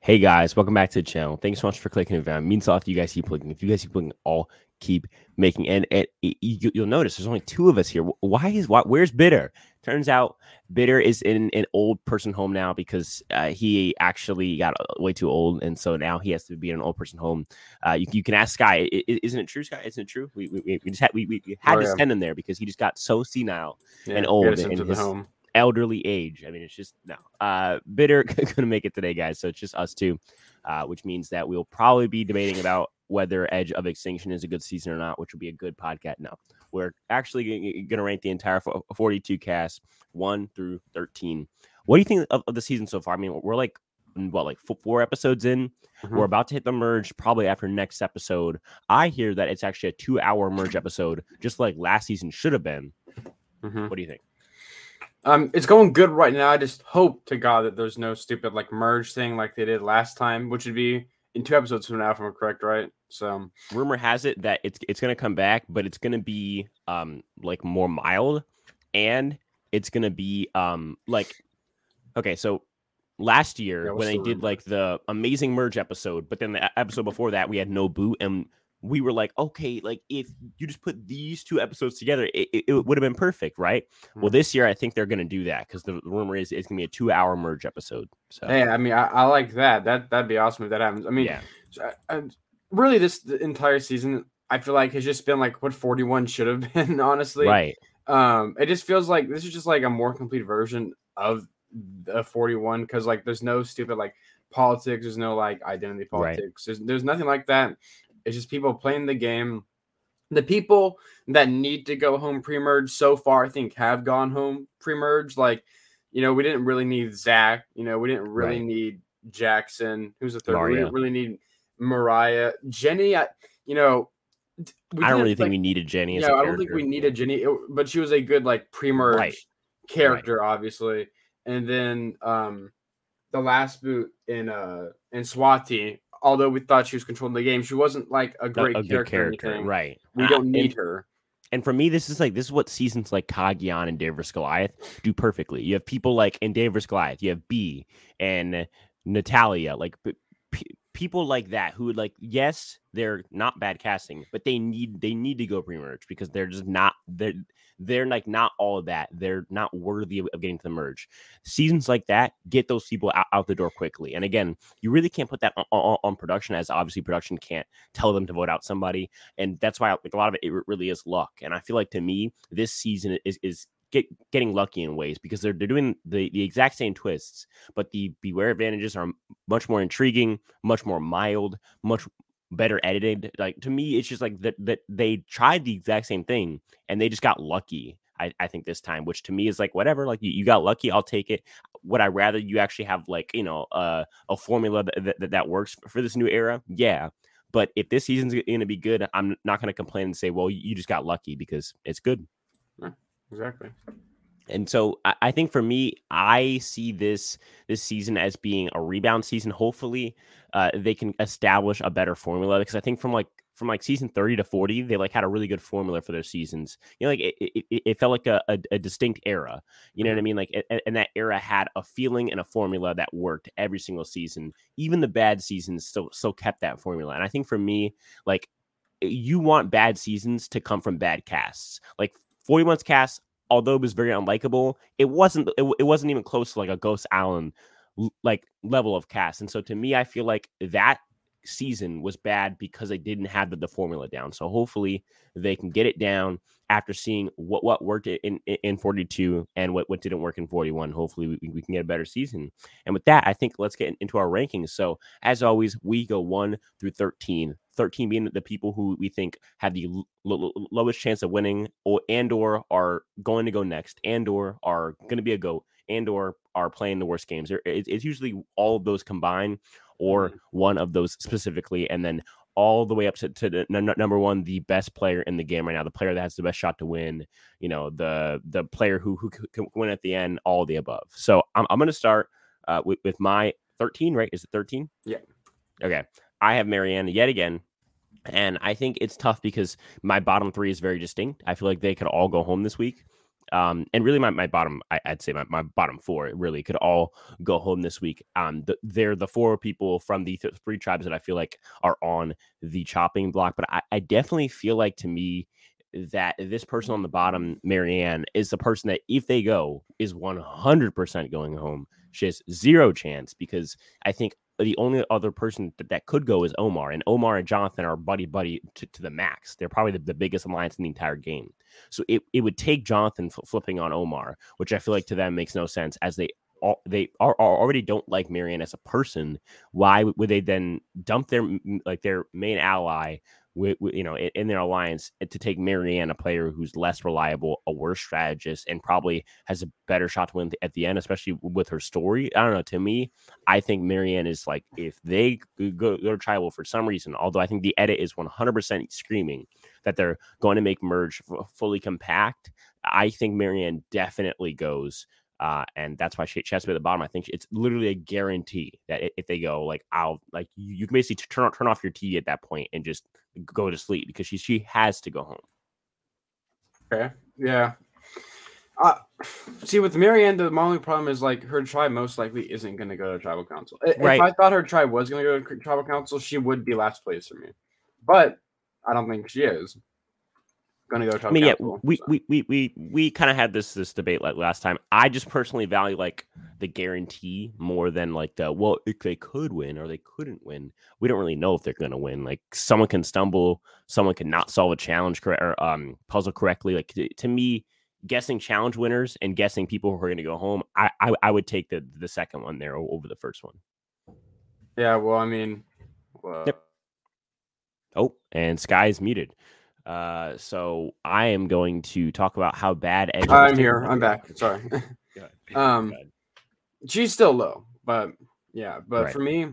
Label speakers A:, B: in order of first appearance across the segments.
A: Hey guys, welcome back to the channel. Thanks so much for clicking around. It means a lot that you guys keep clicking. If you guys keep clicking, all keep making. And, and y- you, you'll notice there's only two of us here. Wh- Why is why, where's Bitter? Turns out Bitter is in an old person home now because uh, he actually got uh, way too old, and so now he has to be in an old person home. Uh, you, you can ask Sky. i- i- Isn't it true, Sky? Isn't it true? We, we, we we just had we, we had
B: Oh,
A: to
B: yeah.
A: send him there because he just got so senile
B: Yeah,
A: and old
B: get us
A: and
B: into the
A: his-
B: home.
A: elderly age. I mean, it's just no. Uh, Bitter couldn't make it today, guys. So it's just us two, uh, which means that we'll probably be debating about whether Edge of Extinction is a good season or not, which will be a good podcast. No, we're actually going to rank the entire fo- 42 cast one through 13. What do you think of, of the season so far? I mean, we're like mm, what, like fo- four episodes in. We're about to hit the merge probably after next episode. I hear that it's actually a two-hour merge episode, just like last season should have been.
B: Mhm.
A: What do you think?
B: Um, it's going good right now. I just hope to God that there's no stupid like merge thing like they did last time, which would be in two episodes from now, if I'm correct, right? So
A: rumor has it that it's it's gonna come back, but it's gonna be um like more mild, and it's gonna be um like okay, so last year
B: Yeah, what's
A: when they
B: the
A: did
B: rumor?
A: like the amazing merge episode, but then the e- episode before that we had no boot and we were like, okay, like if you just put these two episodes together, it, it, would have been perfect, right? Well,
B: Mhm.
A: this year I think they're gonna do that because the, the rumor is it's gonna be a two-hour merge episode. So
B: hey, I mean, I, I like that. That that'd be awesome if that happens. I mean,
A: yeah,
B: so I, I, really, this the entire season, I feel like has just been like what 41 should have been. Honestly,
A: right.
B: um it just feels like this is just like a more complete version of the 41 because like there's no stupid like politics there's no like identity
A: Right.
B: politics there's, there's nothing like that it's just people playing the game the people that need to go home pre-merge so far i think have gone home pre-merge like you know we didn't really need zach you know we didn't really
A: Right.
B: need jackson who's the third we
A: Mario.
B: didn't really need mariah jenny I, you know d- we
A: I don't
B: didn't,
A: really think
B: like-
A: we needed Jenny. as
B: yeah,
A: a
B: I don't think we
A: character.
B: needed Jenny, it- but she was a good like pre-merge
A: Right.
B: character, obviously. And then um the last boot in uh in Swati, although we thought she was controlling the game, she wasn't like a
A: a,
B: great
A: a
B: character.
A: good
B: or
A: character,
B: anything.
A: right?
B: We
A: And-
B: don't
A: and-
B: need her.
A: And for me, this is like this is what seasons like Kagian and Dave vs Goliath do perfectly. You have people like in Dave vs Goliath, you have B and Natalia, like p- p- people like that who would like yes, they're not bad casting, but they need they need to go pre-merge because they're just not they're they're like not all of that. They're not worthy of, of getting to the merge. Seasons like that get those people out, out the door quickly. And again, you really can't put that on, on, on production, as obviously production can't tell them to vote out somebody and that's why like, a lot of it, it really is luck. And I feel like to me, this season is is get, getting lucky in ways because they're, they're doing the, the exact same twists, but the beware advantages are m- much more intriguing, much more mild, much better edited. Like to me, it's just like that that they tried the exact same thing and they just got lucky. I, I think this time, which to me is like whatever, like you, you got lucky, I'll take it. Would I rather you actually have like you know uh, a formula that, that- that that works for this new era? Yeah, but if this season's going to be good, I'm not going to complain and say, well, you just got lucky because it's good.
B: Exactly.
A: And so I, I think for me, I see this this season as being a rebound season. Hopefully, uh, they can establish a better formula because I think from like from like season 30 to 40 they like had a really good formula for their seasons you know like it, it, it- it felt like a, a, a distinct era you know what i mean like a- a- and that era had a feeling and a formula that worked every single season even the bad seasons still still kept that formula and i think for me like you want bad seasons to come from bad casts like 41's cast although it was very unlikable, it wasn't it, wa- it wasn't even close to like a Ghost Island l- like level of cast. And so to me, I feel like that season was bad because they didn't have the, the formula down. So hopefully they can get it down after seeing what what worked i- in in, in 42 and what what didn't work in 41. Hopefully we, we can get a better season. And with that, I think let's get into our rankings. So as always, we go 1 through 13. 13 being the people who we think have the l- l- l- lowest chance of winning or and or are going to go next and or are going to be a goat and or are playing the worst games. There- it- It's usually all of those combined or one of those specifically and then all the way up to, to the n- n- number one, the best player in the game right now, the player that has the best shot to win, you know, the the player who who c- can win at the end, all the above. So I'm, I'm going to start uh, with, with my 13, right? Is it 13?
B: Yeah.
A: Okay. I have Marianne yet again. And I think it's tough because my bottom three is very distinct. I feel like they could all go home this week. Um, and really, my, my bottom, I, would say my, my bottom four really could all go home this week. Um, the, they're the four people from the th- three tribes that I feel like are on the chopping block. But I, I definitely feel like to me that this person on the bottom, Marianne, is the person that if they go is 100% going home. She has zero chance because I think the only other person that, that could go is Omar, and Omar and Jonathan are buddy buddy to, to the max. They're probably the, the biggest alliance in the entire game. So it, it would take Jonathan fl- flipping on Omar, which I feel like to them makes no sense as they all, they are, are already don't like Marianne as a person. Why would they then dump their like their main ally with, with, you know in, in, their alliance eh, to take Marianne, a player who's less reliable, a worse strategist, and probably has a better shot to win at the end, especially with her story. I don't know. To me, I think Marianne is like if they go, go to tribal for some reason. Although I think the edit is 100% screaming that they're going to make merge fully compact. I think Marianne definitely goes. Uh, and that's why she, she, has to be at the bottom. I think it's literally a guarantee that if they go, like I'll like you, you can basically turn turn off your TV at that point and just go to sleep because she she has to go home.
B: Okay, yeah. Uh, see, with Marianne, the only problem is like her tribe most likely isn't going to go to tribal council. If right. I thought her tribe was going to go to tribal council, she would be last place for me, but I don't think she is going to go. To I
A: mean, council, yeah, we, so. we we we we kind of had this this debate like last time. I just personally value like the guarantee more than like the well if they could win or they couldn't win. We don't really know if they're going to win. Like someone can stumble, someone can not solve a challenge cor- or um puzzle correctly. Like to, to me, guessing challenge winners and guessing people who are going to go home, I, I I would take the the second one there over the first one.
B: Yeah, well, I mean, well... Yep.
A: oh, and Sky is muted. Uh, so I am going to talk about how bad Edge.
B: I'm here. I'm back. Sorry. um, she's still low, but yeah. But right. for me,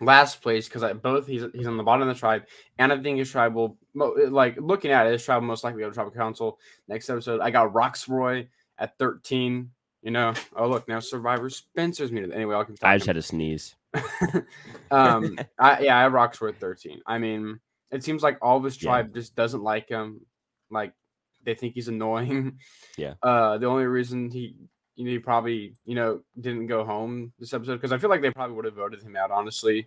B: last place because I both he's he's on the bottom of the tribe, and I think his tribe will like looking at it, his tribe most likely go to tribal council next episode. I got Roxroy at thirteen. You know. Oh look, now Survivor Spencer's muted. Anyway, I'll
A: I just him. had a sneeze.
B: um, I, yeah, I have Roxroy at thirteen. I mean it seems like all of his tribe yeah. just doesn't like him. Like they think he's annoying.
A: Yeah.
B: Uh, the only reason he you know, he probably you know didn't go home this episode because I feel like they probably would have voted him out honestly,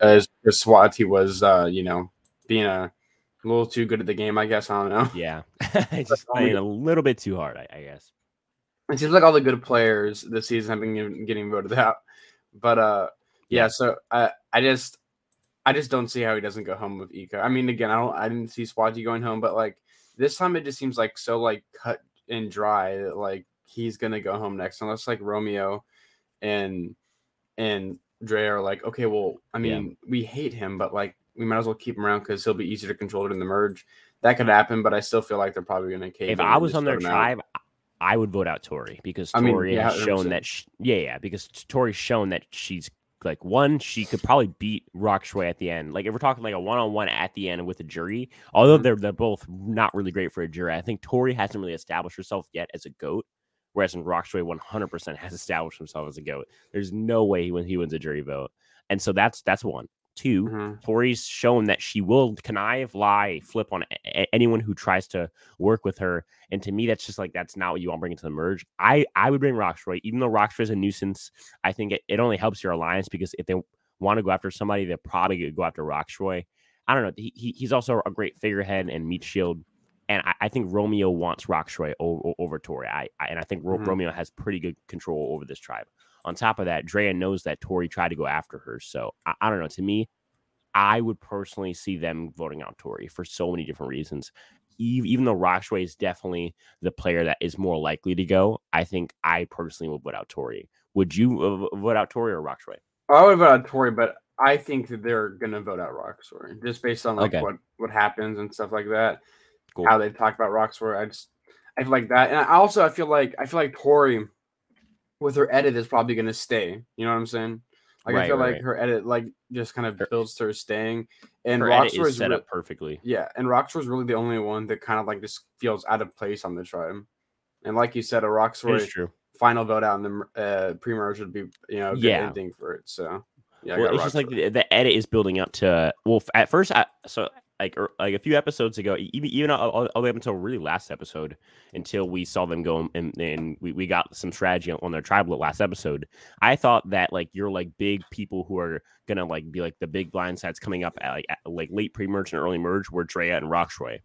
B: as, as SWAT he was uh you know being a little too good at the game I guess I don't know.
A: Yeah, just playing a little bit too hard I, I, guess.
B: It seems like all the good players this season have been getting voted out, but uh yeah, yeah so I I just I just don't see how he doesn't go home with Ika. I mean, again, I don't, I didn't see Swazi going home, but like this time it just seems like so like cut and dry that like he's gonna go home next, unless like Romeo and and Dre are like, okay, well, I mean, yeah. we hate him, but like we might as well keep him around because he'll be easier to control in the merge. That could happen, but I still feel like they're probably gonna cave.
A: If I was on their tribe, I would vote out Tori because Tori I mean, yeah, has shown 100%. that, she, yeah, yeah, because Tori's shown that she's like one, she could probably beat Rockshway at the end. Like if we're talking like a one on one at the end with a jury, although they're they're both not really great for a jury. I think Tori hasn't really established herself yet as a goat, whereas in Rockshway, one hundred percent has established himself as a goat. There's no way when he wins a jury vote, and so that's that's one. 2 mm-hmm. Tori's shown that she will connive, lie, flip on a- anyone who tries to work with her. And to me, that's just like that's not what you want to bring into the merge. I I would bring Roxroy, even though Roxroy is a nuisance. I think it, it only helps your alliance because if they want to go after somebody, they're probably going to go after Roxroy. I don't know. He, he, he's also a great figurehead and meat shield. And I, I think Romeo wants Roxroy over, over Tori. I, I, and I think mm-hmm. Romeo has pretty good control over this tribe on top of that, Drea knows that Tori tried to go after her. So I, I, don't know. To me, I would personally see them voting out Tori for so many different reasons. Even, even though Roxway is definitely the player that is more likely to go, I think I personally would vote out Tori. Would you uh, vote out Tori or Roxway?
B: I would vote out Tori, but I think that they're gonna vote out Roxway just based on like okay. what what happens and stuff like that. Cool. How they talk about Roxway, I just I feel like that, and I also I feel like I feel like Tori with her edit is probably gonna stay. You know what I'm saying? Like right, I feel right, like right. her edit like just kind of builds her staying. And Rockstar
A: is set re- up perfectly.
B: Yeah, and Rockstar is really the only one that kind of like just feels out of place on the tribe. And like you said, a Rockstar final vote out in the uh, pre-merge would be you know a good yeah. ending for it. So yeah,
A: well, it's Roxroy. just like the, the, edit is building up to well at first I so like or, like a few episodes ago, e, even even all, all, all the way up until really last episode, until we saw them go and, and we, we got some strategy on their tribal last episode. I thought that like you're like big people who are gonna like be like the big blind sides coming up at like at, like late pre merge and early merge were Drea and Rockshroy.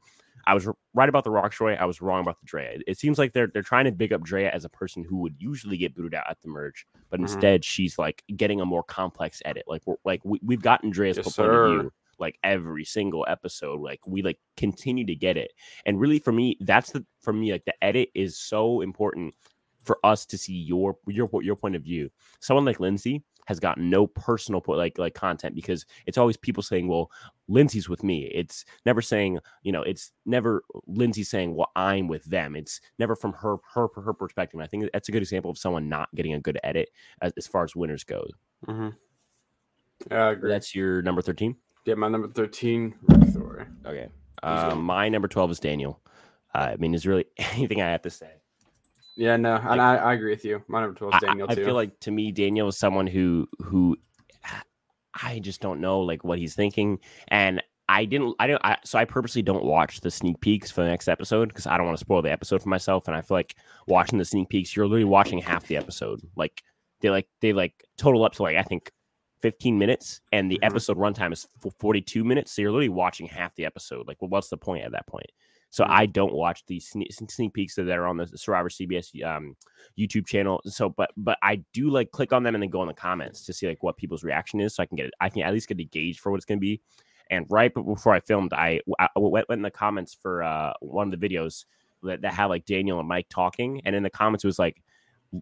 A: I was right about the Rockshroy. I was wrong about the Drea. It, it seems like they're they're trying to big up Drea as a person who would usually get booted out at the merge, but
B: Mhm.
A: instead she's like getting a more complex edit. Like we're like we, we've gotten Drea's
B: Yes,
A: point of
B: sir.
A: view like every single episode. Like we like continue to get it, and really for me, that's the for me like the edit is so important for us to see your your your point of view. Someone like Lindsay has got no personal po- like like content because it's always people saying, "Well, Lindsay's with me." It's never saying, you know, it's never Lindsay saying, "Well, I'm with them." It's never from her her her perspective. And I think that's a good example of someone not getting a good edit as, as far as winners go.
B: Mm-hmm. Yeah, I agree.
A: That's your number thirteen.
B: yeah, my number thirteen, Rick Thor.
A: Okay.
B: Who's
A: Uh,
B: going?
A: my number 12 is Daniel. Uh, I mean, is really anything I have to say.
B: Yeah, no, and I, I agree with you. My number twelve
A: I,
B: is Daniel
A: I- I
B: too.
A: feel like to me, Daniel is someone who who I just don't know like what he's thinking, and I didn't, I don't, I, so I purposely don't watch the sneak peeks for the next episode because I don't want to spoil the episode for myself. And I feel like watching the sneak peeks, you're literally watching half the episode. Like they like they like total up to like I think 15 minutes, and the
B: Mhm.
A: episode runtime is f- 42 minutes. So you're literally watching half the episode. Like, well, what's the point at that point? So
B: Mhm.
A: I don't watch these sneak, sneak peeks that are on the Survivor CBS um, YouTube channel. So, but but I do like click on them and then go in the comments to see like what people's reaction is, so I can get it. I can at least get a gauge for what it's going to be. And right be- before I filmed, I, I went, went in the comments for uh, one of the videos that, that had like Daniel and Mike talking, and in the comments it was like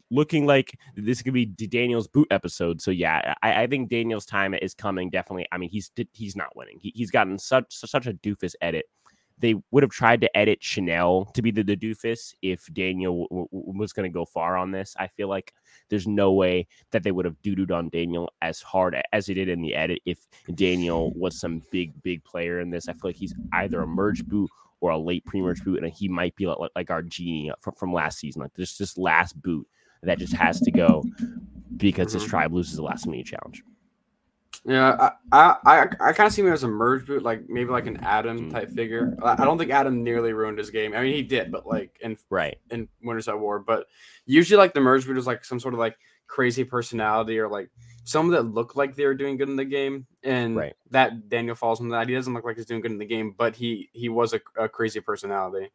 A: looking like this could be D- Daniel's boot episode. So yeah, I, I think Daniel's time is coming. Definitely. I mean, he's di- he's not winning. He, he's gotten such such a doofus edit. They would have tried to edit Chanel to be the, the doofus if Daniel w- w- was going to go far on this. I feel like there's no way that they would have doo-dooed on Daniel as hard as they did in the edit if Daniel was some big, big player in this. I feel like he's either a merge boot or a late pre-merge boot, and he might be like, like our genie from, from last season. Like this this last boot that just has to go because this
B: Mhm.
A: tribe loses the last mini challenge.
B: Yeah, I I, I, I kind of see him as a merge boot, like maybe like an Adam
A: Mm.
B: type figure. I, I don't think Adam nearly ruined his game. I mean, he did, but like in
A: Right.
B: in Winter's at War. But usually, like the merge boot is like some sort of like crazy personality or like someone that looked like they were doing good in the game, and
A: Right.
B: that Daniel falls into that. He doesn't look like he's doing good in the game, but he he was a, a crazy personality.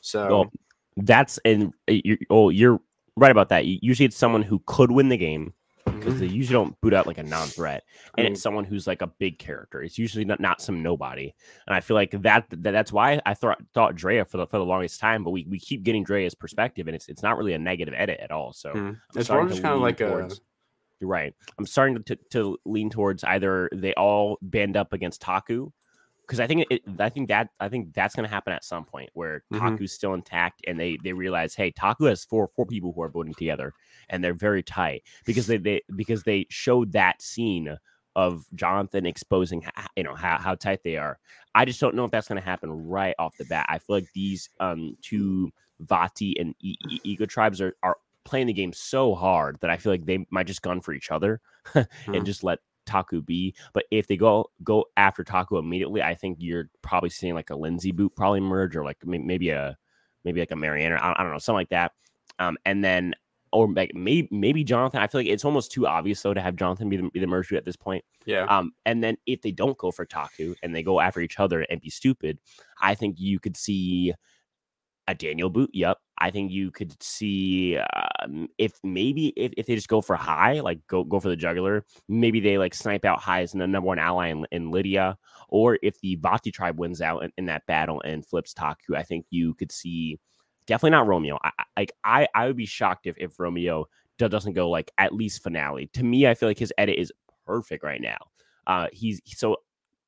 B: So
A: Well, Um, that's and you oh you're right about that. U- Usually it's someone who could win the game because
B: mhm.
A: they usually don't boot out like a non-threat,
B: I
A: and
B: mean-
A: it's someone who's like a big character. It's usually not, not some nobody, and I feel like that, that that's why I thought thought Drea for the for the longest time, but we, we keep getting Drea's perspective, and it's it's not really a negative edit at all. So
B: Mm. it's more
A: starting
B: just
A: to
B: kind of
A: lean
B: like
A: towards-
B: a
A: You're right. I'm starting to, to lean towards either they all band up against Taku, because I think it, I think that I think that's going to happen at some point where
B: Mhm.
A: Taku's still intact and they they realize, hey, Taku has four four people who are voting together and they're very tight because they they because they showed that scene of Jonathan exposing h- you know how how tight they are. I just don't know if that's going to happen right off the bat. I feel like these um two Vati and e- E- Ego tribes are are playing the game so hard that I feel like they might just gun for each other
B: Mhm.
A: and just let Taku be. But if they go go after Taku immediately, I think you're probably seeing like a Lindsay boot probably merge or like may- maybe a maybe like a Marianne or I I don't know something like that. Um, and then or like maybe maybe Jonathan. I feel like it's almost too obvious though to have Jonathan be the, be the merge boot at this point.
B: yeah.
A: Um, and then if they don't go for Taku and they go after each other and be stupid, I think you could see a Daniel boot. Yep. I think you could see um, if maybe if, if they just go for high, like go go for the juggler, maybe they like snipe out high as the number one ally in, in Lydia, or if the Vati tribe wins out in, in that battle and flips Taku, I think you could see definitely not Romeo. I I- like I I would be shocked if if Romeo do- doesn't go like at least finale. To me, I feel like his edit is perfect right now. Uh, he's so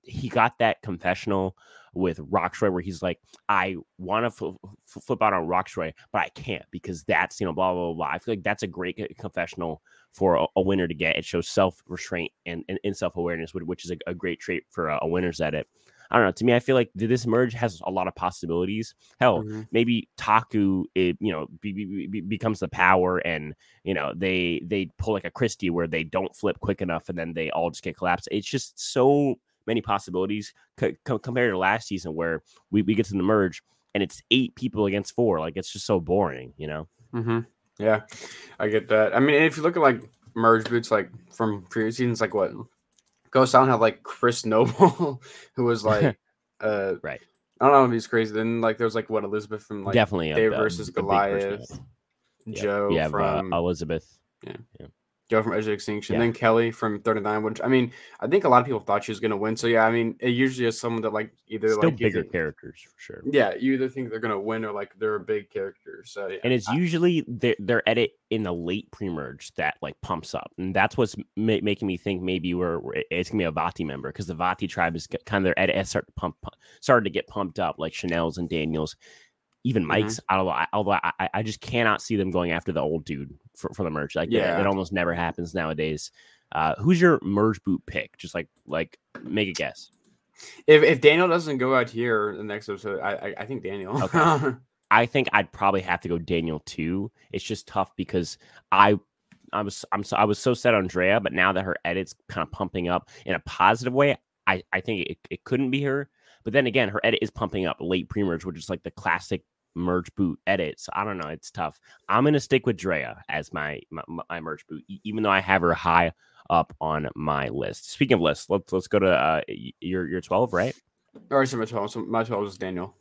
A: he got that confessional with Roxroy where he's like, I want to fl- fl- flip out on Roxroy, but I can't because that's you know blah blah blah. blah. I feel like that's a great co- confessional for a, a winner to get. It shows self restraint and, and, and self awareness, which, which is a, a great trait for a, a winner's edit. I don't know. To me, I feel like th- this merge has a lot of possibilities. Hell,
B: Mhm.
A: maybe Taku, it, you know, be, be, be- becomes the power, and you know they they pull like a Christie where they don't flip quick enough, and then they all just get collapsed. It's just so many possibilities c- c- compared to last season where we, we get to the merge and it's eight people against four. Like it's just so boring, you know?
B: Mm-hmm. Yeah, I get that. I mean, if you look at like merge boots, like from previous seasons, like what Ghost Town had like Chris Noble, who was like, uh,
A: Right.
B: I don't know if he's crazy. Then like there was like what Elizabeth from like
A: Definitely. a-
B: David
A: a-
B: versus
A: a big personality.
B: Goliath,
A: Yeah.
B: Joe
A: Yeah,
B: from
A: uh, Elizabeth.
B: Joe from Edge of Extinction,
A: Yeah.
B: then Kelly from 39, which I mean, I think a lot of people thought she was gonna win. So yeah, I mean, it usually is someone that like either
A: Still
B: like you
A: bigger
B: think-
A: characters for sure.
B: yeah, you either think they're gonna win or like they're a big character. So yeah.
A: and it's usually their their edit in the late pre-merge that like pumps up, and that's what's ma- making me think maybe we're, we're- it's gonna be a Vati member because the Vati tribe is kind of their edit has started to pump pu- started to get pumped up like Chanel's and Daniels, even Mike's. Although I, although I, I- I just cannot see them going after the old dude for, for the merge. Like yeah,
B: Yeah.
A: it, almost never happens nowadays. Uh, who's your merge boot pick? Just like like make a guess.
B: if, if Daniel doesn't go out here in the next episode, I I, I think Daniel.
A: Okay. I think I'd probably have to go Daniel too. It's just tough because I I was I'm so I was so set on Drea, but now that her edit's kind of pumping up in a positive way, I I think it, it couldn't be her. But then again, her edit is pumping up late pre-merge, which is like the classic merge boot edit. So I don't know, it's tough. I'm gonna stick with Drea as my my, my merge boot, e- even though I have her high up on my list. Speaking of lists, let's let's go to uh, y- your your 12, right?
B: or so my 12, so my 12 is Daniel.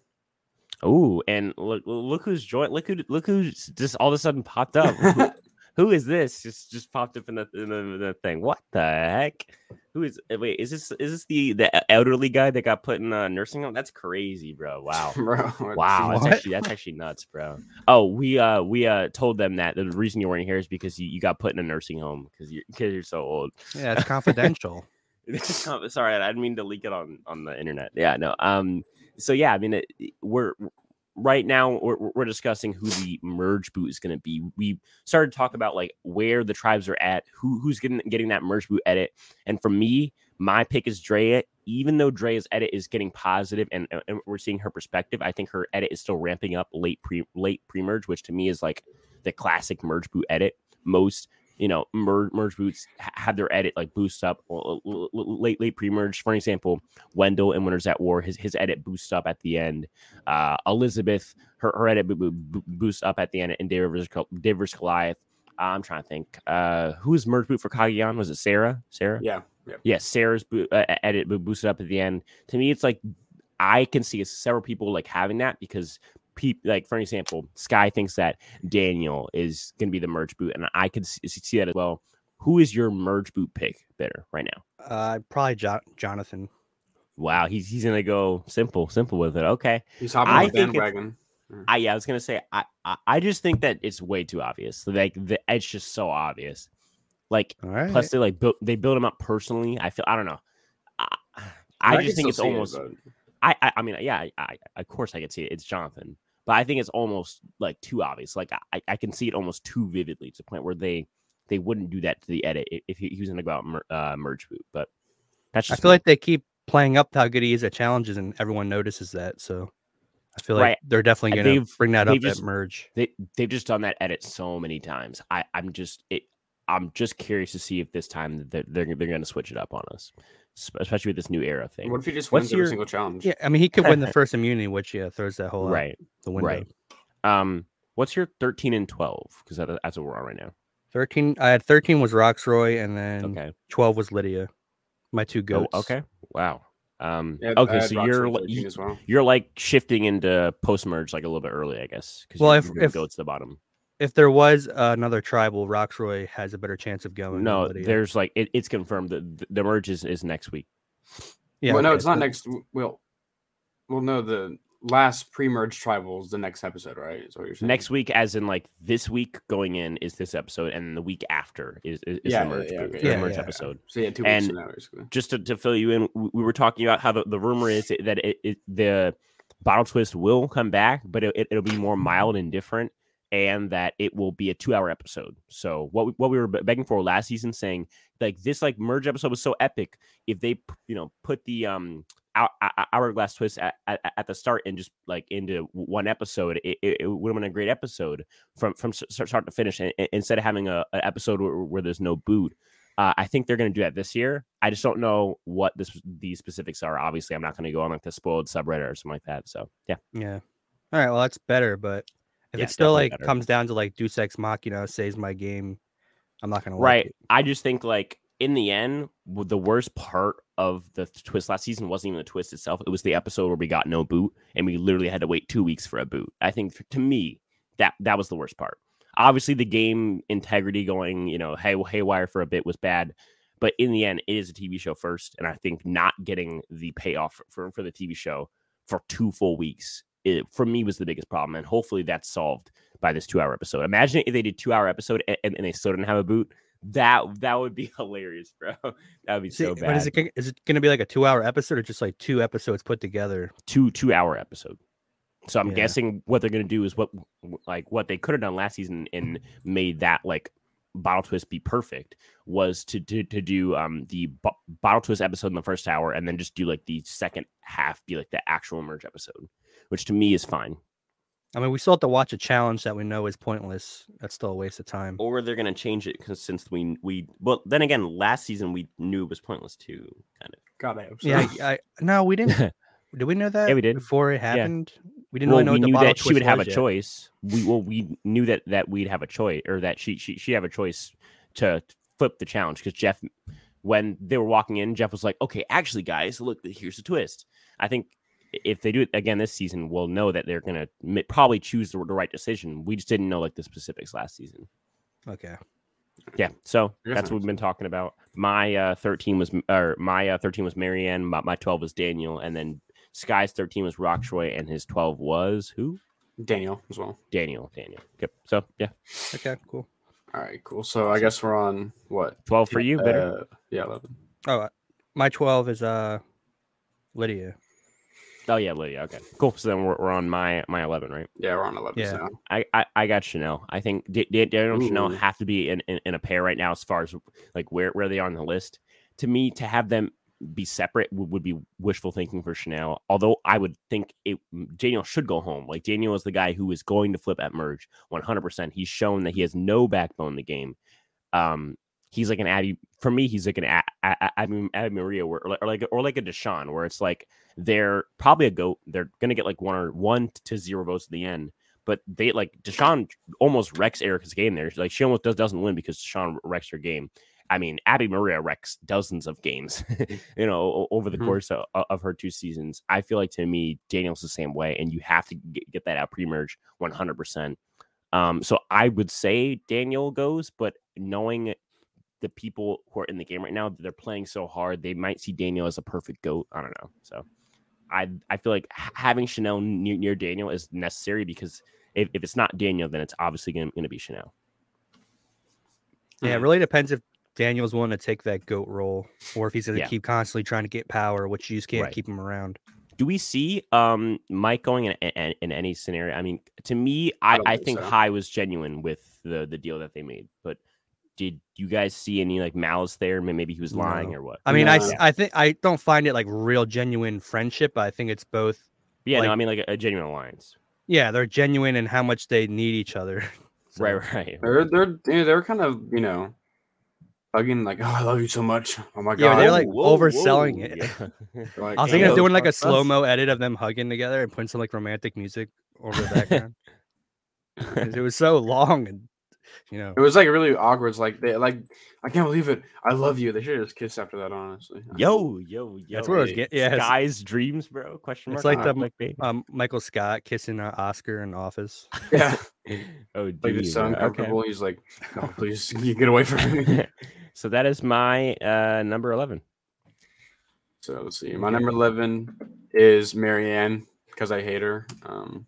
A: Oh, and look look who's joined. Look who look who's just all of a sudden popped up. Who- who is this? Just just popped up in the, in the in the thing. What the heck? Who is uh, wait, is this is this the the elderly guy that got put in a nursing home? That's crazy, bro. Wow.
B: Bro, it's-
A: Wow, that's
C: What?
A: actually that's actually nuts, bro. Oh, we uh we uh told them that the reason you weren't here is because you, you got put in a nursing home because you because you're so old.
C: Yeah, it's confidential.
A: This is com- Sorry, I didn't mean to leak it on on the internet. Yeah, no. Um. So yeah, I mean, it, it- we're right now we're, we're we're discussing who the merge boot is going to be. We started to talk about like where the tribes are at, who who's getting getting that merge boot edit. And for me, my pick is Drea. Even though Drea's edit is getting positive and, uh, and we're seeing her perspective, I think her edit is still ramping up late pre late pre merge, which to me is like the classic merge boot edit. Most you know merge, merge boots ha- have their edit like boost up uh, l- l- l- late late pre merge. For example, Wendell in Winners at War, his his edit boosts up at the end. Uh, Elizabeth, her her edit bo- bo- bo- boosts up at the end, and David versus, Gol- David versus Goliath. I'm trying to think. Uh, who was merge boot for Kageon? Was it Sarah? Sarah?
B: Yeah, yeah.
A: yeah, Sarah's bo- uh, uh, edit bo- boosted up at the end. To me, it's like I can see several people like having that because peop like for example, Sky thinks that Daniel is going to be the merge boot, and I could see, see that as well. Who is your merge boot pick better right now?
C: Uh, probably jo- Jonathan.
A: Wow, he's he's going to go simple, simple with it. Okay,
B: He's hopping
A: I
B: on the
A: think it's-
B: bandwagon.
A: I yeah, I was gonna say I, I I just think that it's way too obvious. Like the it's just so obvious. Like
C: All right.
A: plus they like built they build him up personally. I feel I don't know. I, I
B: can
A: just think it's
B: still see it,
A: almost
B: but-
A: I, I, I mean, yeah, I, I, of course I could see it. It's Jonathan, but I think it's almost like too obvious. Like I, I can see it almost too vividly to the point where they, they wouldn't do that to the edit i- if he, he was going to go out and mer- uh, merge boot. But that's
C: I
A: just
C: feel
A: me.
C: like they keep playing up how good he is at challenges, and everyone notices that. So I feel like
A: Right.
C: they're definitely
A: And
C: going to
A: they've-
C: bring that up
A: they've just-
C: at merge.
A: they they've just done that edit so many times. I I'm just it. I'm just curious to see if this time that they're they're, they're going to switch it up on us, sp- especially with this new era thing.
B: What if he just
A: What's
B: wins every
A: your-
B: single challenge?
C: Yeah, I mean he could win the first immunity, which yeah throws that whole out
A: Right,
C: the window.
A: right. Um, what's your 13 and 12? Because that, that's what we're on right now.
C: Thirteen, I had thirteen was Roxroy, and then
A: Okay.
C: twelve was Lydia. My two
A: Oh,
C: goats.
A: okay. Wow. Um,
B: Yeah, I
A: okay.
B: had
A: So
B: Roxy
A: you're
B: at
A: li-
B: 13
A: you,
B: as well.
A: you're like shifting into post merge like a little bit early, I guess. 'cause
C: Well,
A: you-
C: if-
A: you're gonna
C: if-
A: go to the bottom.
C: If there was uh, another tribal, Roxroy has a better chance of going. than
A: No,
C: Lydia.
A: there's like it, it's confirmed that th- the merge is, is next week.
C: Yeah,
B: well, no,
C: okay,
B: it's not
C: so-
B: next. Well, well, no, the last pre-merge tribal is the next episode, right? Is what you're saying.
A: Next week, as in like this week going in is this episode, and the week after is is, is
B: Yeah,
A: the
B: yeah,
A: merge
B: yeah,
A: boot-
B: okay,
A: the
C: yeah,
A: merge
C: yeah.
A: episode.
B: So yeah, two weeks
A: and-
B: from now, basically.
A: Just to, to fill you in, we, we were talking about how the, the rumor is that it, it, the bottle twist will come back, but it, it, will be more mild and different, and that it will be a two hour episode. So what we, what we were be- begging for last season, saying like this like merge episode was so epic, if they p- you know put the um hou- hou- hourglass twist at, at, at the start and just like into one episode it, it, it would have been a great episode from from s- start start to finish and, and- instead of having a, a episode where, where there's no boot Uh, I think they're going to do that this year. I just don't know what this these specifics are. Obviously, I'm not going to go on like the spoiled subreddit or something like that. So yeah,
C: Yeah. All right. Well, that's better. But if
A: Yeah,
C: it still
A: definitely
C: like
A: better.
C: comes down to like Deus Ex Machina saves my game, I'm not gonna like
A: right.
C: it.
A: I just think like in the end, w- the worst part of the twist last season wasn't even the twist itself. It was the episode where we got no boot and we literally had to wait two weeks for a boot. I think to me that that was the worst part. Obviously, the game integrity going you know hay haywire for a bit was bad. But in the end, it is a TV show first, and I think not getting the payoff for, for the TV show for two full weeks it, for me was the biggest problem, and hopefully that's solved by this two-hour episode. Imagine if they did two-hour episode and, and, and they still didn't have a boot. That that would be hilarious, bro. That would be
C: See,
A: so bad.
C: but is it g- is it gonna be like a two hour episode or just like two episodes put together?
A: two two-hour episode. So I'm
C: Yeah.
A: guessing what they're gonna do is what like what they could have done last season and made that like bottle twist be perfect was to to, to do um the bo- bottle twist episode in the first hour and then just do like the second half be like the actual merge episode, which to me is fine.
C: I mean, we still have to watch a challenge that we know is pointless. That's still a waste of time.
A: or they're gonna change it because since we we well then again last season we knew it was pointless too kind of
B: God, I am sorry.
C: Yeah, I, I- no, we didn't. did we know that?
A: we did.
C: before it happened. We didn't
A: well,
C: really know
A: we
C: what the
A: knew
C: bottle
A: that she
C: twist
A: would have a
C: was yet.
A: choice we well we knew that that we'd have a choice or that she she she have a choice to flip the challenge because Jeff when they were walking in Jeff was like okay actually guys look here's the twist I think if they do it again this season we'll know that they're gonna mi- probably choose the, the right decision we just didn't know like the specifics last season
C: Okay.
A: Yeah, so
B: Yes,
A: that's what we've been talking about. My uh, thirteen was or my uh, thirteen was Marianne. My, my twelve was Daniel, and then Sky's thirteen was Rockshroy, and his twelve was who?
B: Daniel as well.
A: Daniel. Daniel. Yep. So yeah,
C: Okay. Cool.
B: All right, cool. So I guess we're on what?
A: twelve for you. Better.
B: Uh, yeah, 11.
C: Oh, uh, my twelve is uh, Lydia.
A: oh yeah, Lydia. Okay, cool. So then we're, we're on my my eleven, right?
B: Yeah, we're on 11
C: Yeah.
B: now.
A: I, I, I got Chanel. I think D- D- Daniel and Chanel
B: Ooh.
A: have to be in, in, in a pair right now as far as like where, where they are on the list. To me, to have them be separate would, would be wishful thinking for Chanel. Although I would think it Daniel should go home. Like Daniel is the guy who is going to flip at merge 100%. He's shown that he has no backbone in the game. Um, he's like an Addy for me. He's like an A- A- A- Abby, Abby Maria, where, or like- or like or like a Deshaun, where it's like they're probably a goat. They're gonna get like one or one to zero votes at the end. But they like Deshaun almost wrecks Erica's game there. Like she almost does, doesn't win because Deshaun wrecks her game. I mean, Abby Maria wrecks dozens of games, you know, o- over the
B: Mhm.
A: course of, of her two seasons. I feel like to me, Daniel's the same way, and you have to get, get that out pre merge 100%. Um, so I would say Daniel goes, but knowing the people who are in the game right now, they're playing so hard. They might see Daniel as a perfect goat. I don't know. So I I feel like h- having Chanel near, near Daniel is necessary because if, if it's not Daniel, then it's obviously going to be Chanel.
C: Yeah, it
B: Mhm.
C: really depends if Daniel's willing to take that goat role or if he's going to
A: Yeah.
C: keep constantly trying to get power, which you just can't
A: Right.
C: keep him around.
A: Do we see um Mike going in, in, in any scenario? I mean, to me,
B: I
A: I,
B: don't
A: I
B: think
A: think
B: so.
A: High was genuine with the the deal that they made. But did you guys see any like malice there? May- Maybe he was lying
C: No.
A: or what?
C: I mean, I, s-
B: No.
C: I think I don't find it like real genuine friendship. But I think it's both.
A: yeah, no,
C: like-
A: I mean like a, a genuine alliance.
C: Yeah, they're genuine and how much they need each other. So,
A: Right, right.
B: They're, they're, yeah, they're kind of, you know, hugging like, oh, I love you so much. Oh my
C: Yeah,
B: God.
C: but they're, like, overselling it.
A: Yeah.
B: They're like,
C: I was thinking
B: "Oh,
C: of doing like a
B: that's us."
C: slow mo edit of them hugging together and putting some like romantic music over the background. 'Cause it was so long and you know.
B: It was like really awkward. It's like, they, like, I can't believe it. I love you. They should have just kissed after that, honestly.
A: Yo, yo, yo.
C: That's where I was get- yeah, it's-
A: Sky's dreams, bro. Question mark.
C: It's like
A: Ah,
C: the-
A: clickbait.
C: Um, Michael Scott kissing uh, Oscar in Office.
B: Yeah.
A: oh,
B: Like,
A: dude,
B: it's so
A: bro,
B: uncomfortable. He's like, no, please, you get away from me.
A: Okay. so that is my uh number eleven.
B: So let's see. My number 11 is Marianne because I hate her. Um,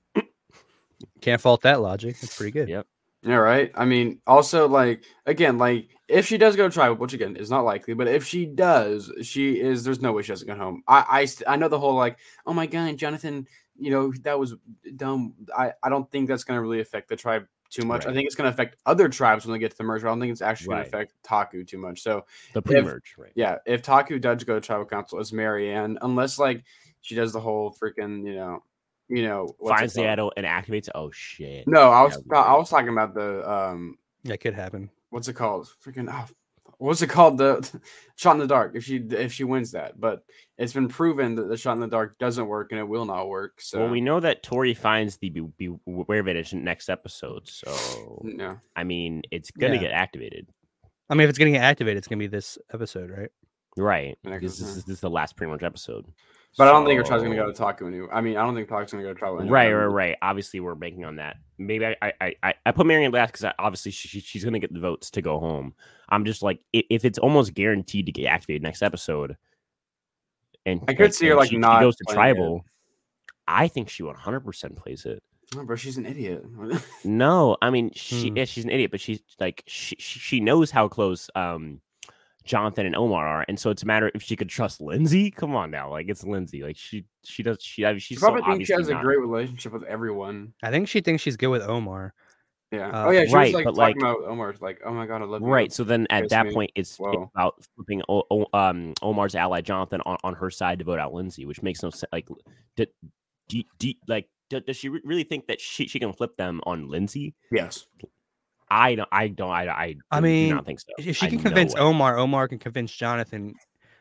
C: Can't fault that logic. It's pretty good.
A: Yeah.
B: all right. I mean, also, like, again, like, if she does go try, which again is not likely, but if she does, she is, there's no way she doesn't go home. I, I, st- I know the whole, like, oh my God, Jonathan, you know, that was dumb. I, I don't think that's going to really affect the tribe too much. I
A: Right.
B: think it's going to affect other tribes when they get to the merger. I don't think it's actually
A: Right.
B: going to affect Taku too much. So,
A: The pre-merge, right?
B: yeah, if Taku does go to tribal council, it's Marianne, unless like she does the whole freaking, you know, you know, what's it
A: Finds the
B: called?
A: idol and activates. Oh shit.
B: No, I was
A: Yeah, we
B: I
A: did.
B: was talking about the um,
C: That could happen.
B: what's it called? Freaking oh, what's it called? The shot in the dark. If she if she wins that, but it's been proven that the shot in the dark doesn't work and it will not work. So
A: Well, we know that Tori finds the be- beware Village next episode, so
B: no.
A: I mean it's gonna
C: Yeah.
A: get activated,
C: I mean, if it's getting activated, it's gonna be this episode, right?
A: right?
B: Next
A: Because this
B: episode.
A: is this is the last pretty much episode.
B: But I don't think Ochai's gonna
A: So-
B: go to Taku Inu. I mean, I don't think Taku's gonna go to Travel.
A: Right, right, right. Obviously, we're banking on that. Maybe I, I, I- I, I put Marion last because obviously she, she- she's gonna get the votes to go home. I'm just like, i- if it's almost guaranteed to get activated next episode, and
B: I could see her,
A: and
B: like,
A: she, she
B: not
A: goes to
B: playing it.
A: tribal. I think she 100 percent plays it.
B: No, bro, she's an idiot.
A: No, I mean she,
C: Hmm.
A: yeah, she's an idiot, but she's like she, she she knows how close um Jonathan and Omar are, and so it's a matter if she could trust Lindsay. Come on now, like it's Lindsay. Like she she does she I mean,
B: she
A: she's
B: probably
A: so
B: thinks she
A: obviously
B: has a
A: not-
B: great relationship with everyone.
C: I think she thinks she's good with Omar.
B: Yeah.
C: Uh,
B: oh yeah, she
A: right,
B: was like
A: but,
B: talking
A: like-
B: about Omar's like, oh my god, I love you.
A: Right. So then at
B: Chris
A: that
B: Meek.
A: point, it's, it's
B: Whoa.
A: about flipping o- O- um, Omar's ally Jonathan on, on her side to vote out Lindsay, which makes no sense. Like, d- d- d- like d- does she re- really think that she, she can flip them on Lindsay?
B: Yes.
A: I don't. I don't. I. I,
C: I
A: do
C: mean,
A: not think so.
C: If she
A: I
C: can
A: no
C: convince
A: way.
C: Omar, Omar can convince Jonathan.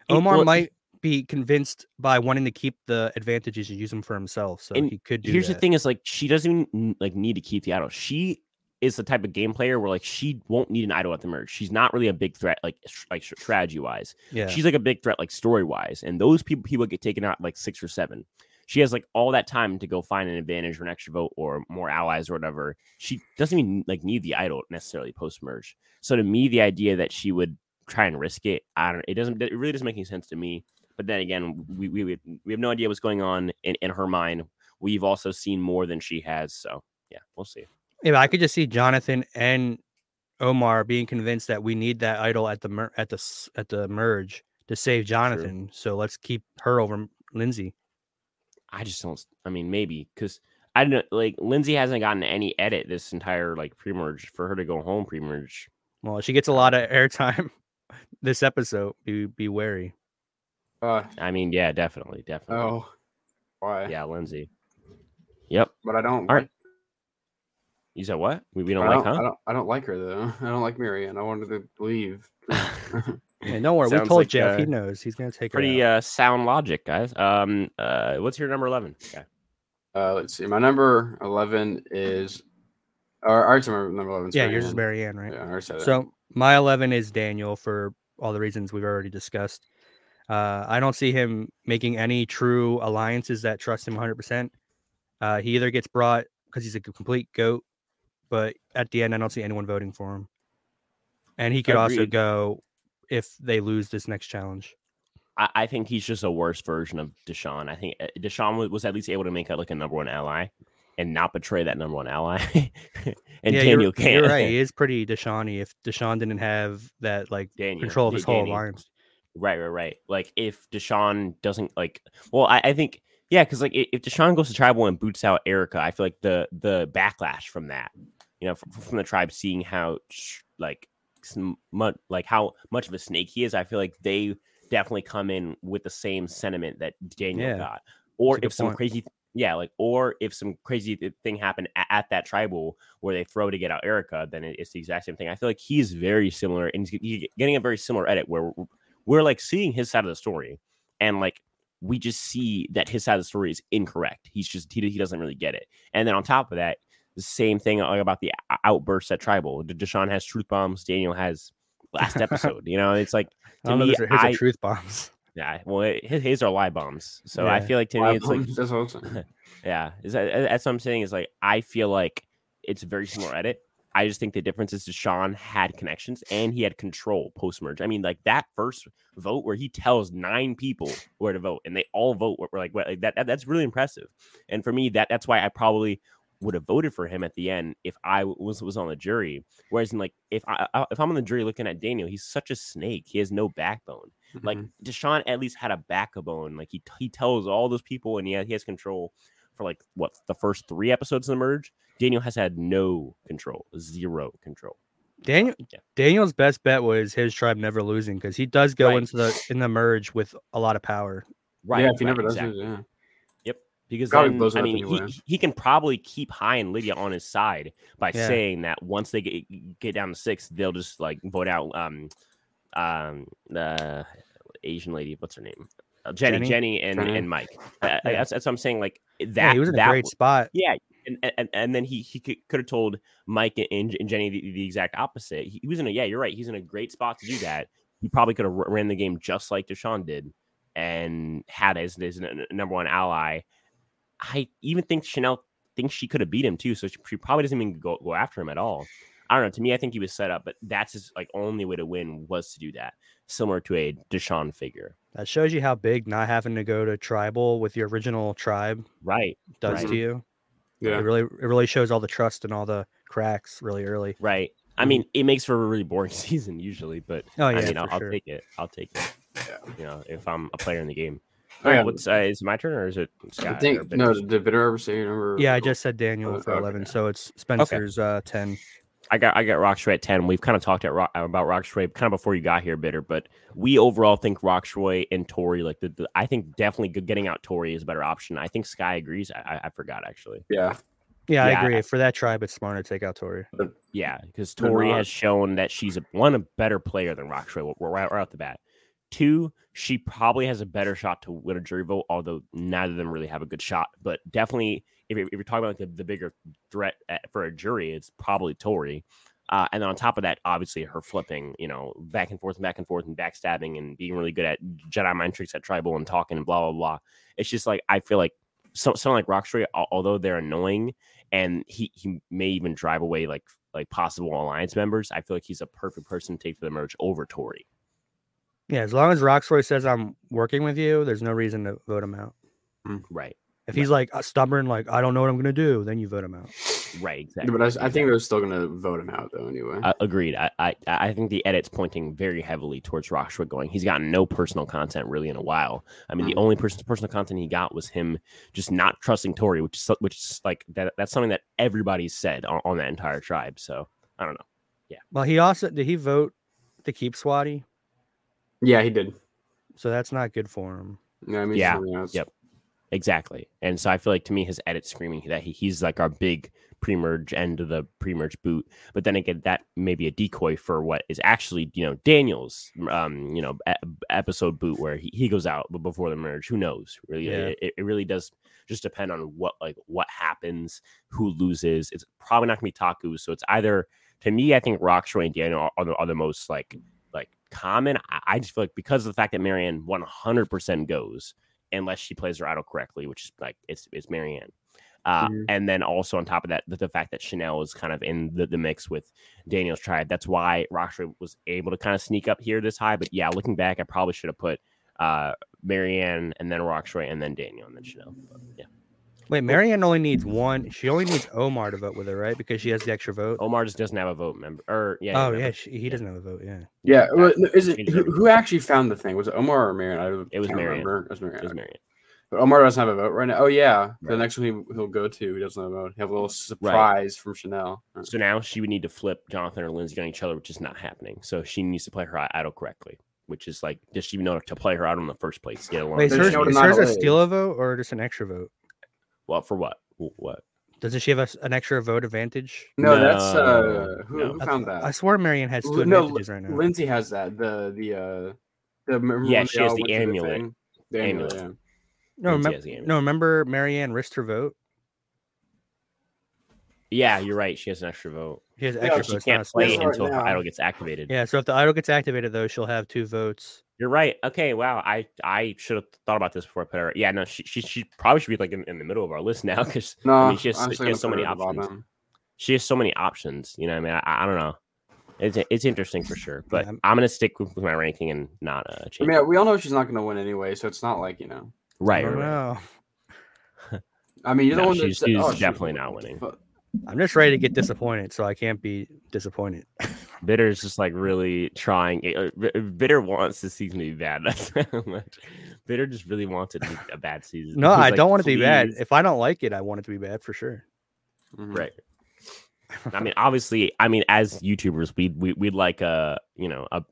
A: It-
C: Omar
A: well,
C: might be convinced by wanting to keep the advantages and use them for himself. So
A: And
C: he could do
A: Here's
C: that.
A: the thing: is like she doesn't even n- like need to keep the idol. She is the type of game player where like she won't need an idol at the merge. She's not really a big threat like s- like strategy wise.
C: Yeah.
A: she's like a big threat like story wise and those people people get taken out like six or seven she has like all that time to go find an advantage or an extra vote or more allies or whatever she doesn't even like need the idol necessarily post merge so to me the idea that she would try and risk it i don't it doesn't it really doesn't make any sense to me but then again we we, we we have no idea what's going on in, in her mind we've also seen more than she has so yeah we'll see
C: Yeah, I could just see Jonathan and Omar being convinced that we need that idol at the mer- at the s- at the merge to save Jonathan. So let's keep her over M- Lindsay.
A: I just don't. s- I mean, maybe because I don't know. Like Lindsay hasn't gotten any edit this entire like pre-merge for her to go home pre-merge.
C: Well, she gets a lot of airtime this episode. Be be wary.
B: Uh
A: I mean, yeah, definitely, definitely.
B: oh. Why?
A: yeah, Lindsay. Yep.
B: But I don't.
A: All right,
B: like
A: You said what? We, we don't
B: I
A: like,
B: don't,
A: huh?
B: I don't. I don't like her though. I don't like Marianne. I wanted to leave.
C: And don't worry, we
B: Sounds
C: told
B: like,
C: Jeff. he
B: uh,
C: knows he's gonna take
A: Pretty
C: her. out.
A: uh, sound logic, guys. Um, uh, what's your number eleven? Okay.
B: Uh, let's see. My number eleven is. Or, ours number number eleven.
C: yeah, yours is Marianne, right?
B: Yeah, I already said it.
C: So my eleven is Daniel for all the reasons we've already discussed. Uh, I don't see him making any true alliances that trust him 100. percent uh, He either gets brought because he's a c- complete goat, but at the end, I don't see anyone voting for him. And he could also
A: Agreed.
C: go if they lose this next challenge.
A: I, I think he's just a worse version of Deshaun. I think uh, Deshaun was, was at least able to make out like a number one ally and not betray that number one ally. and
C: yeah,
A: Daniel
C: you're,
A: can't.
C: You're right. He is pretty Deshaun-y if Deshaun didn't have that like
A: Daniel.
C: control of
A: Da-
C: his whole
A: Danny.
C: alliance.
A: Right, right, right. Like if Deshaun doesn't like, well, I, I think yeah, because like i- if Deshaun goes to tribal and boots out Erica, I feel like the the backlash from that, you know, from, from the tribe seeing how sh- like much like how much of a snake he is, I feel like they definitely come in with the same sentiment that Daniel
C: Yeah,
A: got, or
C: a good
A: if some
C: point.
A: crazy. th- Yeah, like, or if some crazy th- thing happened at, at that tribal where they throw to get out Erica, then it- it's the exact same thing. I feel like he's very similar, and he's g- getting a very similar edit where we're like seeing his side of the story and like we just see that his side of the story is incorrect he's just he, he doesn't really get it and then on top of that the same thing like, about the o- outbursts at tribal D- deshaun has truth bombs daniel has last episode you know it's like
C: I
A: to
C: don't know.
A: me
C: if Those are, his are
A: I-
C: truth bombs.
A: yeah well it, his, his are lie bombs so i
C: Yeah.
A: feel like to
B: Why
A: me it's like
B: That's what I'm saying.
A: yeah, is that, that's what I'm saying. Is like I feel like it's a very similar edit. I just think the difference is Deshaun had connections and he had control post merge. I mean, like that first vote where he tells nine people where to vote and they all vote. Were like, what, like that, that- That's really impressive. And for me, that that's why I probably would have voted for him at the end if I was was on the jury. Whereas, in like if I, I if I'm on the jury looking at Daniel, he's such a snake. He has no backbone. Like
B: Mhm.
A: Deshaun at least had a backbone. Like he he tells all those people and he has, he has control for like what the first three episodes of the merge. Daniel has had no control, zero control.
C: Daniel
A: Yeah.
C: Daniel's best bet was his tribe never losing because he does go
A: Right.
C: into the in the merge with a lot of power.
A: Right.
B: yeah, if he
A: right,
B: never does
A: exactly.
B: it, yeah.
A: Because
B: Probably
A: then,
B: blows it
A: I
B: up
A: mean, he,
B: anyway.
A: he can probably keep High and Lydia on his side by
C: Yeah.
A: saying that once they get, get down to six, they'll just like vote out um um the Asian lady. What's her name? Uh, Jenny, Jenny,
C: Jenny?
A: and
B: Jenny.
A: and Mike. Uh,
C: Yeah.
A: that's, that's what I'm saying. Like that.
C: yeah, he was in
A: that
C: a great
A: w-
C: spot.
A: Yeah, and and, and then he he could have told Mike and, and Jenny the, the exact opposite. He, he was in a yeah, you're right. He's in a great spot to do that. He probably could have ran the game just like Deshaun did, and had as his n- number one ally. I even think Chanel thinks she could have beat him too, so she, she probably doesn't even go, go after him at all. I don't know. To me, I think he was set up, but that's his like only way to win was to do that, similar to a Deshaun figure,
C: That shows you how big not having to go to tribal with your original tribe
A: right?
C: does
A: Right.
C: to you.
B: Yeah.
C: It really it really shows all the trust and all the cracks really early.
A: Right. I
C: Mhm.
A: mean, it makes for a really boring season usually, but
C: Oh yeah,
A: I mean, I'll,
C: for
A: I'll
C: sure.
A: take it. I'll take it.
B: Yeah.
A: You know, if I'm a player in the game.
B: Oh, yeah.
A: What's uh, is it my turn or is it Scott?
B: I
A: or
B: think
A: Ben?
B: no. Did Bitter ever say your number?
C: yeah, I just said Daniel for
B: okay.
C: eleven, so it's Spencer's uh, ten.
A: I got I got Rockshroy at ten. We've kind of talked at Rock, about Rockshroy kind of before you got here, bitter. But we overall think Rockshroy and Tori like the, the I think definitely good- getting out Tori is a better option. I think Sky agrees. I, I, I forgot actually.
B: Yeah.
C: Yeah,
A: Yeah,
C: I agree. For that tribe, it's smarter to take out Tori.
A: Yeah, because
B: They're
A: Tori
B: not-
A: has shown that she's a, one a better player than Rockshroy right, right off the bat. Two, she probably has a better shot to win a jury vote, although neither of them really have a good shot. But definitely, if, you're- if you're talking about like the, the bigger threat at, for a jury, it's probably Tori. Uh, and then on top of that, obviously her flipping, you know, back and forth and back and forth and backstabbing and being really good at Jedi mind tricks at tribal and talking and blah blah blah. It's just like I feel like so, someone like Rockstreet, al- although they're annoying and he he may even drive away like like possible alliance members, I feel like he's a perfect person to take for the merge over Tory.
C: Yeah, as long as Roxroy says I'm working with you, there's no reason to vote him out.
A: Right.
C: If he's like uh, stubborn, like I don't know what I'm gonna do, then you vote him out.
A: Right. Exactly.
B: But I, I think they're still gonna vote him out though. Anyway.
A: Uh, agreed. I, I I think the edit's pointing very heavily towards Rockshore going. He's gotten no personal content really in a while. I mean, the
B: Mhm.
A: only person personal content he got was him just not trusting Tory, which is so- which is like that. That's something that everybody said on, on that entire tribe. So I don't know.
C: Well, he also did he vote to keep Swati,
B: yeah, he did.
C: so that's not good for him.
B: Yeah. I mean,
A: Yeah.
B: something else.
A: Yep. Exactly. And so I feel like to me, his edit screaming that he, he's like our big pre merge end of the pre merge boot. But then again, that may be a decoy for what is actually, you know, Daniel's, um, you know, e- episode boot where he, he goes out b- before the merge. Who knows? Really,
C: Yeah.
A: it, it really does just depend on what, like, what happens, who loses. It's probably not going to be Taku. So it's either, to me, I think Rockshore and Daniel are, are, the, are the most, like, like common. I, I just feel like because of the fact that Marianne 100% goes, unless she plays her idol correctly, which is like it's it's Marianne. Uh,
C: Mm-hmm.
B: Mhm.
A: And then also on top of that, the, the fact that Chanel is kind of in the, the mix with Daniel's tribe. That's why Rockshore was able to kind of sneak up here this high. But yeah, looking back, I probably should have put uh, Marianne and then Rockshore and then Daniel and then Chanel. But yeah,
C: Wait, Marianne only needs one. She only needs Omar to vote with her, right? Because she has the extra vote. Oh
A: Omar just doesn't have a vote member. Or yeah,
C: yeah,
A: no, but
C: she, he doesn't have a vote. Yeah.
B: Yeah. well, no, is it,
A: Changes
B: who,
A: everything.
B: who actually found the thing? Was it Omar or Marion? I don't-
A: It was
B: can't
A: Marion.
B: remember. It was Marion.
A: it was Marion.
B: But Omar doesn't have a vote right now. Oh yeah, the
A: Right.
B: next one he, he'll go to. He doesn't have a vote. He have a little surprise from Chanel.
A: So now she would need to flip Jonathan or Lindsay on each other, which is not happening. So she needs to play her idol correctly, which is like does she even know to play her idol in the first place? Get along.
C: Wait, is
B: There's
C: hers,
B: no
C: is
B: denial
C: hers a
B: of age.
C: steal a vote or just an extra vote?
A: Well, for what? Wh- What?
C: Doesn't she have a s an extra vote advantage?
B: No, that's
A: No,
B: uh, who,
A: no.
B: who
C: I th-
B: found
C: I
B: that?
C: swear Marianne has two
B: L- no,
C: advantages right now.
B: Lindsay has that. The the uh, the remember
A: Yeah,
B: when
A: she
B: they
A: has
B: all
A: the
B: went to
A: amulet.
B: thing? The amulet.
A: Amulet.
B: yeah.
C: no,
A: Lindsay
C: remember,
A: has the amulet.
C: no, remember Marianne risked her vote.
A: Yeah, you're right. She has an extra vote.
C: She has
B: Yeah,
C: extra.
B: but
C: votes,
A: She
C: not a
A: can't
C: steal
A: play
B: That's
C: vote.
B: right
A: until her
B: now.
A: idol gets activated.
C: Yeah, so if the idol gets activated, though, she'll have two votes.
A: You're right. Okay, wow. I I should have thought about this before I put her. Yeah, no, she she, she probably should be like in, in the middle of our list now because
B: No,
A: I mean, she has-
B: I'm just
A: she
B: gonna
A: has so
B: put
A: many
B: her at the
A: options.
B: bottom.
A: she has so many options. You know, what I mean, I, I don't know. It's it's interesting for sure, but
C: Yeah, I'm-
A: I'm gonna stick with, with my ranking and not uh,
B: I
A: change. it.
B: mean, we all know she's not going to win anyway, so it's not like you know.
C: I
A: right, right,
C: don't
A: right.
C: know.
B: I mean, you're
A: No,
B: the one that
A: she's-
B: said,
A: she's
B: oh, she-
A: definitely not winning.
B: Fu-
C: I'm just ready to get disappointed, so I can't be disappointed.
A: Bitter is just like really trying. uh, B- Bitter wants this season to be bad. That's how much. Bitter just really wants it to be a bad season.
C: No,
A: He's
C: I
A: like,
C: don't want it to be bad.
A: "Please."
C: If I don't like it, I want it to be bad for sure.
B: Mhm.
A: Right. I mean, obviously, I mean, as YouTubers, we we we'd like a you know a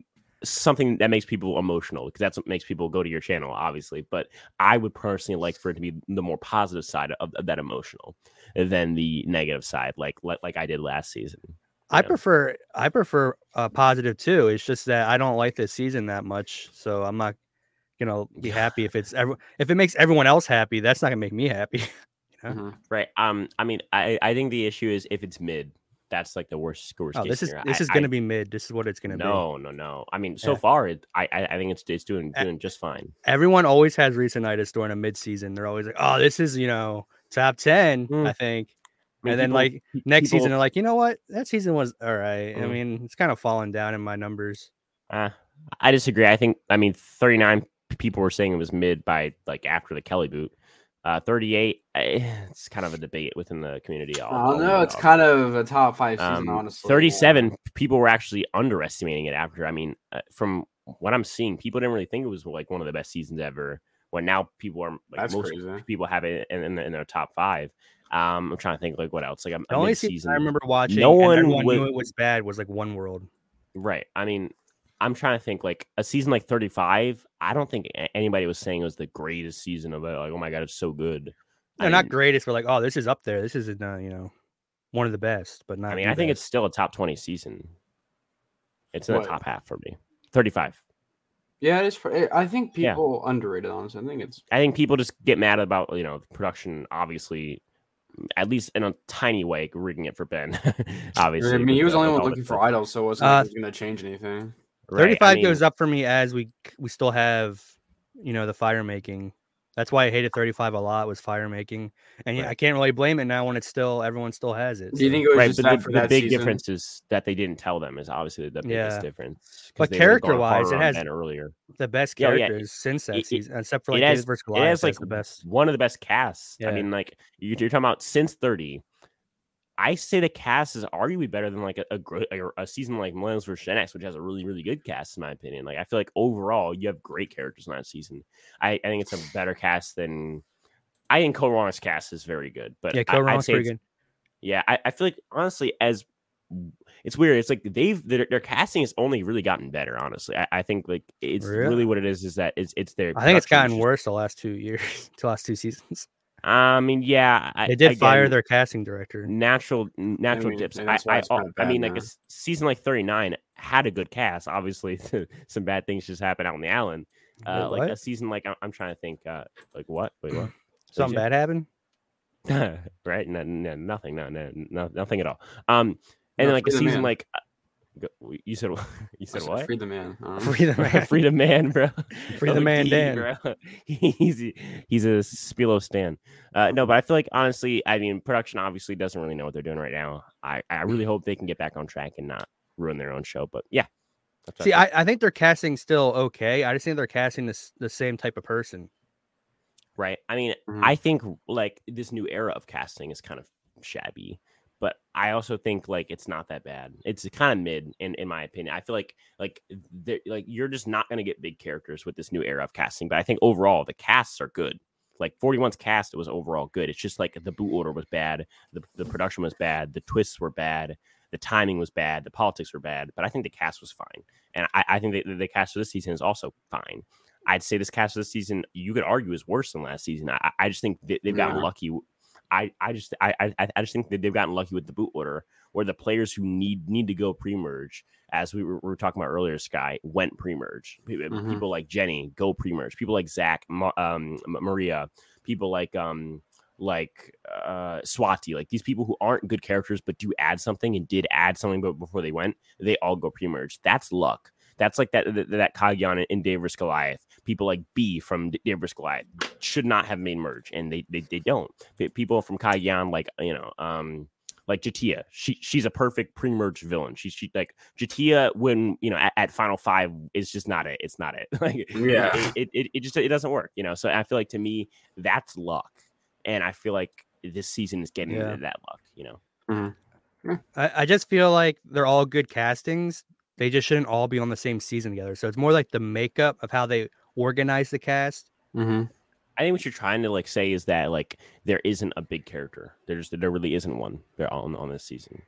A: something that makes people emotional because that's what makes people go to your channel, obviously. But I would personally like for it to be the more positive side of, of that emotional than the negative side, like like like I did last season.
C: I
A: Yeah.
C: prefer I prefer uh, positive too. It's just that I don't like this season that much, so I'm not gonna be
A: Yeah.
C: happy if it's ever if it makes everyone else happy. That's not gonna make me happy. Huh?
B: Mhm.
A: Right. Um. I mean, I I think the issue is if it's mid, that's like the worst worst
C: Oh,
A: case
C: this is
A: scenario.
C: this
A: I-
C: is
A: I-
C: gonna be mid. This is what it's gonna be.
A: no, no, no. I mean, so
C: Yeah.
A: far, it, I I I think it's it's doing
C: A-
A: doing just fine.
C: Everyone always has recentitis during a midseason. They're always like, "Oh, this is you know top ten,
A: Mm.
C: I think."
A: I mean,
C: and then
A: people-
C: like
A: pe-
C: next
A: people-
C: season, they're like, "You know what? That season was all right." I
A: Mm.
C: mean, it's kind of fallen down in my numbers.
A: Uh, I disagree. I think I mean 39 people were saying it was mid by like after the Kelly boot. Uh, 38. I, it's kind of a debate within the community.
B: I don't know. Oh, It's kind of a top five season, honestly.
A: 37 Um, people were actually underestimating it after. I mean, uh, from what I'm seeing, people didn't really think it was like one of the best seasons ever. When now people are like
B: That's
A: most
B: crazy.
A: people have it in, in, in their top five. Um, I'm trying to think like what else. Like I'm
C: The only season I remember watching,
A: no
C: and
A: one
C: everyone
A: would-
C: knew it was bad, was like One World.
A: Right. I mean, I'm trying to think like a season like 35. I don't think a- anybody was saying it was the greatest season of it. Like, oh my god, it's so good.
C: No,
A: I
C: not
A: mean-
C: greatest, but like, oh, this is up there. This is uh, you know one of the best, but not.
A: I mean,
C: the
A: I think it's
C: best.
A: still a top 20 season. It's in
B: What?
A: the top half for me. 35.
B: Yeah, it is. pr- it- I think
A: Yeah.
B: people underrated. Honestly, I think it's
A: I think people just get mad about you know the production, obviously, at least in a tiny way, rigging it for Ben. obviously,
B: I mean, he
A: with
B: was the only
A: with
B: one
A: all the
B: looking for
A: stuff.
B: idols, so it wasn't
C: Uh,
B: like it was going to change anything.
A: Right, I
C: thirty-five
A: mean,
C: goes up for me as we we still have you know the fire making. That's why I hated thirty-five a lot was fire making, and yeah,
A: Right.
C: I can't really blame it now when it's still everyone still has it.
B: Do you
C: so.
B: think it was
A: Right,
B: just
A: but
B: that
A: the,
B: for
A: the
B: that
A: big
B: season?
A: difference is that they didn't tell them is obviously the biggest
C: Yeah.
A: difference. 'cause
C: But
A: they would've gone
C: character-wise,
A: harder
C: it
A: on
C: has-
A: Ben earlier.
C: the best
A: Yeah, yeah, it-
C: characters since that
A: it- it-
C: season, except for
A: it
C: like
A: has-
C: David versus
A: it
C: Goliath,
A: has like
C: that's the best.
A: one of the best casts. I
C: Yeah.
A: mean, like you- you're talking about since 30. I say the cast is arguably better than like a a, gro- like, a- a season like Millennials vs Gen X, which has a really really good cast in my opinion. Like I feel like overall you have great characters in that season. I, I think it's a better cast than I think Koron's cast is very good, but
C: Yeah,
A: I, I'd
C: Kilron's
A: say
C: pretty
A: it's-
C: good.
A: yeah, I, I feel like honestly, as it's weird. It's like they've their, their casting has only really gotten better. Honestly, I, I think like it's
C: Really?
A: really what it is is that it's it's their.
C: I think it's
A: production,
C: gotten
A: which is-
C: worse the last two years, the last two seasons.
A: I mean, yeah, I,
C: They did fire
A: again,
C: their casting director.
A: natural natural
B: mean,
A: dips.
B: and
A: I
B: that's why
A: I,
B: it's kinda
A: I
B: bad
A: mean, like a
B: now.
A: s- season like thirty nine had a good cast. Obviously, some bad things just happened out on the island.
C: Wait,
A: Uh, like
C: what?
A: a season like I- I'm trying to think. Uh, like what? Wait, what?
C: Something bad happened.
A: bad, right? No, no, nothing, no, no, no, nothing at all. Um, and
B: No,
A: then like a
B: free the
A: season
B: man.
A: like uh, go- you said, what- you
B: I
A: said
B: said,
A: what?
B: Free the man. I don't know.
C: Free the man.
A: Freedom man, bro.
C: Free the man, Dan.
A: bro. he's he's a Spilo stan. Uh, no, but I feel like honestly, I mean, production obviously doesn't really know what they're doing right now. I I really hope they can get back on track and not ruin their own show. But yeah, that's what
C: See,
A: think.
C: I, I think they're casting still okay. I just think they're casting this the same type of person.
A: right. I mean,
B: Mhm.
C: Mm-hmm.
A: I think like this new era of casting is kind of shabby, but I also think like it's not that bad. It's kind of mid in in my opinion. I feel like like they're- like you're just not going to get big characters with this new era of casting, but I think overall the casts are good. Like 41's cast was overall good. It's just like the boot order was bad, the the production was bad, the twists were bad, the timing was bad, the politics were bad, but I think the cast was fine. And I, I think the, the cast for this season is also fine. I'd say this cast this season, you could argue, is worse than last season. I, I- I just think that they've gotten
B: Yeah.
A: lucky. I, I just I, I I- I just think that they've gotten lucky with the boot order, where the players who need need to go pre merge, as we were, we were talking about earlier, Sky went pre merge.
B: Mhm.
A: People like Jenny go pre merge. People like Zach, Ma- um, M- Maria, people like um like uh Swati, like these people who aren't good characters but do add something and did add something but before they went, they all go pre-merge. That's luck. That's like that that, that Kagyan in- in Dave vs. Goliath. People like B from D- Dave vs. Goliath should not have made merge, and they they, they don't. P- People from Kagyan, like you know, um, like Jatia, she she's a perfect pre-merge villain. She she like Jatia when you know at, at Final Five is just not it. It's not it. Like it-
B: Yeah.
A: it, it, it just it doesn't work. You know, so I feel like to me that's luck, and I feel like this season is getting
C: Yeah.
A: into that luck. You know,
C: I, I just feel like they're all good castings. They just shouldn't all be on the same season together. So it's more like the makeup of how they organize the cast.
B: Mhm.
A: I think what you're trying to like say is that like there isn't a big character. There's there really isn't one. They're on on this season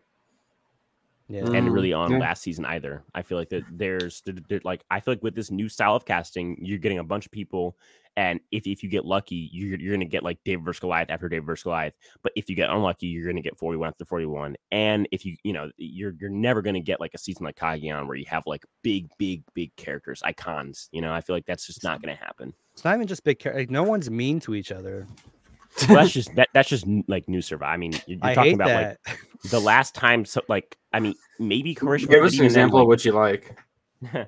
C: Yeah.
A: and
B: Mm,
A: really on
B: yeah.
A: last season either. I feel like that there's there- there- like I feel like with this new style of casting, you're getting a bunch of people And if, if you get lucky, you're, you're going to get like David versus Goliath after David versus Goliath. But if you get unlucky, you're going to get 41 after 41. And if you, you know, you're you're never going to get like a season like Kageon where you have like big, big, big characters, icons. You know, I feel like that's just not going to happen.
C: It's not even just big. Char- like, no one's mean to each other.
A: Well, that's just that, that's just like new survive. I mean, you're, you're
C: I
A: talking
C: hate
A: about like
C: that.
A: the last time. So like, I mean, maybe Karishma.
B: Give
A: but
B: us an
A: even then,
B: example
A: like-
B: of what you like.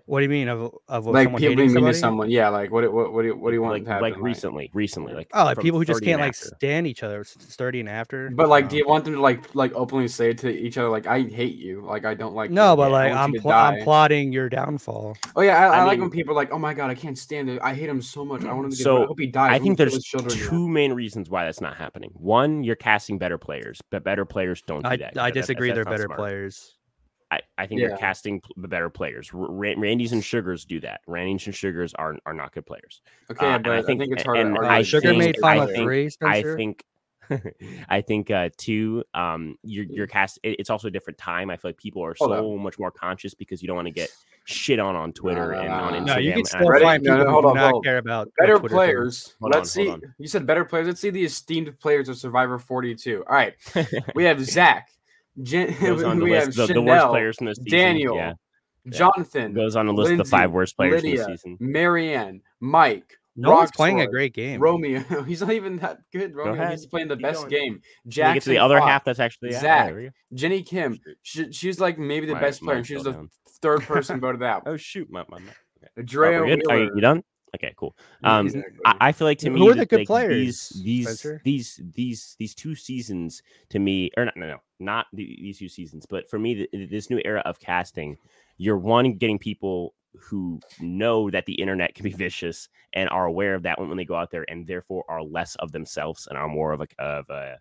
C: what do you mean of of what,
B: Like
C: someone
B: people being
C: hating
B: mean to
C: somebody?
B: someone. Yeah, like what? What? What do you? What do you want
A: like,
B: to happen?
A: like recently, recently, like
C: Oh, like
A: from
C: people who just
A: 30 and
C: can't like
A: after.
C: stand each other, s- sturdy and after.
B: But like,
C: No.
B: do you want them to like like openly say to each other like I hate you, like I don't like
C: no,
B: you,
C: but
B: I
C: like
B: want
C: I'm
B: you to
C: pl- I'm
B: die."
C: plotting your downfall.
B: Oh yeah, I, I,
A: I
B: like
A: mean-
B: when people are like, oh my god, I can't stand it. I hate him so much. I want him to get.
A: So,
B: I hope he dies.
A: I
B: I'm
A: think
B: gonna kill
A: there's
B: his children now."
A: two main reasons why that's not happening. One, you're casting better players, but better players don't do
C: I,
A: that.
C: I
A: That- that-
C: disagree.
A: that's
C: They're
A: not
C: better
A: smart.
C: players.
A: I, I think
B: Yeah.
A: you're casting pl- the better players. R- Ran- Randy's and Sugars do that. Randy's and Sugars are are not good players.
B: Okay,
A: uh,
B: yeah,
A: and
B: but I think, it's hard.
A: and
B: to
A: I
C: Uh,
B: argue
C: Sugar
A: think-
C: made
A: I
C: final
A: think-
C: three. Spencer.
A: I think I think uh two um your your cast it- it's also a different time. I feel like people are
B: Mm. Hold up.
A: so much more conscious because you don't want to get shit on on Twitter
B: no,
A: and
B: no,
A: on
B: no,
A: Instagram.
B: no.
C: Ah, no, you
A: and
C: can
A: I
C: still
A: don't-
B: Ready?
C: find
B: No,
C: people
B: no, hold
C: who do
B: on,
C: not
B: hold on.
C: care about the
B: better
C: Twitter thing.
B: players.
A: Hold
B: Let's
A: on,
B: see.
A: hold
B: You said better players. Let's see the esteemed players of Survivor 42. All right, we have Zach. Jen-
A: goes on the
B: we have
A: list the, the worst
B: Chanel,
A: players in this season.
B: Daniel,
A: yeah,
B: Jonathan,
A: goes on the list of the
B: Lindsay,
A: five worst players in
B: Lydia,
A: the season.
B: Marianne, Mike,
C: No one's playing a
B: Roxroy,
C: great game.
B: Romeo. He's not even that good. Romeo.
A: ahead.
B: He's playing the
A: Keep
B: best
A: going.
B: game.
A: Can
B: Jackson.
A: we get to the other
B: Fox,
A: half. That's actually yeah,
B: Zach,
A: there we go.
B: Jenny Kim. She, she's like maybe the
A: My-
B: best player,
A: mine
B: and she was
A: fell
B: the
A: down.
B: third person voted out.
A: Oh shoot, my my. my.
B: Drea
A: oh, we're good? Are you-
B: Wheeler.
A: you done? Okay, cool. Um,
B: Exactly.
A: I, I feel like to
C: Who
A: me,
C: are the
A: that,
C: good
A: like,
C: players,
A: These these
C: Spencer?
A: these these these two seasons to me, or not, no, no, not the- these two seasons, but for me, th- th- this new era of casting, you're one getting people who know that the internet can be vicious and are aware of that when they go out there, and therefore are less of themselves and are more of a of a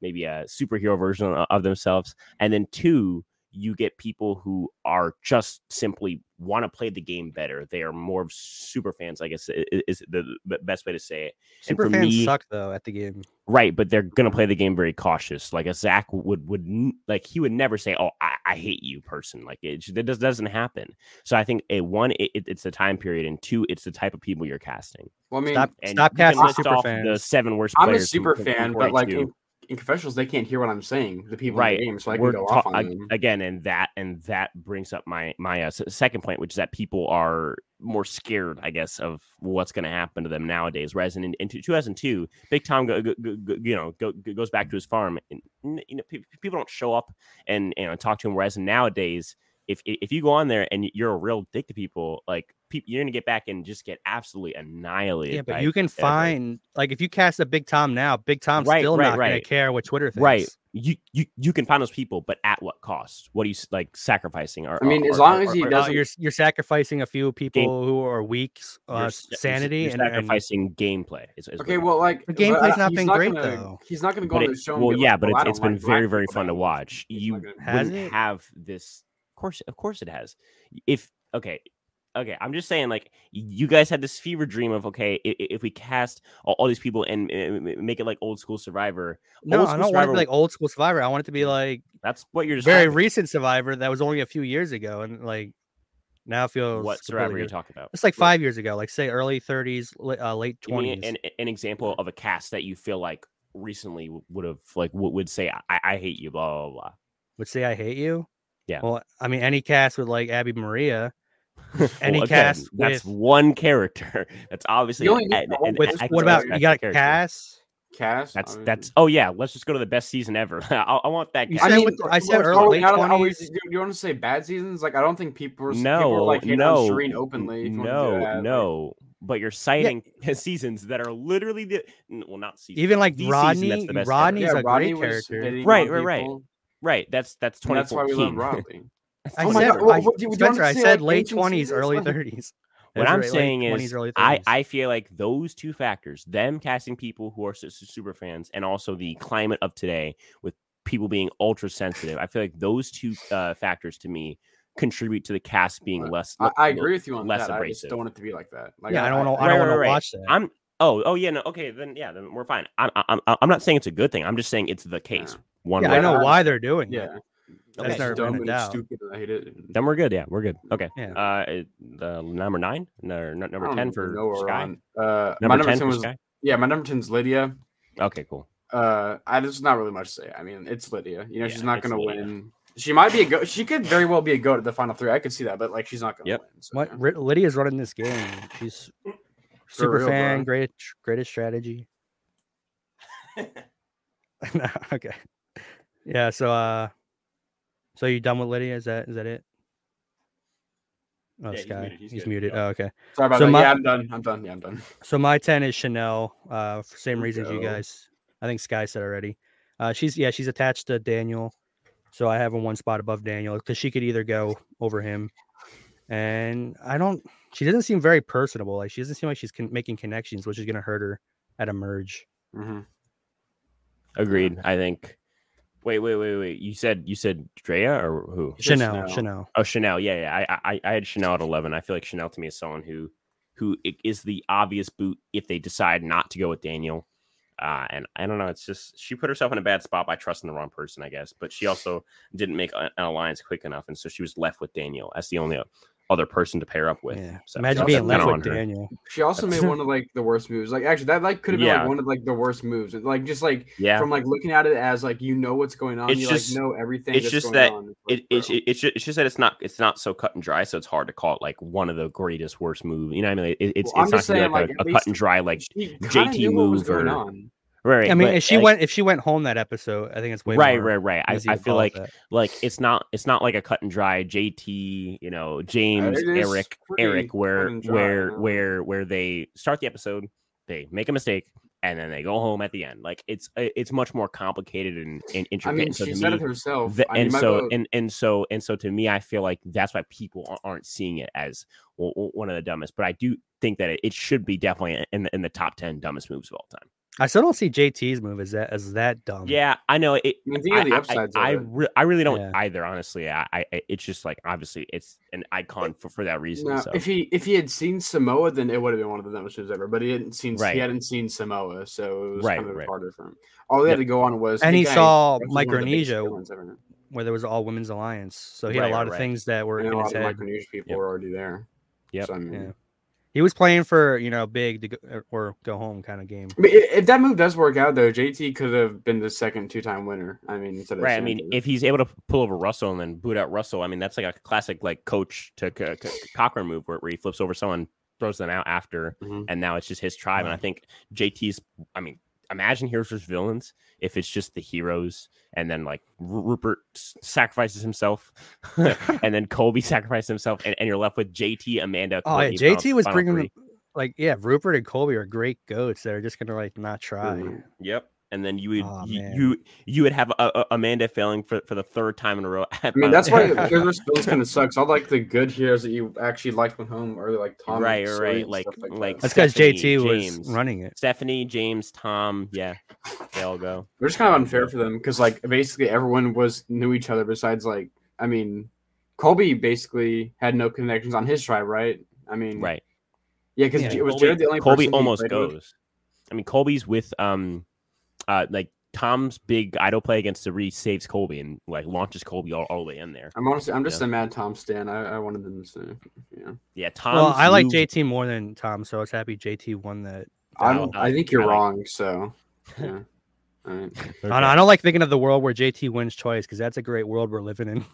A: maybe a superhero version o- of themselves, and then two. You get people who are just simply want to play the game better. They are more of super fans, I guess, i- i- is the the best way to say it. and for
C: Super fans
A: me-
C: suck though at the game.
A: Right, but they're gonna play the game very cautious. Like a Zach would would n- like he would never say, "Oh, I, I hate you, person." Like it just- that does, doesn't happen. So I think a one, it, it- it's the time period, and two, it's the type of people you're casting.
B: well, I mean,
C: Stop,
A: And
C: stop
A: you can
C: casting
A: list
C: super
A: off
C: fans.
A: The seven worst.
B: I'm a
A: players from-
B: super
A: from
B: fan, but like
A: 42.
B: in, in confessionals, they can't hear what I'm saying. The people
A: Right.
B: in the game, so I
A: We're
B: can go
A: ta-
B: off on
A: ag-
B: them.
A: again, and that and that brings up my my uh, s- second point, which is that people are more scared, I guess, of what's going to happen to them nowadays. Whereas in, in 2002, Big Tom, go, go, go, go- you know, go, go- goes back to his farm, and n- you know, pe- people don't show up and you know talk to him. Whereas nowadays, if if you go on there and you're a real dick to people, like peop you're going to get back and just get absolutely annihilated.
C: Yeah, but
A: by
C: you can
A: everybody.
C: find like if you cast a big Tom now, Big Tom's
A: Right,
C: still
A: right,
C: not gonna
A: right.
C: care what Twitter thinks.
A: Right. You, you you can find those people, but at what cost? What are you s- like sacrificing? Or,
B: I mean,
A: or-
B: as
A: or-
B: long as
A: or-
B: he
A: or-
C: Uh,
B: doesn't-
C: you're you're sacrificing a few people who are weak, s-
A: you're
C: uh,
A: sa- you're sa-
C: sanity,
A: you're
C: and, and
A: sacrificing gameplay. Is, is what
B: Okay,
A: I'm-
B: well, like
C: The
B: but
C: gameplay's
B: I-
C: not
B: he's
C: been great,
B: gonna,
C: though.
B: He's not going to go
A: But
B: on the
A: it-
B: show. and
A: well,
B: be like,
A: yeah, but
B: "Well, I
A: it's it's
B: don't
A: been
B: like
A: very
B: black
A: very
B: people
A: fun to
B: that much."
A: watch.
B: It's
A: You
B: not gonna-
C: Has
A: wouldn't
C: it?
A: have this. Of course, of course, it has. If okay, okay, I'm just saying, like you guys had this fever dream of okay, i- i- if we cast all, all these people and uh, m- m- make it like old school Survivor,
C: no,
A: old
C: I
A: school
C: don't want it to
A: Survivor-
C: be like old school Survivor. I want it to be like
A: that's what you're
C: very
A: describing.
C: recent Survivor that was only a few years ago, and like now it feels
A: what
C: completely
A: Survivor you
C: different.
A: talking about?
C: It's like five years ago, like say early 30s, la- uh, late
A: Give me
C: 20s.
A: an, an example of a cast that you feel like recently would have like would would say I, I hate you blah blah blah.
C: would say I hate you.
A: Yeah.
C: Well, I mean, any cast with like Abby Maria, any
A: Well, again,
C: cast
A: that's
C: with,
A: one character. That's obviously
B: only need
A: an-
B: the one
A: an
C: with
B: that's
A: actor
C: what about you
A: that's
C: got
A: the character.
C: Cass?
B: Cass.
A: That's
B: um,
A: that's oh yeah. Let's just go to the best season ever. I, I want that.
C: You
A: Guy.
C: said what- I said
B: we're
C: early
B: throwing out- I
C: 20s.
B: was- you- You want to say bad seasons? Like I don't think people were people were
A: no,
B: like hating
A: no,
B: on Shireen openly. if you wanna do
A: no,
B: that, like-
A: no. But you're citing seasons that are literally the n- well, not seasons.
C: Even like
A: The season that's
C: Rodney,
A: the best ever.
B: Yeah,
C: Rodney's a
B: Rodney
C: great
B: was
C: character.
B: hating
A: Right,
B: on
A: right, right.
B: people,
A: right. That's that's
B: and That's why we
A: 2014.
B: love Rodney.
C: I
A: Oh my
C: said,
A: God,
C: I,
B: what- what- do you want
C: Spencer,
B: to
C: I
B: say,
C: said
B: like,
C: late
B: ancient
C: 20s, early
B: seasons?
C: 30s.
A: what
C: Those
A: I'm
C: were late
A: saying is,
C: 20s, early
A: I,
C: 30s.
A: I feel like those two factors, them casting people who are su- su- super fans, and also the climate of today with people being ultra sensitive, I feel like those two uh, factors to me contribute to the cast being
B: Uh,
A: less.
B: I, I agree with you on
A: less
B: that. I just
A: abrasive.
B: don't want it to be like that. Like,
C: yeah, I don't want to. I
A: Right,
C: don't want
A: right,
C: to
A: right.
C: watch that.
A: I'm oh oh yeah no okay then yeah then we're fine. I'm I'm I'm I'm not saying it's a good thing. I'm just saying it's the case. One
C: yeah,
A: way.
C: I know
B: I
C: why they're doing it.
B: Yeah,
C: That's
A: Okay.
C: never
B: dumb
C: been a
B: and
C: doubt.
B: stupid. and I hate it.
A: Then we're good. Yeah, we're good. Okay.
C: Yeah.
A: Uh, it- the number nine, no, no-
B: I
A: number
B: don't
A: ten
B: even
A: for
B: know where we're
A: Sky.
B: on. Uh, my
A: Number
B: number
A: ten
B: 10
A: for
B: was
A: Sky.
B: yeah, my number 10's Lydia.
A: Okay, cool.
B: Uh, I there's not really much to say. I mean, it's Lydia. You know, she's
A: Yeah,
B: not
A: it's
B: gonna
A: Lydia.
B: win. She might be a go. She could very well be a go to the final three. I could see that, but like she's not gonna
A: Yep.
B: win. So,
C: What
B: yeah.
C: Ri- Lydia's running this game. She's super
B: real,
C: fan,
B: bro.
C: great greatest strategy. No, okay. Yeah, so uh so you done with Lydia? Is that is that it?
D: Yeah,
C: Oh
D: he's
C: Sky.
D: muted, he's good.
C: muted.
D: Yeah.
C: Oh, okay.
B: Sorry about
C: So
B: that.
C: my-
B: yeah, I'm done. I'm done. Yeah, I'm done.
C: So my 10 is Chanel, uh for same reasons you
B: go.
C: guys I think Sky said already. Uh she's yeah, she's attached to Daniel. So I have her one spot above Daniel because she could either go over him. And I don't she doesn't seem very personable. Like she doesn't seem like she's con- making connections, which is gonna hurt her at a merge.
B: hmm
A: Agreed. I think. Wait, wait, wait, wait. You said you said Drea or who?
B: said
C: Chanel,
B: Chanel.
C: Chanel.
A: Oh, Chanel. Yeah, yeah. I- I, I, I had Chanel at eleven. I feel like Chanel to me is someone who, who i- is the obvious boot if they decide not to go with Daniel. Uh, and I don't know. It's just she put herself in a bad spot by trusting the wrong person, I guess. But she also didn't make a- an alliance quick enough, and so she was left with Daniel as the only o- other person to pair up with.
C: Yeah.
A: So
C: Imagine
A: that's
C: being
A: kinda
C: left
A: on
C: with
A: her.
C: Daniel.
B: She also made one of like the worst moves. Like actually, that like could have been
A: Yeah.
B: like one of like the worst moves. It, Like just like
A: Yeah.
B: from like looking at it as like you know what's going on.
A: It's
B: you
A: just-
B: like know everything.
A: it's
B: that's
A: just
B: going
A: that
B: on. It's like,
A: it, it's
B: bro.
A: it, it's ju- it's just that it's not it's not so cut and dry, so it's hard to call it like one of the greatest worst move. You know, what I mean, it, it's
B: Well,
A: it's not
B: I'm just
A: gonna be
B: saying,
A: like,
B: like,
A: a,
B: at
A: a cut
B: least
A: and dry like
B: She kinda
A: JT
B: knew what was
A: move
B: going
A: or-
B: on.
A: right. right,
C: I mean,
A: but,
C: if she
A: like,
C: went if she went home that episode, I think it's way
A: right,
C: more
A: right, right. I,
C: easy
A: I
C: to
A: feel
C: follow
A: like
C: that.
A: like it's not it's not like a cut and dry JT, you know, James,
B: Uh, it is
A: Eric,
B: pretty
A: Eric,
B: cut
A: where
B: and dry,
A: where
B: yeah.
A: where where they start the episode, they make a mistake, and then they go home at the end. Like it's it- it's much more complicated and, and
B: I
A: intricate.
B: mean,
A: And so
B: she
A: to
B: said
A: me,
B: it herself.
A: the,
B: I mean,
A: and
B: my
A: so
B: vote-
A: and and so and so to me i feel like that's why people a- aren't seeing it as w- w- one of the dumbest but i do think that it, it should be definitely in the, in the top 10 dumbest moves of all time
C: I still don't see JT's move as that as that dumb.
A: yeah i know it
B: I mean, think of the
A: I, I,
B: upsides.
A: I,
B: of it.
A: re- I really don't
C: Yeah.
A: either honestly I, I I- it's just like obviously it's an icon for, for that reason
B: No,
A: so
B: if he if he had seen Samoa, then it would have been one of the dumbest moves ever. But he hadn't seen
A: Right.
B: he hadn't seen Samoa, so it was
A: Right,
B: kind of
A: right.
B: harder for him. All they had to go on was
C: And he
B: guys,
C: saw
B: this is one of the biggest
C: Micronesia
B: villains ever.
C: where there was all women's alliance, so he had
A: Right,
C: a lot
A: right.
C: of things that were
B: And
C: in
B: a lot
C: his
B: of
C: head.
B: Micronesia people
A: Yep.
B: were already there.
A: Yep.
B: So, I mean,
C: Yeah. He was playing for you know big to go, er, or go home kind of game.
B: I mean, i- if that move does work out, though, JT could have been the second two-time winner. I mean, instead of
A: Right. I mean,
B: Santos.
A: if he's able to pull over Russell and then boot out Russell, I mean, that's like a classic like coach to co- co- Cochran move where, where he flips over someone, throws them out after,
B: Mhm.
A: and now it's just his tribe. And I
C: Right.
A: think JT's, I mean, imagine heroes versus villains if it's just the heroes and then like R- Rupert s- sacrifices himself and then Colby sacrifices himself and, and you're left with JT, Amanda.
C: Oh yeah,
A: Courtney,
C: JT
A: final-
C: was
A: final
C: bringing
A: three.
C: the, like yeah, Rupert and Colby are great goats that are just gonna like not try.
B: Mhm.
A: Yep. And then you would
C: Aw,
A: you,
C: man.
A: you you would have uh, uh, Amanda failing for, for the third time in a row.
B: I mean, that's why Heroes Villains kind of sucks. I like the good heroes that you actually liked when home, or like Tom.
A: Right,
B: Sawyer
A: right,
B: and
A: like-
B: stuff
A: like-
B: that.
C: That's because
A: Stephanie,
C: JT was
A: James.
C: running it.
A: Stephanie, James, Tom, yeah, they all go.
B: We're just kind of unfair for them because like basically everyone was knew each other besides like I mean, Colby basically had no connections on his tribe, right? I mean,
A: Right.
B: Yeah, because
C: Yeah.
B: was
A: Colby,
B: Jared the only
A: Colby
B: person he
A: almost
B: played with?
A: goes. I mean, Colby's with um, uh, like Tom's big idol play against the Reese saves Colby and like launches Colby all, all the way in there.
B: I'm honestly, I'm just
A: Yeah.
B: a mad Tom Stan. I, I wanted them to. Yeah,
A: Yeah, Tom.
C: Well, I like JT more than Tom, so I was happy JT won that.
B: I'm,
A: I-
B: I think you're
A: I like-
B: wrong. So, yeah. All right.
C: I, don't, I don't like thinking of the world where JT wins choice because that's a great world we're living in.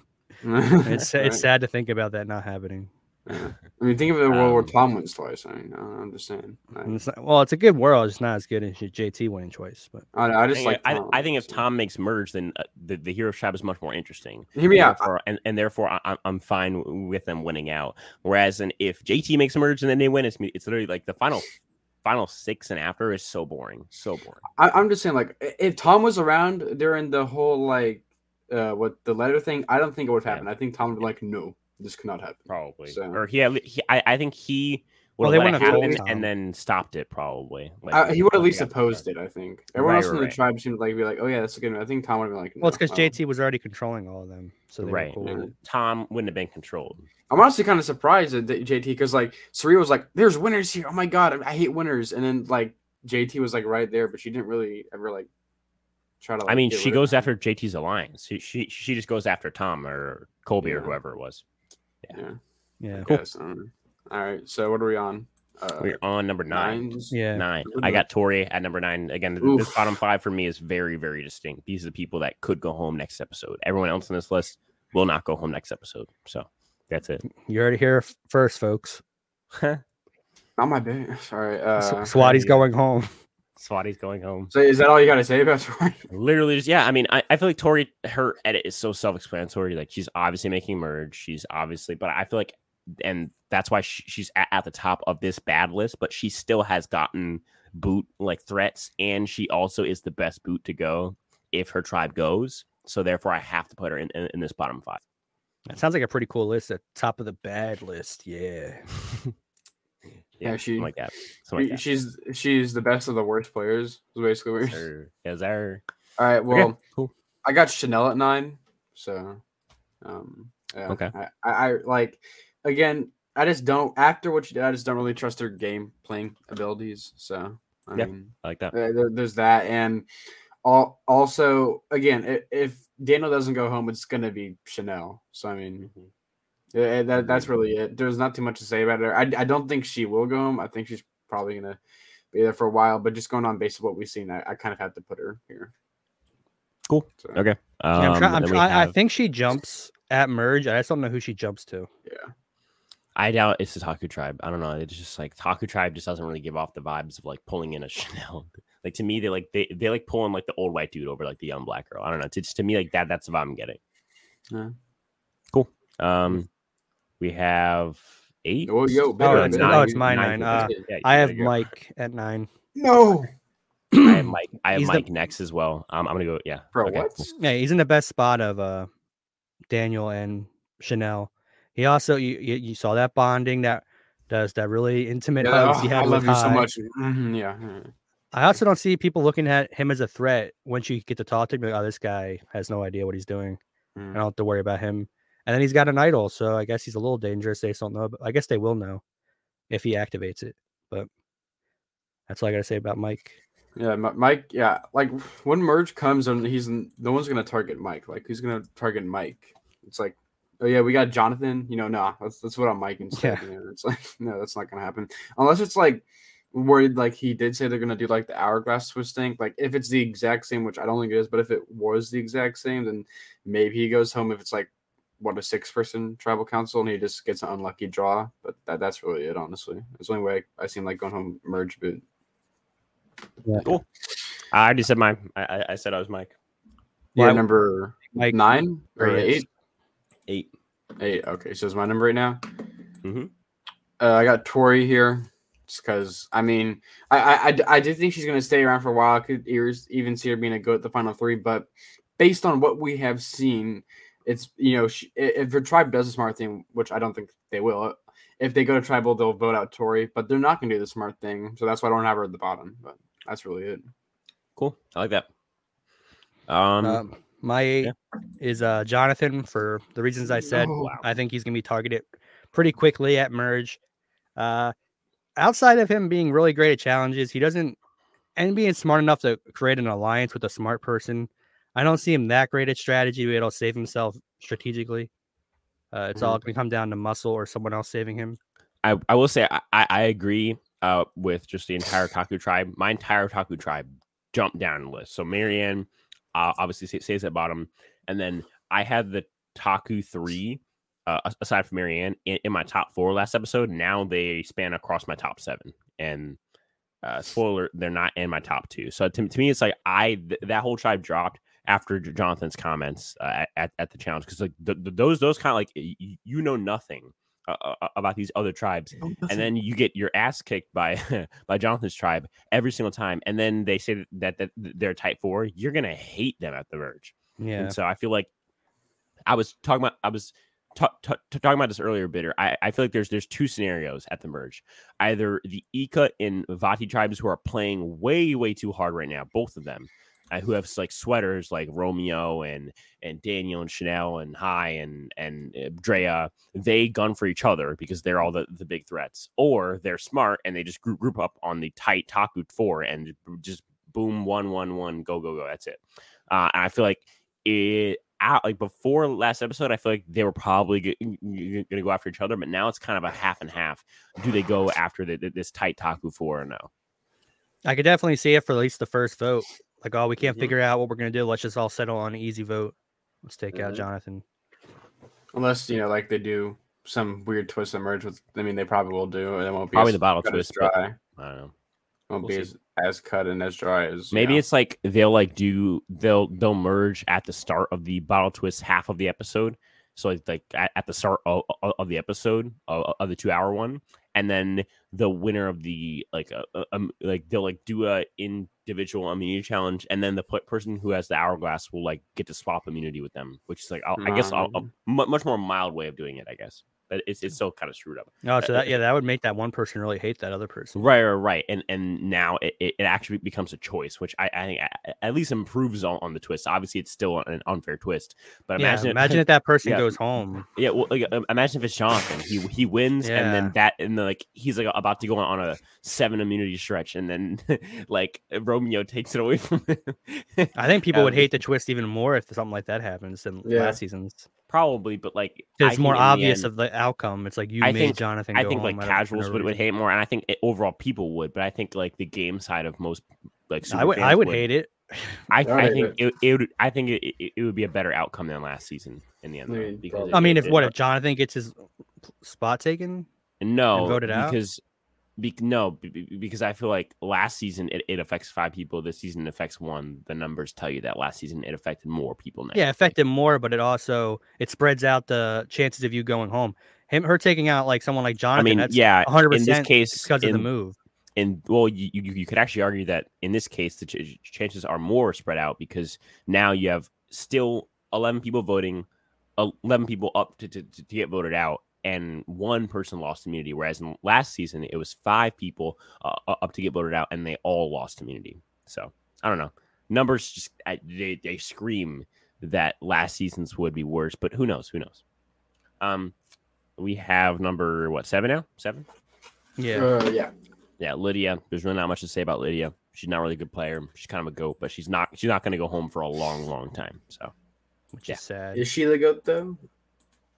C: And It's
B: All right.
C: it's sad to think about that not happening.
B: Yeah. I mean, think of the world where
A: Um,
B: Tom wins twice. I mean, I don't understand.
C: And
B: I,
C: it's not, well, it's a good world. It's not as good as your JT winning choice, but
B: I, don't know, I just
A: I,
B: like.
A: I, I think if
B: so.
A: Tom makes merge, then uh, the the hero shop is much more interesting.
B: hear me
A: and
B: out.
A: therefore- and, and therefore I, I'm- I'm fine w- with them winning out. Whereas, and if JT makes a merge and then they win, it's me- it's literally like the final final six and after is so boring, so boring.
B: I, I'm just saying, like, i- if Tom was around during the whole like, uh, what the letter thing, I don't think it would
A: Yeah.
B: happen. I think Tom would be like, no, this could not happen.
A: probably.
B: So-
A: Or he, at le- he I, I think he
C: Well,
A: would have
C: they
A: let
C: wouldn't
A: it
B: have told
A: happen
C: Tom.
A: and then stopped it. Probably. Like,
B: I, Uh, he would at
A: once
B: least
A: got
B: opposed
A: started.
B: it. I think everyone
A: Right,
B: else in the
A: right.
B: tribe seemed to, like be like, oh yeah, that's a good. one." I think Tom would have been like, no,
C: well, it's
A: um,
C: because
B: I don't-
C: JT was already controlling all of them, so they
A: Right.
C: were cool with it.
A: Tom wouldn't have been controlled.
B: I'm honestly kind of surprised at that JT because like Saria was like, "There's winners here. Oh my god, I hate winners." And then like JT was like right there, but she didn't really ever like try to.
A: I
B: like,
A: mean,
B: get
A: she
B: rid of
A: goes
B: him.
A: after JT's alliance. She, she she just goes after Tom or Colby or
B: Yeah.
A: whoever it was.
C: Yeah.
B: I
A: Cool.
B: guess, um, all right. So what are we on? Uh,
A: We're on number nine.
B: nines?
C: Yeah.
A: Nine.
B: Good
A: I
B: move.
A: got Tori at number nine. Again, th- this
B: Oof.
A: bottom five for me is very, very distinct. These are the people that could go home next episode. Everyone else on this list will not go home next episode. So that's it.
C: You heard it here f- first, folks.
B: Not my bad. Sorry.
C: S-
B: Uh,
C: Swati's
A: hey.
C: going home.
A: Swati's going home.
B: so is that all you gotta say about Troy?
A: Literally, just yeah. I mean, I, I feel like Tori, her edit is so self explanatory. Like, she's obviously making merge. She's obviously, but I feel like, and that's why she, she's at, at the top of this bad list, but she still has gotten boot like threats. And she also is the best boot to go if her tribe goes. So, therefore, I have to put her in, in, in this bottom five.
C: That sounds like a pretty cool list. At top of the bad list. Yeah.
A: Yeah,
B: Yeah, she-
A: something like that. Something like that.
B: She's she's the best of the worst players. Is basically what you're saying.
A: Sir. Yes, sir.
B: All right. Well,
A: cool.
B: I got Chanel at nine, so um, yeah,
A: Okay.
B: I, I, I like again. I just don't after what she did. I just don't really trust her game playing abilities. So I
A: Yeah.
B: mean,
A: I like that.
B: uh, there, there's that, and all, also again, if, if Daniel doesn't go home, it's gonna be Chanel. So I mean.
A: Mm-hmm.
B: Yeah, eh, that, that's really it. There's not too much to say about her. I, I don't think she will go home. I think she's probably gonna be there for a while. But just going on based on what we've seen, I, I kind of have to put her here.
A: Cool.
B: So,
A: Okay. Um,
C: Yeah, I'm try- I'm
A: then we
C: try- I- I
A: have-
C: think she jumps at merge. I just don't know who she jumps to.
B: Yeah.
A: I doubt it's the Taku tribe. I don't know. It's just like Taku tribe just doesn't really give off the vibes of like pulling in a Chanel. Like to me, they like they they like pulling like the old white dude over like the young black girl. I don't know. To, to me, like that that's what I'm getting.
B: Yeah.
A: Cool. Um, we have eight.
B: Oh, yo,
A: No,
B: better
C: it's-
B: than
C: oh,
B: nine.
C: it's my nine. Uh,
A: Yeah,
C: I
A: there
C: have
A: you go.
C: Mike at nine.
B: No,
A: I have Mike. I have
C: He's the-
A: Mike next as well. Um, I'm gonna go. Yeah,
B: bro.
A: okay,
B: What?
A: cool.
C: Yeah, he's in the best spot of uh Daniel and Chanel. He also you you, you saw that bonding that does that really intimate
B: Yeah,
C: hugs
B: oh,
C: he had
B: I
C: with
B: love you so
C: Hai.
B: much. Mhm, yeah. mhm.
C: I also don't see people looking at him as a threat once you get to talk to him. you're Like, oh, this guy has no idea what he's doing. I
B: Mm.
C: don't have to worry about him. And then he's got an idol, so I guess he's a little dangerous. They just don't know, but I guess they will know if he activates it. But that's all I gotta say about Mike.
B: Yeah, Mi- Mike. Yeah, like when merge comes, and he's n- no one's gonna target Mike. Like who's gonna target Mike? It's like, oh yeah, we got Jonathan. You know, nah, that's that's what I'm Mike instead. You know, it's like, no, that's not gonna happen unless it's like worried. Like he did say they're gonna do like the hourglass twist thing. Like if it's the exact same, which I don't think it is, but if it was the exact same, then maybe he goes home. If it's like what a six person tribal council and he just gets an unlucky draw, but that, that's really it. Honestly, it's the only way I, I seem like going home merge, but
A: I already said mine. I, I I said I was Mike.
C: Well,
B: yeah,
C: I-
B: number.
C: Mike
B: nine or
C: Right.
B: eight?
A: Eight.
B: Eight. Okay, so it's my number right now.
C: Mm-hmm.
A: Mhm.
B: Uh, I got Tori here, just because I mean, I, I, I d- I did think she's gonna stay around for a while. I could ears- even see her being a go at the final three, but based on what we have seen, it's you know, she, i- if her tribe does a smart thing, which I don't think they will. If they go to tribal, they'll vote out Tori, but they're not gonna do the smart thing, so that's why I don't have her at the bottom. But that's really it.
A: Cool. I like that. Um,
C: Um, my eight is uh, Jonathan for the reasons I said.
B: No.
C: I think he's going to be targeted pretty quickly at merge. Uh, outside of him being really great at challenges, he doesn't and being smart enough to create an alliance with a smart person. I don't see him that great at strategy. But he'll save himself strategically. Uh, it's
A: Mm-hmm.
C: all going to come down to muscle or someone else saving him.
A: I, I will say I, I I agree uh, with just the entire Taku tribe. My entire Taku tribe jumped down the list. So Marianne uh, obviously sta- stays at bottom, and then I had the Taku three uh, as- aside from Marianne in, in my top four last episode. Now they span across my top seven, and uh, spoiler, they're not in my top two. So to, to me, it's like I th- that whole tribe dropped after J- Jonathan's comments uh, at- at, at the challenge because like th- th- those those kind of like y- y- you know nothing uh, uh, about these other tribes and then you get your ass kicked by by Jonathan's tribe every single time, and then they say that, that they're type four. You're gonna hate them at the verge,
C: Yeah.
A: and so I feel like I was talking about I was ta- ta- ta- talking about this earlier, bitter. I, I feel like there's there's two scenarios at the merge, either the Ika and Vati tribes who are playing way way too hard right now, both of them. uh, who have like sweaters like Romeo and and Daniel and Chanel and High and and uh, Drea, they gun for each other because they're all the, the big threats, or they're smart and they just group, group up on the tight Taku four and just boom, one, one, one, go, go, go. That's it. Uh, and I feel like it out like before last episode. I feel like they were probably g- g- gonna go after each other, but now it's kind of a half and half. Do they go after the, the- this tight Taku four or no?
C: I could definitely see it for at least the first vote. Like, oh, we can't
B: Mhm.
C: figure out what we're gonna do. Let's just all settle on an easy vote. Let's take
A: Mm-hmm.
C: out
B: Mhm.
C: Jonathan.
B: Unless, you know, like they do some weird twist and merge with, I mean, they probably will do. And it won't be
A: Probably
B: as
A: the bottle
B: cut as
A: twist, but-
B: dry.
A: I don't know.
B: won't
C: We'll
B: be
C: see.
B: as, as cut and as dry as. you
A: Maybe
B: know.
A: it's like they'll like do they'll they'll merge at the start of the bottle twist half of the episode. So like like at, at the start of, of- of the episode of, of the two hour one, and then the winner of the like uh, uh, um like they'll like do a individual immunity challenge, and then the p- person who has the hourglass will like get to swap immunity with them, which is like I'll, I guess I'll, a
B: Mm.
A: mu much more mild way of doing it. I guess, but it's it's still kind of screwed up.
C: Oh, so
A: uh,
C: that yeah, that would make that one person really hate that other person.
A: Right, right, right. And and now it, it, it actually becomes a choice, which I, I think a- at least improves on, on the twist. Obviously, it's still an unfair twist, but imagine it-
C: yeah, imagine if that person
A: yeah.
C: goes home.
A: yeah, well, like, um, imagine if it's Jonathan, he he wins, and
C: Yeah.
A: then that, and then, like he's like about to go on a seven immunity stretch, and then like Romeo takes it away from him.
C: I think people
A: Yeah,
C: would
A: we-
C: hate the twist even more if something like that happens than
B: Yeah.
C: last season's.
A: Probably, but like
C: 'Cause
A: I
C: It's
A: think
C: more
A: in the
C: obvious
A: end-
C: of the outcome. It's like you
A: I
C: made
A: think-
C: Jonathan.
A: I
C: go
A: think
C: home
A: like
C: out of- for no
A: casuals would, would
C: reason.
A: hate more, and I think it, overall people would, but I think like the game side of most like
C: I would. I
A: superfans
C: would hate it.
A: I,
B: Yeah,
A: I
B: I
A: think it, it would I think it, it, it would be a better outcome than last season in the end.
B: I
A: though,
B: mean,
A: because
C: I mean,
A: it-
C: if
A: it-
C: what if Jonathan gets his spot taken?
A: no
C: voted out?
A: because be, no be- be- because I feel like last season it, it affects five people. This season it affects one. The numbers tell you that last season it affected more people. Now.
C: Yeah, it affected more, but it also it spreads out the chances of you going home. Him, her taking out like someone like
A: I
C: Jonathan.
A: mean,
C: that's
A: yeah.
C: 100
A: In this
C: percent
A: case,
C: because of the
A: in-
C: move.
A: and well you, you you could actually argue that in this case the ch- chances are more spread out because now you have still 11 people voting 11 people up to, to, to get voted out and one person lost immunity whereas in last season it was five people uh, uh, up to get voted out and they all lost immunity so i don't know numbers just I- they, they scream that last season's would be worse but who knows who knows um we have number what seven now seven
C: Yeah,
B: Uh, yeah.
A: yeah, Lydia. There's really not much to say about Lydia. She's not really a good player. She's kind of a goat, but she's not. She's not going to go home for a long, long time. So
C: which
A: yeah.
C: is sad.
B: Is she the goat though?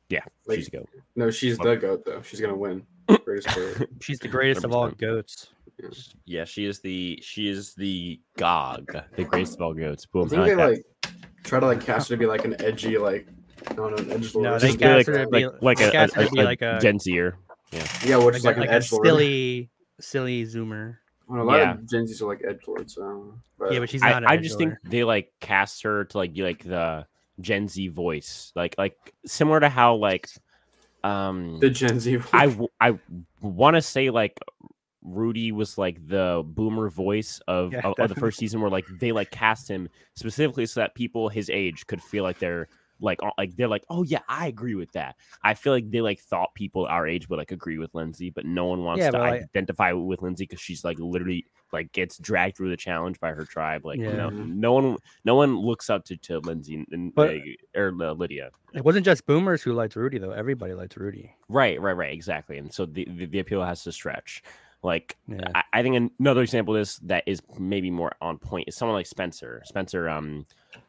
A: yeah,
B: Like-
A: she's a goat.
B: No, she's
A: Well-
B: the goat though. She's gonna win. Greatest player.
C: She's the greatest of all
A: 100%.
C: goats.
A: Yeah, she is the. She is the Gog, the greatest of all goats. Boom.
B: I
A: I
B: think
A: like
B: they
A: that.
B: like try to like cast her to be like an edgy, like I don't know, an edge
C: No,
A: She's
C: they
A: just
C: cast
A: like,
C: her to be-
A: like, like
C: they
A: a,
C: cast her
A: a,
C: to be
A: a,
C: like a-
A: Gen Zer.
B: Yeah, which
C: Like,
B: is
C: a-
B: like,
C: like
B: an
C: a
B: edge lord.
C: silly, silly zoomer.
B: a lot
A: Yeah.
B: of Gen Z's are like edge lords. So, but,
C: Yeah, but she's
A: I,
C: not.
A: I just think they like cast her to like be like the Gen Z voice, like like similar to how like um
B: the Gen Z.
A: I w- I want to say like Rudy was like the boomer voice of,
C: Yeah,
A: of, of the first season, where like they like cast him specifically so that people his age could feel like they're like uh, like they're like oh yeah I agree with that. I feel like they like thought people our age would like agree with Lindsay, but no one wants
C: Yeah,
A: to
C: but, like-
A: identify with Lindsay because she's like literally like gets dragged through the challenge by her tribe. Like
C: Yeah.
A: no no one no one looks up to to Lindsay and
C: But-
A: like, or uh, Lydia.
C: it wasn't just boomers who liked Rudy though. Everybody liked Rudy.
A: Right, right, right, exactly. And so the, the, the appeal has to stretch. Like
C: Yeah.
A: I, I think another example of this that is maybe more on point is someone like Spencer. Spencer, um,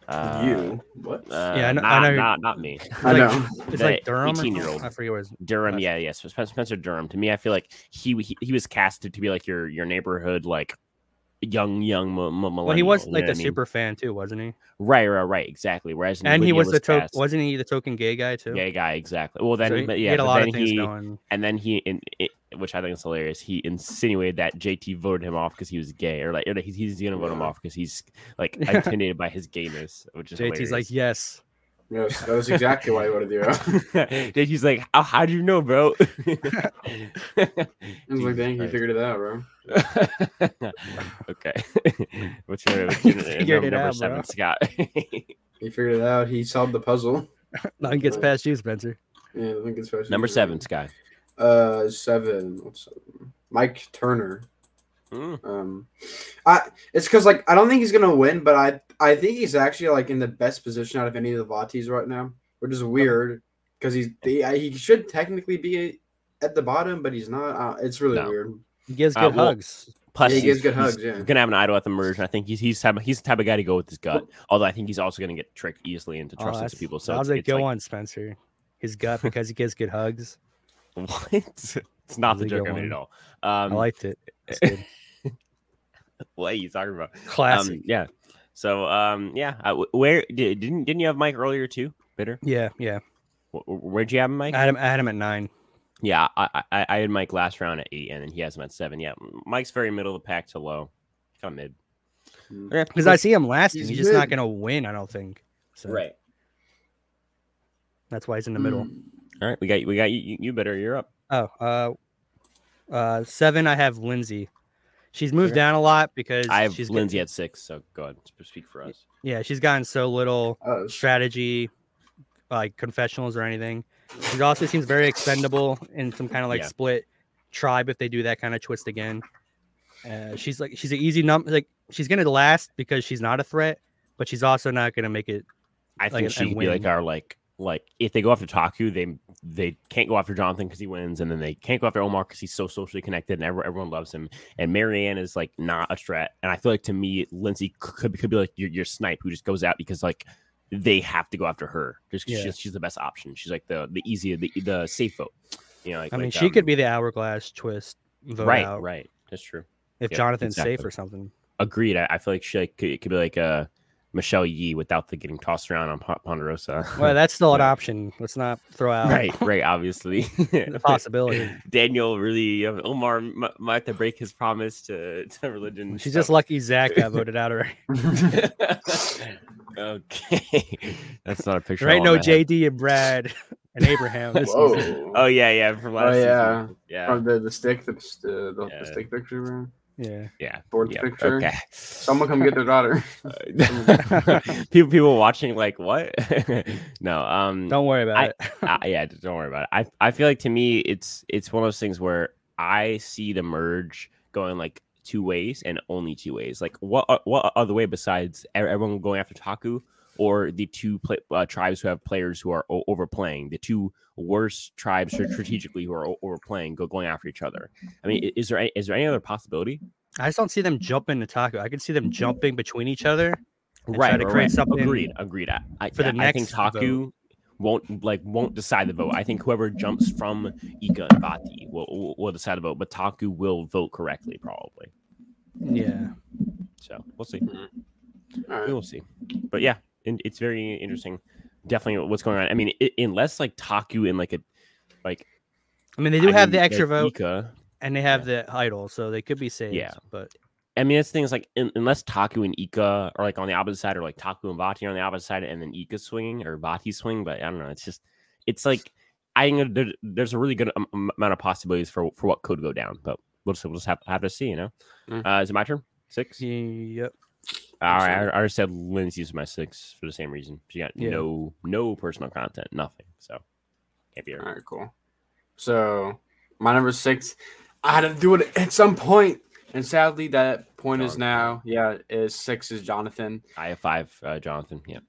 A: uh,
B: you what?
A: uh,
C: Yeah, I know- I
A: not,
C: know-
A: not not me.
B: I
C: like-
B: know.
C: It's
A: the
C: like Durham. Or
A: 18-year-old.
C: something? I forget what his
A: Durham,
C: That's-
A: yeah, yes, yeah, Spen- Spencer Durham. To me, I feel like he he, he was casted to be like your your neighborhood like young young m- m- millennial.
C: Well, he was
A: you
C: like
A: know
C: the
A: what I mean?
C: super fan too, wasn't he?
A: right, right, right, exactly. Whereas
C: And he
A: Lydia
C: was the to-
A: cast-
C: wasn't he the token gay guy too?
A: yeah guy exactly. Well, then
C: So
A: he-
C: he,
A: but
C: he
A: yeah,
C: had a
A: but
C: lot
A: then
C: of things
A: he,
C: going.
A: and then he in it, which I think is hilarious. He insinuated that JT voted him off because he was gay, or like or that he's, he's gonna vote him
B: Yeah.
A: off because he's like intimidated by his gayness, which is
C: JT's like, yes,
B: Yes, that was exactly why I voted you. out.
A: yeah. JT's like, how how do you know, bro?
B: I was like, dang, you
A: Jesus
B: figured it out, bro.
A: Christ. okay, what's your, what's your
C: figured
A: num-
C: it
A: number
C: out,
A: seven,
C: bro.
A: Scott?
B: He figured it out. He solved the puzzle.
C: nothing gets
A: Uh,
C: past you, Spencer.
B: Yeah, I think it's supposed to
A: number
B: be-
A: seven, Scott.
B: Uh, seven. What's seven? Mike Turner.
A: Mm.
B: Um, I it's because like I don't think he's gonna win, but I I think he's actually like in the best position out of any of the Vatis right now, which is weird because he's he, I- he should technically be at the bottom, but he's not. Uh, it's really
A: No.
B: weird.
C: He gives
A: Uh,
C: good
A: well,
C: hugs.
A: Plus,
B: Yeah, he
A: he's,
B: gives good
A: he's
B: hugs, yeah.
A: gonna have an idol at the merge, and I think he's he's type, he's the type of guy to go with his gut. Although I think he's also gonna get tricked easily into
C: Oh,
A: trusting
C: that's-
A: some people. So
C: how's
A: it's,
C: it
A: it's
C: go
A: like,
C: on, Spencer? His gut because he gives good hugs.
A: What? It's not the
C: How's it
A: joke I
C: go
A: made at all.
C: I
A: Um,
C: liked it. It's good.
A: what are you talking about?
C: Classic.
A: Um, yeah. So um, yeah. I, where did, didn't didn't you have Mike earlier too? Bitter.
C: yeah, yeah.
A: Wh- wh- Where'd you have him, Mike?
C: I had him. I had him at nine.
A: Yeah, I, I I had Mike last round at eight, and then he has him at seven. Yeah, Mike's very middle of the pack to low, kind of mid.
B: Mm.
A: Okay,
C: Because I see him last,
B: he's
C: he's, he's just not
B: good.
C: going to win. I don't think. So
A: right. Mm.
C: That's why he's in the middle.
B: Mm,
A: All right, we got we got you. You, you better. You're up.
C: Oh, uh, uh, seven. I have Lindsay. She's moved
A: Okay.
C: down a lot because
A: I have
C: she's got-
A: Lindsay at six, so go ahead. sp- Speak for us.
C: yeah, she's gotten so little
B: Oh, sh-
C: strategy, like confessionals or anything. She also seems very expendable in some kind of like
A: Yeah.
C: split tribe if they do that kind of twist again. Uh, she's like she's an easy number. Like she's gonna last because she's not a threat, but she's also not gonna make it.
A: I
C: Like
A: think
C: an-
A: she
C: and
A: could be like
C: win.
A: our like like if they go after Taku, they they can't go after Jonathan because he wins, and then they can't go after Omar because he's so socially connected and everyone, everyone loves him. And Marianne is like not a strat, and I feel like to me Lindsay c- could be- could be like your your snipe who just goes out because like they have to go after her just 'cause
C: Yeah.
A: she's, she's the best option. She's like the the easier the the safe vote. You know, like,
C: I mean,
A: like,
C: she
A: um,
C: could be the hourglass twist vote
A: right,
C: out
A: right. That's true.
C: if
A: yeah,
C: Jonathan's safe
A: exactly.
C: or something.
A: Agreed. I, I feel like she like, could, it could be like uh Michelle Yee without the getting tossed around on Pon- Ponderosa.
C: Well, that's still an
A: Yeah.
C: option. Let's not throw out
A: right, right. Obviously,
C: the possibility.
A: Daniel really uh, Omar m- might have to break his promise to, to religion. and
C: She's
A: stuff.
C: just lucky Zach got voted out already.
A: okay, that's not a picture.
C: There
A: I
C: ain't
A: want
C: no
A: in my head.
C: JD and Brad and Abraham. This
B: Whoa.
C: season.
A: Oh yeah, yeah, from last. season.
B: yeah.
A: yeah,
B: Oh, the, the stick, the, the, the
A: Yeah.
B: stick picture, man.
C: Yeah.
A: yeah.
B: Board
A: yeah.
B: picture.
A: Okay.
B: Someone come get their daughter.
A: people, people watching like what? no, um,
C: Don't worry about
A: I-
C: it.
A: uh, yeah, d- don't worry about it. I I feel like to me it's it's one of those things where I see the merge going like two ways and only two ways. Like what o- what other way besides e- everyone going after Taku or the two pla uh, tribes who have players who are o- overplaying the two worst tribes stra- strategically who are o- overplaying go going after each other. I mean, i- is there a- is there any other possibility?
C: I just don't see them jumping to taco. I can see them jumping between each other. And try to
A: right,
C: create something
A: Agreed, agreed. I, I,
C: for the
A: I think
C: next vote.
A: Taku won't like won't decide the vote. I think whoever jumps from Ika and Bati will, will will decide the vote, but Taku will vote correctly probably.
C: Yeah.
A: So we'll see.
B: All right.
A: We will see. But yeah, and it's very interesting. Definitely what's going on. I mean, i unless like Taku and like a like
C: I mean, they do
A: I
C: have
A: mean,
C: the
A: like,
C: extra vote
A: Ika,
C: and they have the idol, so they could be saved.
A: Yeah.
C: But
A: I mean, it's things like un- unless Taku and Ika are like on the opposite side, or like Taku and Vati are on the opposite side, and then Ika swinging or Vati swing. But I don't know. It's just, it's like I think there, there's a really good am- am- amount of possibilities for for what could go down. But we'll just we'll just have, have to see. You know,
B: Mm.
A: uh, is it my turn? Six.
C: yep.
A: All right, I, I already said Lindsay's my six for the same reason. She got
C: Yeah.
A: no no personal content, nothing. So can't be her.
B: All right, cool. So my number six, I had to do it at some point, and sadly, that point is
A: Jonathan.
B: now. Yeah, is six is Jonathan.
A: I have five. Uh, Jonathan. Yeah.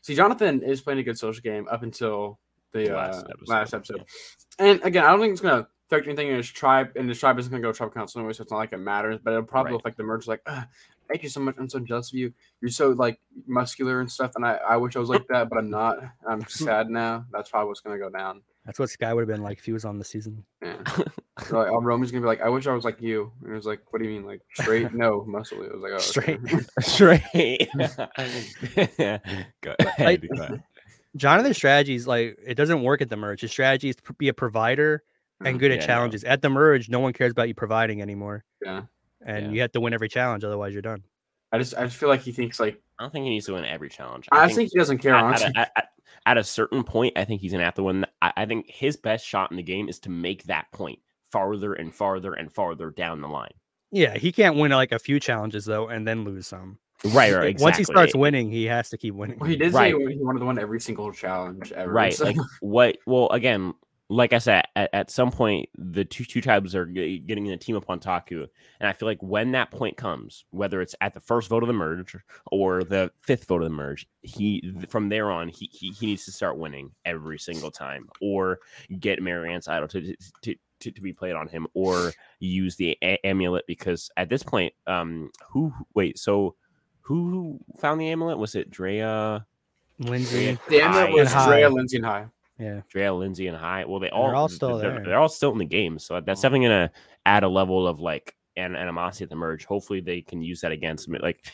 B: See, Jonathan is playing a good social game up until the
A: The
B: uh,
A: last
B: last
A: episode,
B: episode. And again, I don't think it's gonna affect anything in his tribe, and his tribe isn't gonna go to tribe council anyway, so it's not like it matters. But it'll probably
A: Right.
B: affect the merge. Like, "Ugh, thank you so much. I'm so jealous of you. You're so like muscular and stuff, and I, I wish I was like that, but I'm not. I'm sad now. That's probably what's gonna go down.
C: That's what Sky would have been like if he was on the season.
B: Yeah. So, like, um, Roman's gonna be like, I wish I was like you. And it was like, what do you mean, like straight? No, muscle. It was like, oh, okay.
C: Straight.
A: Straight. go ahead. go ahead.
C: Jonathan's strategy is like it doesn't work at the merge. His strategy is to be a provider and
B: Mhm.
C: good
A: Yeah,
C: at
A: no.
C: challenges. At the merge, no one cares about you providing anymore.
B: Yeah.
C: And
A: Yeah.
C: you have to win every challenge, otherwise you're done.
B: I just, I just feel like he thinks like,
A: I don't think he needs to win every challenge.
B: I, think, he doesn't care.
A: at,
B: Honestly,
A: at, a- at- at a certain point, I think he's gonna have to win. I, I think his best shot in the game is to make that point farther and farther and farther down the line.
C: Yeah, he can't win like a few challenges though, and then lose some.
A: Right, right.
C: Like, Once he starts
A: exactly.
C: winning, he has to keep winning.
B: Well, he did
A: Right.
B: say he wanted to win every single challenge ever.
A: right,
B: so-
A: like what? Well, again, like I said, at, at some point, the two two tribes are g- getting in a team up on Taku, and I feel like when that point comes, whether it's at the first vote of the merge or the fifth vote of the merge, he from there on he he, he needs to start winning every single time, or get Marianne's idol to to, to to, to be played on him or use the a- amulet because at this point, um, who wait, so who found the amulet? Was it Drea,
C: Lindsay.
B: The amulet
A: High.
B: was
C: And
B: Drea
C: high.
B: Lindsay and High.
C: Yeah.
A: Drea, Lindsay, and High? Well, they all
C: all still
A: they're,
C: there. Mm.
A: they're all still in the game, so that's definitely gonna add a level of like an animosity at the merge. Hopefully, they can use that against me. Like,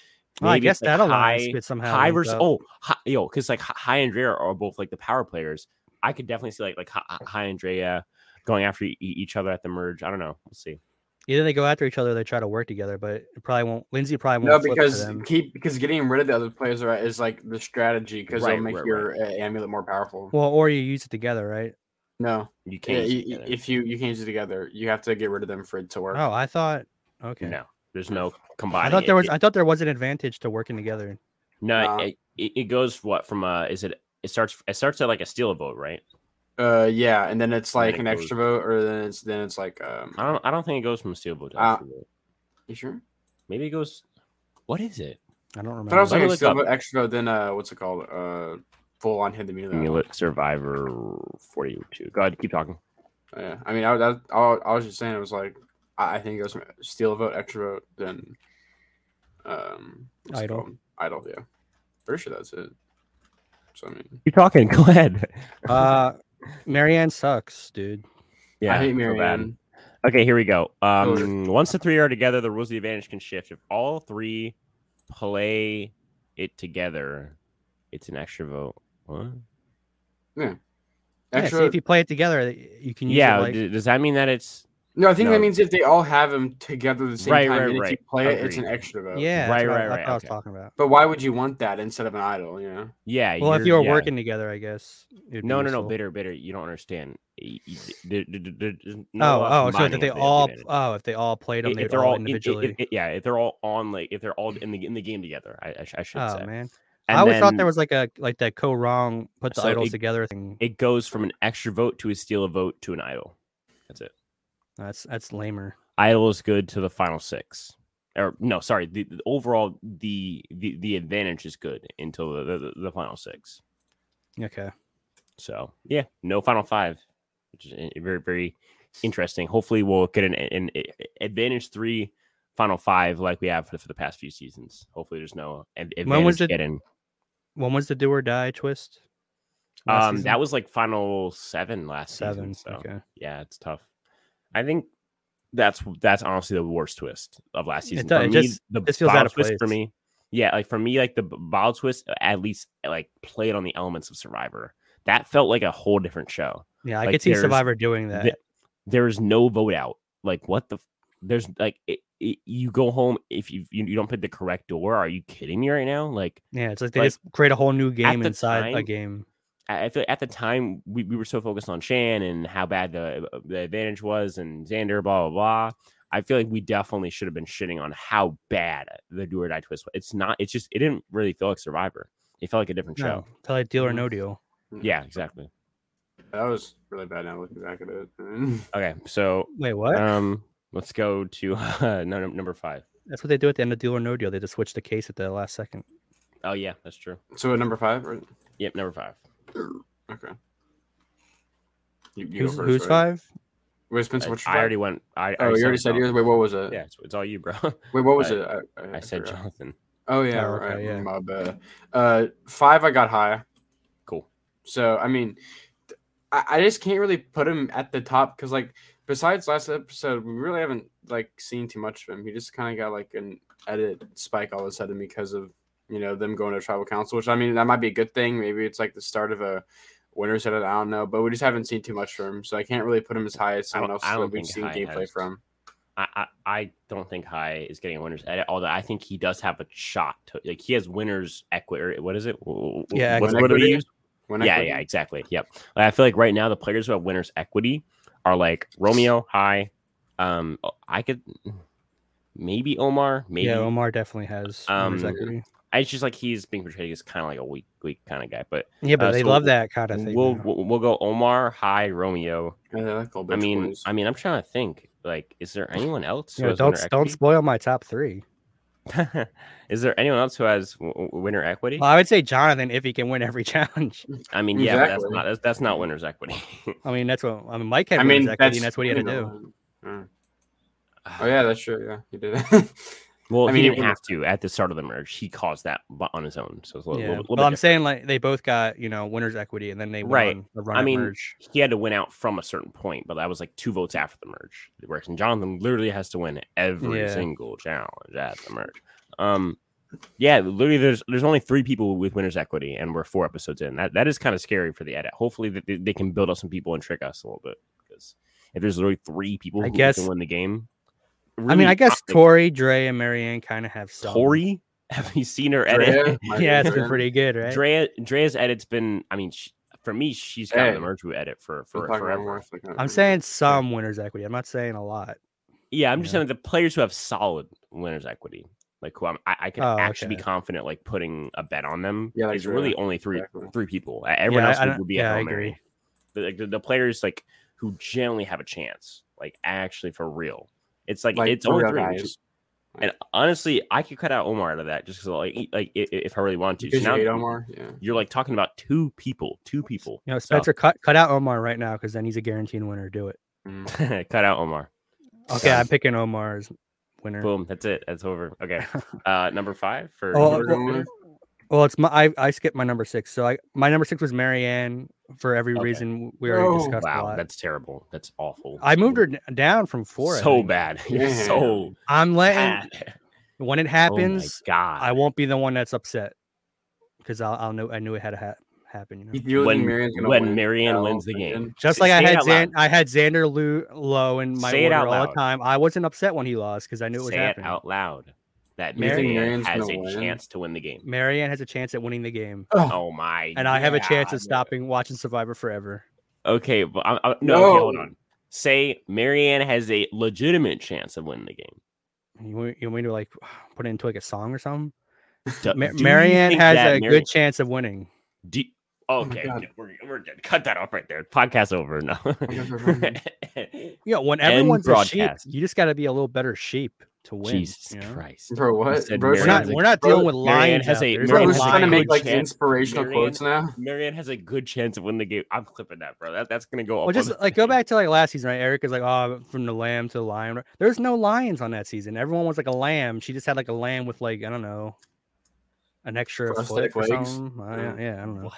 C: Well, I
A: maybe
C: guess
A: it's, like,
C: that alliance
A: High-
C: could somehow.
A: High
C: link
A: versus
C: up.
A: oh hi, yo, because like Hi- High and Drea are both like the power players. I could definitely see like like Hi- High and Drea going after e- each other at the merge. I don't know. We'll see.
C: Either they go after each other, or they try to work together, but it probably won't. Lindsay probably
B: No,
C: won't. flip to
B: because
C: them.
B: keep because getting rid of the other players are, is like the strategy because
A: Right,
B: it'll make
A: right,
B: your uh, amulet more powerful.
C: well, or you use it together, right?
B: no,
A: You can't.
B: yeah,
A: use it
B: you-
A: together.
B: if you you can't use it together, you have to get rid of them for it to work.
C: Oh, I thought. Okay.
A: No, there's no combining.
C: I thought there
A: It-
C: was.
A: it-
C: I thought there was an advantage to working together.
A: no.
B: Nah.
A: It, it it goes what from uh is it it starts it starts at like a steel vote right?
B: Uh, yeah, and then it's
A: And then
B: like
A: it
B: an
A: goes-
B: extra vote, or then it's then it's like um.
A: I don't I don't think it goes from steel vote to
B: Uh,
A: extra vote.
B: You sure?
A: Maybe it goes. What is it?
C: I don't
B: I
C: remember.
B: thought it was
A: Let
B: like
A: me
B: a
A: look
B: still
A: up.
B: vote, extra vote, then uh, what's it called? Uh, full on hit the meter.
A: Amulet Survivor forty two. Go ahead, keep talking.
B: Yeah, I mean, I, that, I, I was just saying, it was like, I, I think it goes from steal a vote, extra vote, then um, what's it
C: Idle.
B: called? Idle, yeah. Pretty sure that's it. So, I mean,
A: Keep talking. Go ahead.
C: uh, Marianne sucks, dude.
A: Yeah,
B: I hate
A: so bad.
B: Marianne.
A: Okay, here we go.
B: Sure.
A: Um, once the three are together, the rules of the advantage can shift. If all three play it together, it's an extra vote. What?
C: Yeah,
B: Extra,
C: see, if you play it together, y- you can use
A: Yeah,
C: it like
A: d- does that mean that it's
B: no, I think
A: no.
B: that means if they all have them together at the same
A: Right,
B: time,
A: right,
B: and if you
A: right.
B: play it, it's an
A: Agreed.
B: extra vote.
C: yeah, that's
A: Right,
C: what
A: right,
C: I- that's
A: right,
C: what I was
A: okay.
C: talking about.
B: But why would you want that instead of an idol, you know?
A: yeah?
C: Well, if you
A: you're-
C: were
A: yeah.
C: working together, I guess. it would be
A: no, no, no,
C: useful.
A: bitter, bitter. You don't understand. Y- y- there- there- there- there- there's no,
C: Oh,
A: uh,
C: oh, so
A: combining
C: that they
A: of the
C: all.
A: advantage.
C: Oh, if they all played them,
A: if,
C: they'd
A: if they're
C: all
A: all, if- if-
C: individually.
A: if- yeah, if they're all on, like if they're all in the in the game together, I, I, sh- I should
C: oh
A: say.
C: man,
A: And
C: I always thought
A: then
C: there was like a like that co wrong put the
A: So
C: idols
A: it-
C: together thing.
A: It goes from an extra vote to a steal a vote to an idol. That's it.
C: That's that's lamer.
A: Idol is good to the final six. Or no, sorry. The, the- overall, the, the the advantage is good until the, the, the final six.
C: Okay.
A: So yeah, no final five, which is i- very very interesting. Hopefully, we'll get an, an a- advantage three final five like we have for the, for the past few seasons. Hopefully, there's no ad- advantage
C: When was it-
A: get in.
C: When was the do or die twist? Last
A: Um,
C: season?
A: that was like final seven last season.
C: seven.
A: So
C: Okay.
A: yeah, it's tough. I think that's that's honestly the worst twist of last season.
C: does-
A: For
C: it
A: me,
C: just-
A: the
C: it feels out
A: bottle
C: of
A: twist for
C: place.
A: me. Yeah, like for me, like the b- bottle twist uh, at least like played on the elements of Survivor. That felt like a whole different show.
C: Yeah, I
A: Like,
C: could see
A: there's
C: Survivor doing that.
A: Th- there is no vote out. Like what the f- there's like it, it, you go home if you, you you don't pick the correct door. Are you kidding me right now? Like
C: yeah, it's like they
A: like,
C: just create a whole new game
A: the
C: inside a
A: time-
C: game.
A: I I feel at the time we, we were so focused on Shan and how bad the uh, the advantage was and Xander, blah blah blah. I feel like we definitely should have been shitting on how bad the do or die twist was. It's not. It's just it didn't really feel like Survivor. It felt like a different
C: No,
A: show. Mm-hmm.
C: tell it deal or
B: Mhm.
C: no deal.
A: Yeah, exactly.
B: That was really bad now looking back at it.
A: Okay, so
C: Wait, what?
A: um, let's go to uh, no, no, number five.
C: That's what they do at the end of deal or no deal. They just switch the case at the last second.
A: Oh yeah, that's true.
B: so, at number five, right?
A: Yep, number five.
B: Okay. You, you go
C: Who's,
B: first,
C: who's
B: right?
C: five?
B: Wait, Spencer,
A: I,
B: what's your
A: I
B: five?
A: already went. I, I
B: Oh, you already
A: said
B: said yours. Wait, what was it?
A: Jonathan. Yeah, it's, it's all you, bro.
B: Wait, what was
A: I-
B: it? I,
A: I said
B: forgot.
A: Jonathan.
B: Oh yeah,
C: Oh,
B: right.
C: okay, yeah.
B: My bad. Uh, five. I got high.
A: Cool.
B: So I mean, th- I, I just can't really put him at the top because like besides last episode, we really haven't like seen too much of him. He just kind of got like an edit spike all of a sudden because of you know them going to tribal council. Which I mean, that might be a good thing. Maybe it's like the start of a winner's edit. I don't know, but we just haven't seen too much from him, so I can't really put him as high as
A: I
B: someone
A: don't-
B: else
A: I
B: that
A: don't
B: we've
A: think
B: seen
A: high
B: gameplay
A: has-
B: from.
A: I, I I don't think High is getting a winners edit, although I think he does have a shot to like he has winners equity. What is it? Wh- wh-
C: Yeah,
A: what's
B: equity.
A: what do we use?
B: When I
A: Yeah,
B: click-
A: yeah, exactly. Yep. Like, I feel like right now the players who have winners equity are like Romeo, High. Um, I could maybe Omar, maybe.
C: Yeah, Omar definitely has. Omar's
A: Um,
C: equity.
A: I, it's just like he's being portrayed as kind of like a weak, weak kind of guy. But
C: Yeah, but
A: uh,
C: they
A: so
C: love that kind of thing.
A: we'll,
C: now.
A: we'll we'll go Omar, High, Romeo.
B: Yeah, they like old
A: I
B: bitch
A: mean,
B: boys.
A: I mean, I'm trying to think. Like, is there anyone else? who
C: Yeah,
A: has winner
C: don't don't
A: equity?
C: spoil my top three.
A: Is there anyone else who has w- w- winner equity?
C: Well, I would say Jonathan if he can win every challenge.
A: I mean, yeah, but that's
B: Exactly.
A: not that's, that's not winner's equity.
C: I mean, that's what I mean. Mike had
B: I
C: wins
B: mean,
C: equity,
B: that's,
C: and that's what he had to do.
B: Mm. Oh yeah, that's true. Yeah, he did. it.
A: well,
B: I
A: he
B: mean,
A: didn't
B: it-
A: have to at the start of the merge. He caused that bu- on his own, so it's a little,
C: yeah.
A: little, little
C: well, I'm
A: bit
C: saying like they both got you know winners equity, and then they went
A: Right.
C: on a run.
A: I
C: at
A: mean,
C: merge.
A: different. he had to win out from a certain point, but that was like two votes after the merge. Whereas Jonathan literally has to win every
C: Yeah.
A: single challenge at the merge. Um, yeah, literally, there's there's only three people with winners equity, and we're four episodes in. That that is kind of scary for the edit. Hopefully, that they, they can build up some people and trick us a little bit because if there's literally three people
C: I
A: who
C: guess-
A: can win the game,
C: I mean,
A: really,
C: I guess
A: think
C: Tori, Dre, and Marianne kind of have some.
A: Tori. Have you seen her edit?
B: Drea,
C: yeah, it's
B: Michael
C: been
B: Jordan.
C: pretty good, right?
A: Drea Drea's edit's been. I mean, she, for me, she's found the
B: Hey.
A: merge edit for for
B: I'm talking about
A: forever.
B: Morph, like,
C: I'm
B: uh,
C: saying some winners equity. I'm not saying a lot.
A: Yeah, I'm just
C: Yeah.
A: saying the players who have solid winners equity, like who I'm, I, I can
C: Oh,
A: actually
C: okay.
A: be confident like putting a bet on them.
B: Yeah, like
A: is really
B: Drew,
A: only three
B: exactly.
A: three people. Uh, Everyone
C: yeah,
A: else
C: I,
A: would-
C: don't-
A: would be
C: yeah,
A: a
C: I
A: Hail Mary.
C: agree.
A: The, like, the, the players like who generally have a chance, like actually for real. It's like,
B: Like,
A: it's only
B: real
A: three. which
B: guys.
A: is- And honestly, I could cut out Omar out of that just because like he- like i- i- if I really want to. So
B: Because you
A: now
B: hate Omar. Yeah.
A: you're like talking about two people, two people.
C: You know,
A: So-
C: Spencer, cut cut out Omar right now because then he's a guaranteed winner. Do it.
B: Mm.
A: cut out Omar.
C: Okay,
A: Done.
C: I'm picking Omar's winner.
A: Boom. That's it. That's over. Okay. Uh, number five for
C: Oh,
B: Number
C: well,
B: one?
C: Well, it's my I, I skipped my number six. So I my number six was Marianne for every
A: Okay. Oh,
C: reason we already
B: No.
C: discussed. a
A: Wow,
C: lot.
A: that's terrible. That's awful.
C: I moved her n- down from four. I
A: so
C: think.
A: bad. You're
B: Yeah.
A: so
C: I'm letting
A: bad.
C: when it
A: Happens.
C: happens,
A: Oh my God.
C: I won't be the one that's upset because I'll, I'll know I knew it had to ha- happen. You know?
B: You feel like
A: When-
B: Marianne's gonna
A: when
B: win
A: Marianne
B: now,
A: wins the game.
B: and then-
C: Just
A: Say-
C: like I
A: say it
C: had
A: out loud.
C: Xan- I had Xander Lu- Lowe in my
A: Say it
C: order
A: out
C: all the
A: loud.
C: time. I wasn't upset when he lost because I knew it was
A: Say it
C: happening.
A: out loud. That
C: You think
A: Marianne
B: Marianne's
A: has a
B: gonna win?
A: chance to win the game.
C: Marianne has a chance at winning the game,
B: Oh,
A: Oh my!
C: and I have a chance
A: God.
C: of stopping watching Survivor forever.
A: Okay, but I, I, no. Okay, hold
B: No.
A: on. Say Marianne has a legitimate chance of winning the game.
C: You want, you want me to like put it into like a song or something?
A: Do-
C: Ma-
A: Uh, do you
C: Marianne
A: think
C: has
A: that
C: a
A: Mari-
C: good chance of winning.
A: do-
B: Oh my
A: okay,
B: God. Oh
A: okay, we're, we're good. Cut that off right there. Podcast over. No.
C: Yeah, when
A: End
C: everyone's a sheep,
A: broadcast.
C: you just got to be a little better sheep to win.
A: Jesus
C: you know?
A: Christ.
B: Bro, what?
A: said
B: Bro,
C: We're
A: Marianne's
C: not,
B: Sean's-
A: a-
C: we're not
B: bro,
C: dealing with
A: Marianne
C: lions.
A: has
C: out
A: a-
C: there. There's no
B: Bro,
A: Marianne
B: who's
A: has
B: trying to
A: a
C: lions.
B: make
A: good
B: like
A: chance.
B: inspirational
A: Marianne-
B: quotes now?
A: Marianne has a good chance of winning the game. I'm clipping that, bro. That, that's gonna go up.
C: Well, just
A: on the
C: like go
A: thing.
C: back to like last season, right? Eric is like, oh, from the lamb to the lion. There's no lions on that season. Everyone was like a lamb. She just had like a lamb with like I don't know, an extra
B: Prosthetic
C: foot or
B: legs?
C: something. I
B: Yeah.
C: don't- yeah, I don't know.
A: What?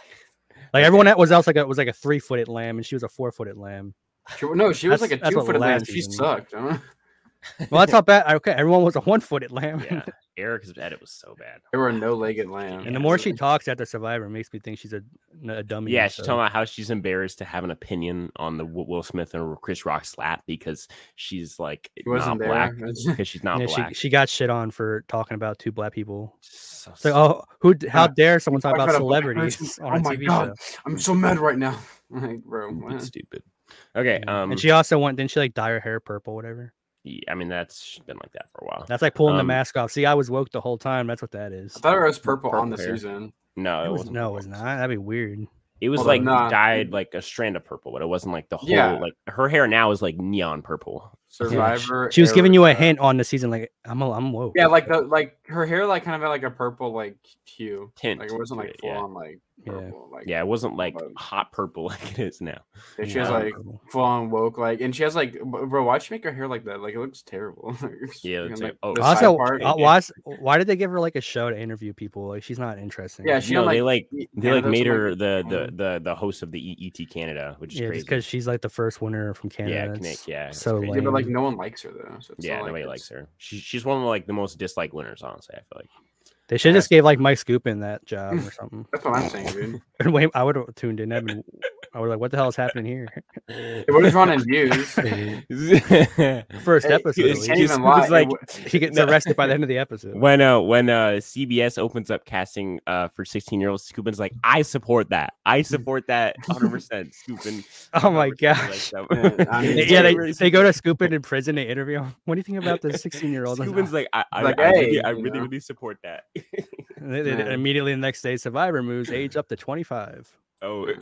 C: Like everyone that was else like a, was like a three footed lamb, and she was a four footed lamb.
B: She- no, she was
C: That's-
B: like a
C: that's what
B: two-footed lamb.
C: last
B: She
C: season-
B: sucked. huh?
C: Well, that's how bad. Okay, everyone was a one footed lamb.
A: Yeah, Eric's edit was so bad.
B: There were no-legged lamb.
C: and the more she talks after Survivor, it makes me think she's a, a dummy.
A: Yeah, she's
C: so-
A: talking about how she's embarrassed to have an opinion on the Wi- Will Smith and Chris Rock slap because she's like
B: She wasn't
A: not
B: there.
A: black
B: That's-
A: because she's not
C: yeah,
A: black.
C: she she got shit on for talking about two black people.
A: So
C: It's like, oh, who? d- How
B: Uh,
C: dare someone talk
B: talk
C: about
B: about a black
C: celebrities
B: person.
C: on a
B: Oh my
C: TV
B: God.
C: show?
B: I'm so mad right now. Like, bro,
A: stupid,
B: what?
A: stupid. Okay,
C: Yeah.
A: um,
C: and she also went. Didn't she like dye her hair purple, whatever?
A: yeah, I mean that's been like that for a while.
C: That's like pulling the
A: Um,
C: mask off. See, I was woke the whole time. That's what that is.
B: I thought it was purple, on the
A: Purple hair.
B: season.
A: No,
C: It was-
A: wasn't
C: no, it
A: purple.
C: was not. That'd be weird.
A: It was
B: Although
A: like
B: not-
A: dyed like a strand of purple, but it wasn't like the whole
B: Yeah.
A: like her hair now is like neon purple.
B: Survivor.
C: She was giving
B: era.
C: you a hint on the season, like I'm, a, I'm woke.
B: Yeah, like the like her hair like kind of had like a purple like hue.
A: Tint.
B: Like it wasn't
A: to
B: like full
A: yeah.
B: on like
C: Yeah.
B: purple. Like
A: Yeah, it wasn't like
B: Almost.
A: hot purple like it is now.
B: and she
C: Yeah,
B: has
A: I'm
B: like
C: purple.
B: full on woke like, and she has like, b- bro, why'd she make her hair like that? Like it looks terrible. Like, it's
A: Yeah, it looks
B: freaking,
A: like- oh,
B: the side
C: Also,
B: part-
C: uh, why, is- why did they give her like a show to interview people? Like she's not interesting.
B: Yeah, she
A: no,
B: had,
A: they like
B: y-
A: they
B: yeah,
A: like
B: those
A: made
B: were,
A: her the, the
B: um,
A: the the host of the E- ET Canada, which is
C: yeah,
A: crazy.
C: because she's like the first winner from Canada.
A: yeah,
C: It's-
A: Connect, yeah, it's
C: so
A: crazy.
B: Yeah, but like
C: lame.
B: no one likes her though. So it's
A: yeah,
B: not, like,
A: nobody
B: it's-
A: likes her. She, she's one of like the most disliked winners, honestly. I feel like
C: They should just
A: Yeah.
C: gave like Mike Scoopin that job or something.
B: That's what I'm saying, dude.
C: Wait, I would have tuned in. That'd been- I would like, what the hell is happening here?
B: It was running views.
C: First
B: Hey,
C: episode.
B: you
C: at
B: can't
C: least.
B: even lie.
A: It's like-
C: he gets
A: No.
C: arrested by the end of the episode.
A: when uh when uh CBS opens up casting uh for 16 year olds, Scoopin's like, I support that. I support that 100 percent Scoopin.
C: Oh my
A: 100% likes
C: gosh.
A: that.
B: Yeah, I mean,
C: They-
B: It's
C: yeah,
B: like
C: they,
A: Really
C: they go to Scoopin in prison. They interview him. What do you think about the 16 year old?
A: Scoopin's like, I, I,
B: Like,
A: I really,
B: hey,
A: I
B: you
A: really,
B: know.
A: really support that.
C: Immediately the next day, Survivor moves age up to 25.
A: Oh,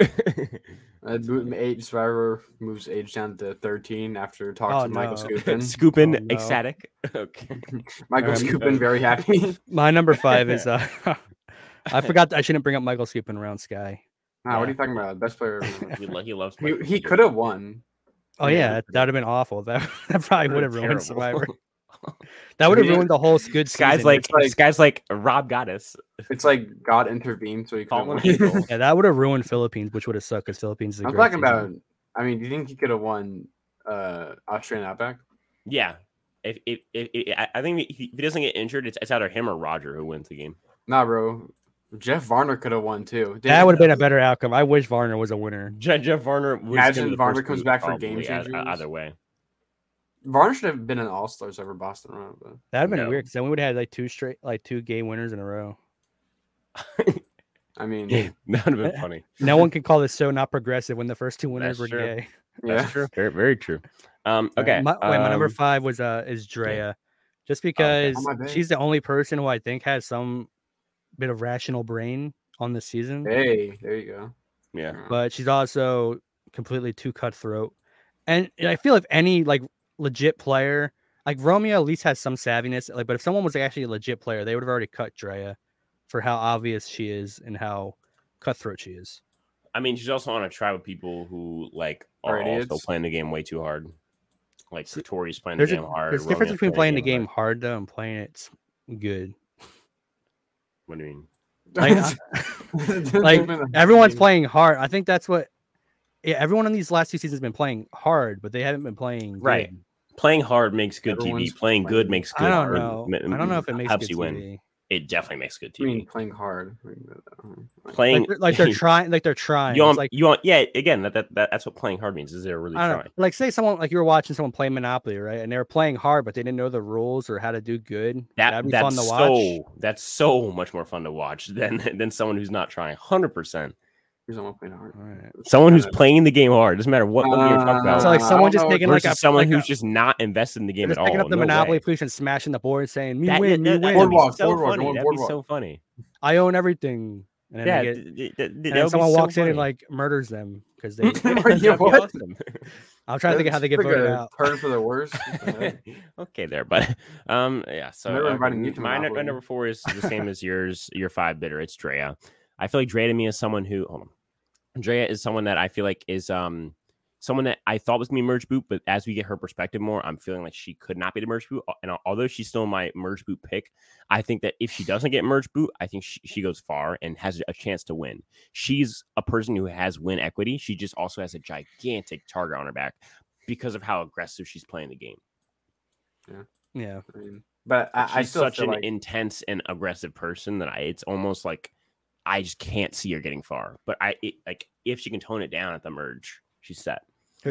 B: Uh, boot- age survivor moves age down to 13 after talks
C: Oh,
B: with Michael
C: no.
B: Scoopin.
A: scooping
C: Oh, no.
A: ecstatic. Okay.
B: Michael
C: Um,
B: Scoopin very happy.
C: My number five is uh, I forgot I shouldn't bring up Michael Scoop in round sky.
B: Nah, What
C: Yeah.
B: are you talking about? Best player. of all time.
A: He, lo- he loves.
B: he
A: Michael
B: he
A: Jordan.
B: could have won.
C: Oh
A: Yeah,
C: yeah,
A: that'd
C: that
A: be-
C: would have been awful. That that probably
A: That'd
C: would have
A: been terrible.
C: ruined Survivor. That would have
B: Yeah.
C: ruined the whole good
A: Sky's
C: season.
A: like,
B: like-
A: Sky's like Rob Goddess.
B: It's like God intervened, so he couldn't
A: Colin
B: win.
A: Hagel.
C: yeah, that would have ruined Philippines, which would have sucked because Philippines is. a
B: I'm
C: great
B: talking
C: season.
B: about. I mean, do you think he could have won uh, Australian Outback?
A: Yeah. If, if, if, if- I- I think he- if he doesn't get injured, it's, it's either him or Roger who wins the game.
B: Nah, bro. Jeff Varner could have won too.
C: that would have been a better outcome. I wish Varner was a winner.
A: Jeff, Jeff Varner. was gonna
B: Imagine
A: be the
B: Varner
A: first
B: comes
A: boot,
B: back for
A: probably, e-
B: game
A: e-
B: changers.
A: Either way,
B: Varner should have been an All Stars over Boston Rob. But
C: That'd have been
A: No.
C: weird because then we would have had like two straight, like two game winners in a row.
B: I mean,
A: that would have been funny.
C: No one can call this show not progressive when the first two winners
A: That's
C: were
A: true.
C: gay.
B: yeah.
A: That's true. Very, very true. Um,
C: Uh,
A: okay.
C: my, wait, my number
A: um,
C: five was uh is Drea, just because
B: Oh, my bad.
C: she's the only person who I think has some bit of rational brain on this season.
B: Hey, there you go.
A: Yeah.
C: but she's also completely too cutthroat. And I feel if any like legit player, like Romeo at least has some savviness. Like, but if someone was actually a legit player, they would have already cut Drea for how obvious she is and how cutthroat she is.
A: I mean, she's also on a tribe of people who like
B: Are
A: are also
B: idiots.
A: playing the game way too hard. Like
C: See,
A: Tori's playing
C: There's
A: the
C: a
A: game hard.
C: there's a difference
A: Romeo's
C: between playing the game
A: hard.
C: hard though and playing it s- good.
A: What do you mean?
C: Like, I- like everyone's playing hard. I think that's what. Yeah, everyone in these last two seasons has been playing hard, but they haven't been playing
A: Right.
C: good.
A: Playing hard makes good
B: Everyone's
A: TV. Playing good
B: playing-
A: makes good.
C: I
A: hard.
C: don't know.
A: Ma-
C: I don't know if it makes
A: helps
C: good
A: you win.
C: TV.
A: It definitely makes good
B: I
A: TV.
B: mean, uh, playing hard.
A: playing
C: Like, they're- like they're trying. Like they're trying.
A: You
C: It's
A: want,
C: like
A: you want, yeah. Again, that, that, that that's what playing hard means. Is they're really
C: I
A: trying.
C: don't know. Like say someone like you were watching someone play Monopoly, right? And they were playing hard, but they didn't know the rules or how to do good.
A: That,
C: That'd be
A: that's
C: fun to watch.
A: so that's so much more fun to watch than than someone who's not trying. Hundred percent.
B: Here's someone playing hard.
C: Alright.
A: Someone who's
B: Uh,
A: playing the game hard. Doesn't matter what, what game you're talking
B: Uh,
A: about.
C: So like
B: I
C: someone
B: don't
C: just
B: know
C: taking like
A: versus
C: a
A: someone
C: like
A: who's
C: a-
A: just not invested in the game at
C: just
A: all.
C: picking up the
A: No way.
C: Monopoly police and smashing the board, saying "Me
A: That-
C: win,
A: that-
C: me
A: that-
C: win,
A: that'd be
B: Boardwalk,
A: so
B: boardwalk,
A: funny.
B: going
A: That'd be
B: boardwalk.
A: so funny.
C: I own everything." And then,
A: Yeah,
C: they get,
A: th- th- th- that
C: and then
A: would be
C: someone
A: so
C: walks in
A: funny.
C: and like murders them because they.
B: Are you
A: That'd be
B: what?
A: awesome.
C: I'm trying to think of how they get
B: Took
C: voted
B: a
C: out.
B: Turn for the worse.
A: okay, there, but um, yeah. So
B: Never
A: uh,
B: invited you to
A: my, nu- my
B: Monopoly.
A: number four is the same as yours. Your five bidder, it's Drea. I feel like Drea to me is someone who, hold on. Drea is someone that I feel like is um someone that I thought was gonna be merge boot, but as we get her perspective more, I'm feeling like she could not be the merge boot. Al- And al- although she's still my merge boot pick, I think that if she doesn't get merge boot, I think she, she goes far and has a chance to win. She's a person who has win equity. She just also has a gigantic target on her back because of how aggressive she's playing the game.
C: Yeah,
B: I mean, but
A: But she's
B: I, I still
A: such
B: feel
A: an
B: like
A: intense and aggressive person that I it's almost like I just can't see her getting far. But I it, like if she can tone it down at the merge, she's set.
C: her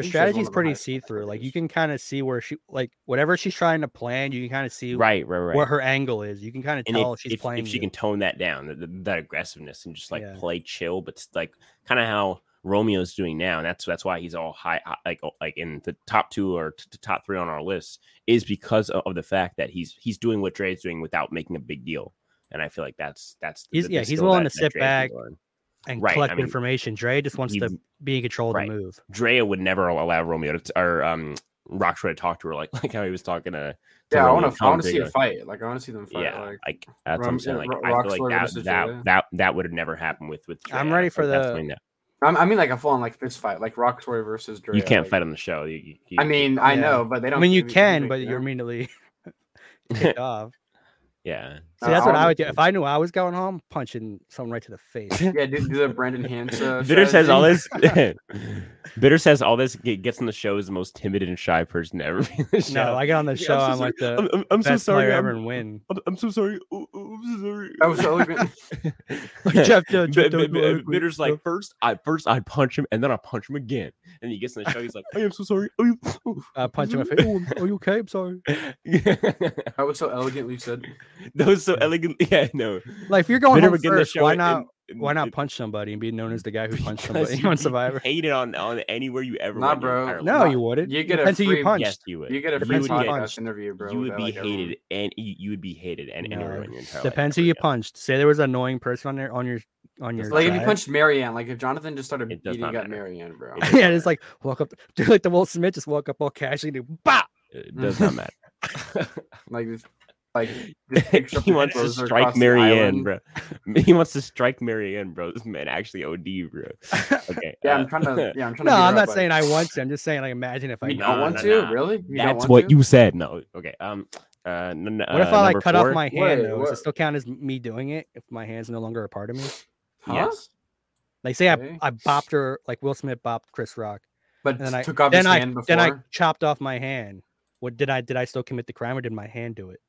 B: think she has
C: strategy
B: one
C: is
B: of the
C: pretty
B: highest
C: see through. Like you
B: averages.
C: can kind of see where she like whatever she's trying to plan. You can kind of see
A: Right, right, right.
C: what her angle is. You can kind of
A: and
C: tell
A: if,
C: she's
A: if,
C: playing.
A: if she
C: you.
A: can tone that down, that, that aggressiveness, and just like
C: Yeah.
A: play chill, but s- like kind of how Romeo's doing now, and that's that's why he's all high, high- like oh, like in the top two or t- t- top three on our list is because of, of the fact that he's he's doing what Dre's doing without making a big deal, and I feel like that's that's
C: He's- yeah, he's
A: skill
C: willing
A: that-
C: to
A: that
C: sit
A: Dre's gonna
C: back,
A: learn.
C: and
A: Right,
C: collect
A: I mean,
C: information. Dre just wants
A: you-
C: to be in control of
A: right.
C: the move.
A: Drea would never allow Romeo to, or um Rockshore to talk to her like like how he was talking to. to
B: yeah, I
A: Romeo
B: want
A: and
B: to. I want to
A: Tom
B: see a
A: Vega.
B: fight. Like I want to see them fight.
A: Yeah,
B: Like
A: like that's what
B: Rom-
A: I'm saying. Like
B: Ro-
A: I feel
B: Roxroy
A: like that
B: versus Drea.
A: that, that that would have never happened with with.
C: I'm
A: Drea.
C: ready
A: I
C: for
A: think that's
C: the-
A: something that-
B: I'm, I mean, like a full on like fist fight, like Roxroy versus Drea.
A: You can't
B: like-
A: fight on the show. You- you- you-
B: I mean, I
C: Yeah.
B: know, but they don't.
C: I mean, you
B: give
C: can,
B: big
C: but you're
B: deal.
C: immediately kicked off.
A: yeah.
C: See,
B: Uh,
C: that's what
B: I'll-
C: I would do if I knew I was going home, punching someone right to the face.
B: Yeah, do, do the Brandon Hansa.
A: Bitter says all
B: strategy.
A: this. Bitter says all this. g- Gets on the show as the most timid and shy person ever. be on the
C: no,
A: show.
C: I get on the
A: Yeah,
C: show,
A: so
C: I'm,
A: sorry.
C: like the
A: I'm, I'm- I'm so
C: best player
A: sorry.
C: ever
A: I'm,
C: and win.
A: I'm, I'm so sorry. Oh, oh, I'm so sorry.
B: That was so eloquent.
C: Jeff,
A: B-
C: Jeff, Jeff,
A: B- B-
C: don't do it, please,
A: Bitter's like
C: Jeff.
A: first I first I punch him and then I punch him again. And he gets in the show, he's like, I am so sorry. Oh, you oh."
C: I punch uh, him in the face. Oh, are you okay? I'm sorry.
A: That
B: That was so elegantly said.
A: was so
C: Yeah.
A: elegant. Yeah, no.
C: Like if you're going
A: Bitter
C: home
A: would get in the
C: first, why
A: show
C: not?
A: and- and-
C: why not
A: and-
C: punch somebody and be known as the guy who punched
A: because
C: somebody
A: you-
C: on
A: you
C: Survivor?
A: Hate it on on anywhere you ever.
B: Nah,
A: went in your
B: bro.
A: entire
C: No,
A: life.
C: you wouldn't.
B: you get a
C: Depends who
B: free-
C: you punched.
A: Yes, you would.
B: You get a
C: If
B: free
C: it's not
B: podcast
C: punched,
B: interview, bro.
A: you would
B: with,
A: be
B: like, everyone.
A: hated, and you, you would be hated, and
C: No.
A: everywhere in your entire life
C: Depends who
A: ever
C: you
A: again.
C: punched. Say there was an annoying person on your on your on your
B: Like if you
C: drive.
B: punch Marianne, like if Jonathan just started
A: It does
B: beating
A: not
B: up
A: matter.
B: Marianne, bro.
A: It does
C: yeah,
A: not
C: just like walk up, do like the Will Smith, just walk up all casually, and do bop.
A: It does not matter.
B: Like this, like
A: he wants to strike Marianne, bro. He wants to strike Marianne, bro. This man actually OD, bro. Okay.
B: Yeah,
A: uh,
B: I'm trying to. Yeah, I'm trying
C: No,
B: to. beat
C: I'm
B: her up,
C: not saying I want to. I'm just saying, like, imagine if
B: But
C: I.
B: you
A: No,
B: don't
A: no,
B: want
A: no,
B: to,
A: no.
B: really? You don't
A: that's
B: want
A: what
B: to?
A: you said. No. Okay. Um. Uh. n- n-
C: What if
A: uh,
C: I like
A: number
C: cut
A: four?
C: off my hand?
B: Wait,
C: though? Does it
B: what?
C: still count as me doing it if my hand's no longer a part of me?
B: Huh?
A: Yes.
C: Like, say
B: Okay.
C: I, I bopped her, like Will Smith bopped Chris Rock,
B: But
C: and then I
B: took off
C: then
B: his
C: I
B: hand before.
C: then I chopped off my hand. What did I did I still commit the crime or did my hand do it?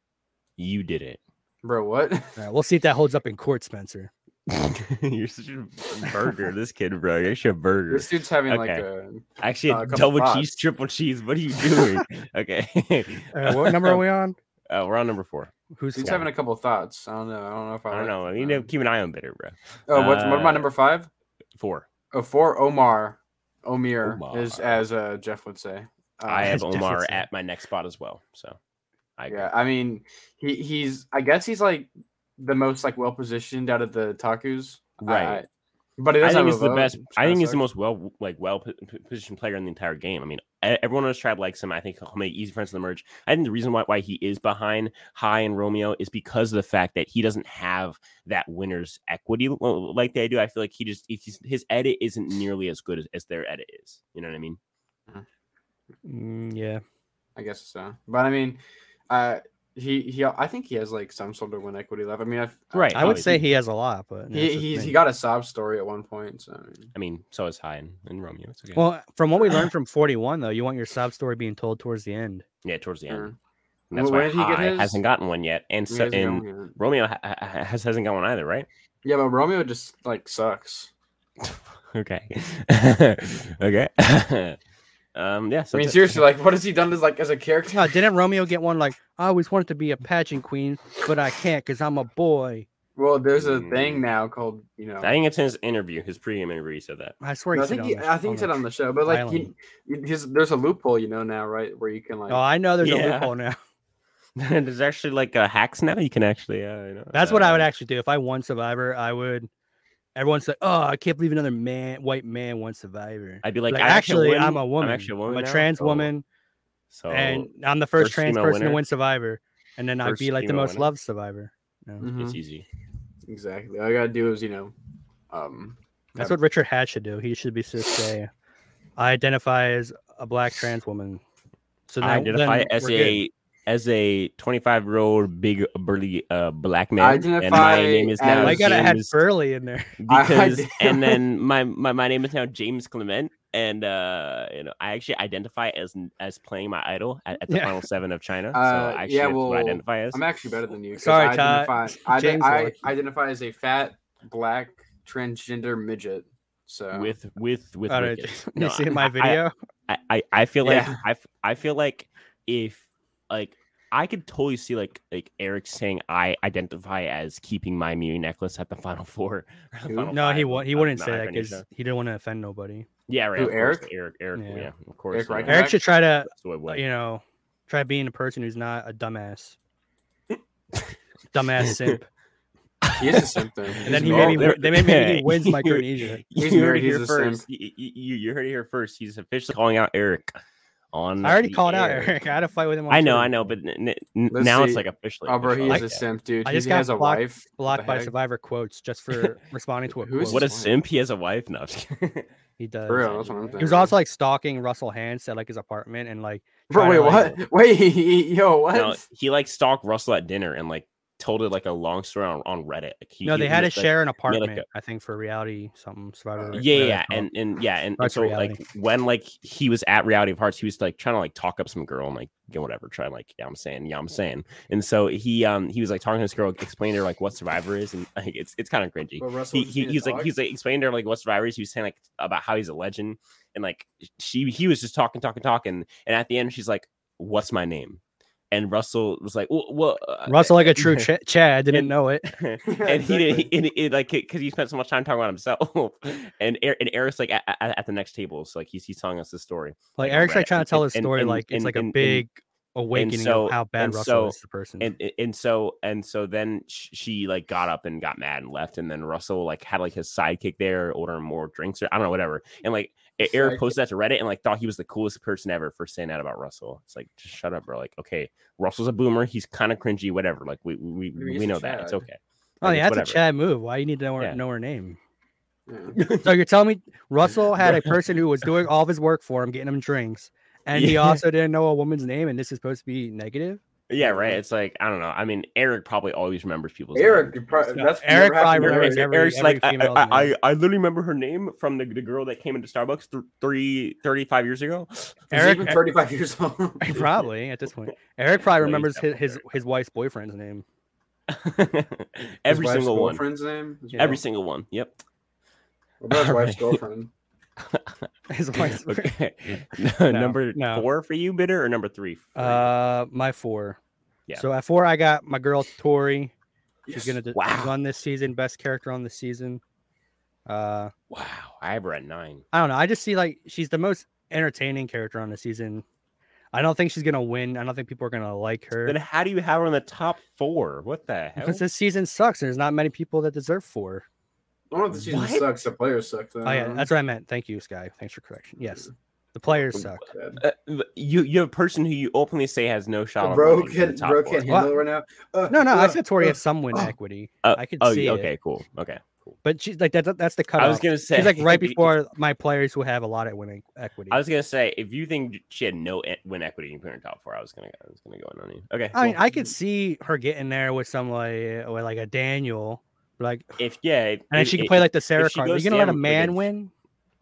A: You did it.
B: Bro, what?
C: All right, we'll see if that holds up in court, Spencer.
A: You're such a burger. This kid, bro. You're such a burger.
B: This dude's having like
A: Okay.
B: a.
A: Actually,
B: uh, a couple
A: double
B: thoughts.
A: cheese, triple cheese. What are you doing? okay.
C: All right, what number are we on?
A: Uh, we're on number four.
C: Who's
B: He's
C: four?
B: having a couple thoughts. I don't know. I don't know if I.
A: I don't
B: like
A: know.
B: it.
A: You need to keep an eye on bitter, bro.
B: Oh, what's what
A: uh,
B: about number five?
A: Four.
B: Oh, four Omar, Omir is
A: Omar.
B: as uh, Jeff would say. Uh,
A: I have
C: Jeff would
A: Omar
C: say.
A: at my next spot as well. So, I agree.
B: Yeah, I mean, he he's I guess he's like the most like well positioned out of the Takus,
A: Right.
B: I- but it
A: I think
B: doesn't have
A: it's
B: a
A: the
B: vote,
A: best.
B: which
A: I
B: kinda
A: think he's the
B: sucks.
A: most well, like well po- po- positioned player in the entire game. I mean, e- everyone on his tribe likes him. I think he'll make easy friends in the merge. I think the reason why why he is behind High and Romeo is because of the fact that he doesn't have that winner's equity l- l- like they do. I feel like he just he's, his edit isn't nearly as good as, as their edit is. You know what I mean?
C: Mm, yeah.
B: I guess so. But I mean, uh, he he I think he has like some sort of win equity left. I mean, I've,
A: Right.
C: I would
A: Oh,
C: say he has a lot, but yeah,
B: He,
C: that's
B: he's,
C: me.
B: he got a sob story at one point. So I mean,
A: I mean, so is High and, and Romeo. It's okay.
C: Well, from what we learned from 41, though, you want your sob story being told towards the end.
A: yeah, towards the end.
B: sure.
A: And that's
B: Wh- when
A: why
B: did he get
A: High
B: his?
A: hasn't gotten one yet, and
B: he
A: so,
B: hasn't
A: and
B: gotten one yet.
A: Romeo ha- ha- ha- has hasn't got one either, right?
B: yeah, but Romeo just like sucks.
A: okay. okay. um, yeah. So
B: I mean,
A: that's it.
B: seriously, like what has he done as like as a character?
C: No, didn't Romeo get one like I always wanted to be a pageant queen, but I can't because I'm a boy.
B: Well, there's a
A: Mm.
B: thing now called you know.
A: I think it's in his interview, his pregame interview, he said that.
C: I swear he
B: I
C: said
B: think
C: it
B: he,
C: on the,
B: I think he said on the show, but like he, his, there's a loophole, you know now, right, where you can like.
C: Oh, I know there's a
A: Yeah.
C: loophole now.
A: There's actually like uh, hacks now. You can actually, uh, you know.
C: That's what I would
A: uh,
C: actually do if I won Survivor. I would. Everyone's like, "Oh, I can't believe another man, white man, won Survivor."
A: I'd be like,
C: Like,
A: I
C: actually,
A: woman-
C: I'm a woman.
A: I'm actually a woman.
C: I'm a
A: now,
C: trans
A: so-
C: woman,
A: So,
C: and I'm the first,
A: first
C: trans
A: female
C: person to
A: winner.
C: win Survivor. And then I'd
A: First
C: be like the
A: female
C: most
A: winner.
C: loved Survivor. You know?
B: Mhm,
A: it's easy.
B: Exactly. All you gotta do is you know, um,
C: That's
B: Yep.
C: what Richard Hatch should do. He should be just say, "I identify as a black trans woman." So
A: I
C: then-
A: identify
C: then
A: as
C: we're good.
A: a as a 25 year old big burly uh, black man. and
B: Identify
A: my name is
B: as-
A: now
C: I gotta add
A: James
C: Burley in there.
B: I
A: because
B: ident-
A: and then my, my my name is now James Clement and uh you know I actually identify as as playing my idol at, at the
C: Yeah.
A: final seven of China.
B: Uh,
A: so actually
B: yeah,
A: that's what
B: well,
A: I identify as.
B: I'm actually better than you. 'cause
C: Sorry,
B: I
C: Todd.
B: identify, I, ide-
C: James
B: I
C: Wallach.
B: identify as a fat black transgender midget. So
A: with with with
C: All right,
A: wickets.
C: you
A: No,
C: see
A: I-
C: my
A: I-
C: video?
A: I, I, I feel like
B: Yeah.
A: I, f- I feel like if like I could totally see like like Eric saying I identify as keeping my Miri necklace at the final four. or the
B: Who?
A: final
C: no, he
A: five
C: won't. He
A: of-
C: wouldn't
A: of
C: say
A: the
C: that
A: Iron
C: because
A: Nation.
C: he didn't want to offend nobody.
A: yeah, right.
B: Who,
A: of course,
B: Eric?
A: Eric, Eric,
C: Yeah.
A: yeah, of course.
B: Eric
A: yeah.
B: Reichenbach?
C: Eric should try to,
A: That's what it was.
C: you know, try being a person who's not a dumbass, dumbass simp.
B: he is a simp though.
C: And then
B: He's
C: he
B: married.
C: maybe
A: there-
C: they may- maybe he wins
A: You-
C: Micronesia.
B: He's
A: You heard it
B: married, he's
A: here
B: a simp.
A: first. You, you, you heard it here first. He's officially calling out Eric on.
C: I already
A: the
C: called out
A: air.
C: Eric. I had a fight with him. On
A: I know, I
C: Twitter.
A: know, but n- n- n-
B: Let's
A: now
B: see.
A: it's like officially.
B: Oh, bro,
A: official.
B: he
A: Like
B: is a
A: that.
B: simp, dude.
C: I
B: He
C: just got
B: has a
C: blocked-
B: wife. What
C: Blocked
B: the
C: by
B: heck?
C: Survivor quotes just for responding to a
B: Who is
C: quote.
A: What a
B: Simp.
A: simp! He has a wife. No, I'm just kidding.
C: he does.
B: For real, that's what I'm
C: He was
B: thinking.
C: also like stalking Russell Hans at like his apartment and like
B: Bro,
C: trying
B: wait,
C: to, like,
B: what? Wait, yo, what?
A: No, he like stalked Russell at dinner and like told it like a long story on, on Reddit. Like, he,
C: no,
A: he
C: they had to
A: was, e like-
C: share an
A: like,
C: apartment, I think, for reality something survivor.
A: yeah, yeah,
C: whatever
A: yeah,
C: it's called.
A: and and yeah, and, and
C: That's
A: so
C: Oh, reality.
A: like when like he was at Reality of Hearts, he was like trying to like talk up some girl and like you know, whatever, try like yeah, I'm saying, yeah, I'm saying, and so he um he was like talking to this girl, explaining to her like what Survivor is, and like it's it's kind of cringy.
B: But Russell
A: he,
B: just
A: he
B: being a
A: he's like
B: dog?
A: he's like explaining to her like what Survivor is. He was saying like about how he's a legend, and like she he was just talking, talking, talking, and at the end she's like, "What's my name?" And Russell was like, "Well, well uh,
C: Russell, like a true Ch- Chad, didn't
A: and-
C: know it.
A: and he did he, and it, like because he spent so much time talking about himself, and Eric, and Eric's like at, at, at the next table, so like he's he's telling us the story.
C: Like
A: on
C: Eric's like
A: Reddit,
C: trying
A: and-
C: to tell
A: and-
C: his story,
A: and-
C: like it's
A: and-
C: like
A: and-
C: a
A: and-
C: big awakening
A: so-
C: of how bad
A: and
C: Russell
A: so-
C: is as a
B: Mm-hmm.
C: person.
A: and and- and so and so then sh- she like got up and got mad and left and then russell like had like his sidekick there ordering more drinks or i don't know whatever and like E- eric
B: Sidekick.
A: posted that to reddit and like thought he was the coolest person ever for saying that about russell it's like just shut up bro like okay russell's a boomer he's kind of cringy whatever like we we,
B: Maybe
A: we,
B: he's
A: we
B: a
A: know that it's
B: Chad.
A: okay
C: oh
A: Like,
C: yeah,
A: it's
C: that's a
A: whatever.
C: Chad move. Why you need to know her,
A: Yeah.
C: know her name?
B: Yeah.
C: So you're telling me Russell had a person who was doing all of his work for him, getting him drinks, and he
A: Yeah.
C: also didn't know a woman's name, and this is supposed to be negative.
A: yeah right it's like i don't know i mean eric probably always remembers people's
B: Eric,
A: names.
B: you pro-
C: Yeah,
B: that's
C: Eric
B: never happened
C: probably
B: to
A: Eric's,
C: remembers
B: Eric.
C: every-
A: Eric's
C: every
A: like I,
C: female's
A: I,
C: name.
A: I, I literally remember her name from the, the girl that came into Starbucks th- three, 35 years ago.
B: He's
C: Eric-
B: even 35 years old.
C: probably at this point, Eric probably
A: No, he's
C: remembers his,
A: definitely
C: his his wife's boyfriend's name.
A: every
B: His wife's
A: single one.
B: Girlfriend's name. His
C: Yeah.
A: Every single one. Yep.
B: What about his wife's
A: Alright.
B: girlfriend?
C: His wife's.
A: Okay.
C: No,
A: number
C: no.
A: four for you, bitter, or number three? for you?
C: Uh, my four.
A: Yeah.
C: So at four, I got my girl Tori.
B: Yes.
C: She's gonna d-
A: Wow.
C: run this season, best character on the season. Uh,
A: wow. I have her at nine.
C: I don't know. I just see like she's the most entertaining character on the season. I don't think she's gonna win. I don't think people are gonna like
A: Then
C: her
A: how do you have her in the top four? What the hell?
C: because this season sucks. And there's not many people that deserve four.
B: I don't know if the season
A: What?
B: sucks. The players suck. Though.
C: Oh
A: Uh-huh.
C: yeah, that's what I meant. Thank you, Sky. Thanks for correction. Yes, the players
A: Mm.
C: suck.
B: Bad.
A: Uh, you you have a person who you openly say has no shot. on
B: Bro
A: winning in the
B: can
A: top
B: bro
A: four.
B: can't handle it right now. Uh,
C: No, no, I
B: uh,
C: said Tori
B: uh,
C: has some win
B: uh,
C: equity.
A: uh,
C: I could
A: Oh,
C: see
A: yeah,
C: it.
A: okay, cool. Okay.
C: but she's like that. That's the cutoff.
A: I was gonna say
C: she's like right
A: if you-
C: before my players who have a lot of winning equity.
A: I was gonna say if you think she had no e- win equity, you can put her in top four. I was gonna go. I was gonna go in on you. Okay.
C: I mean,
A: cool.
C: I could see her getting there with some like, with like a Daniel, like,
A: if yeah, and
C: and then she can play like the Sarah
A: she
C: card. Are you
A: goes
C: gonna let a
A: down, like,
C: man
A: it's-
C: win?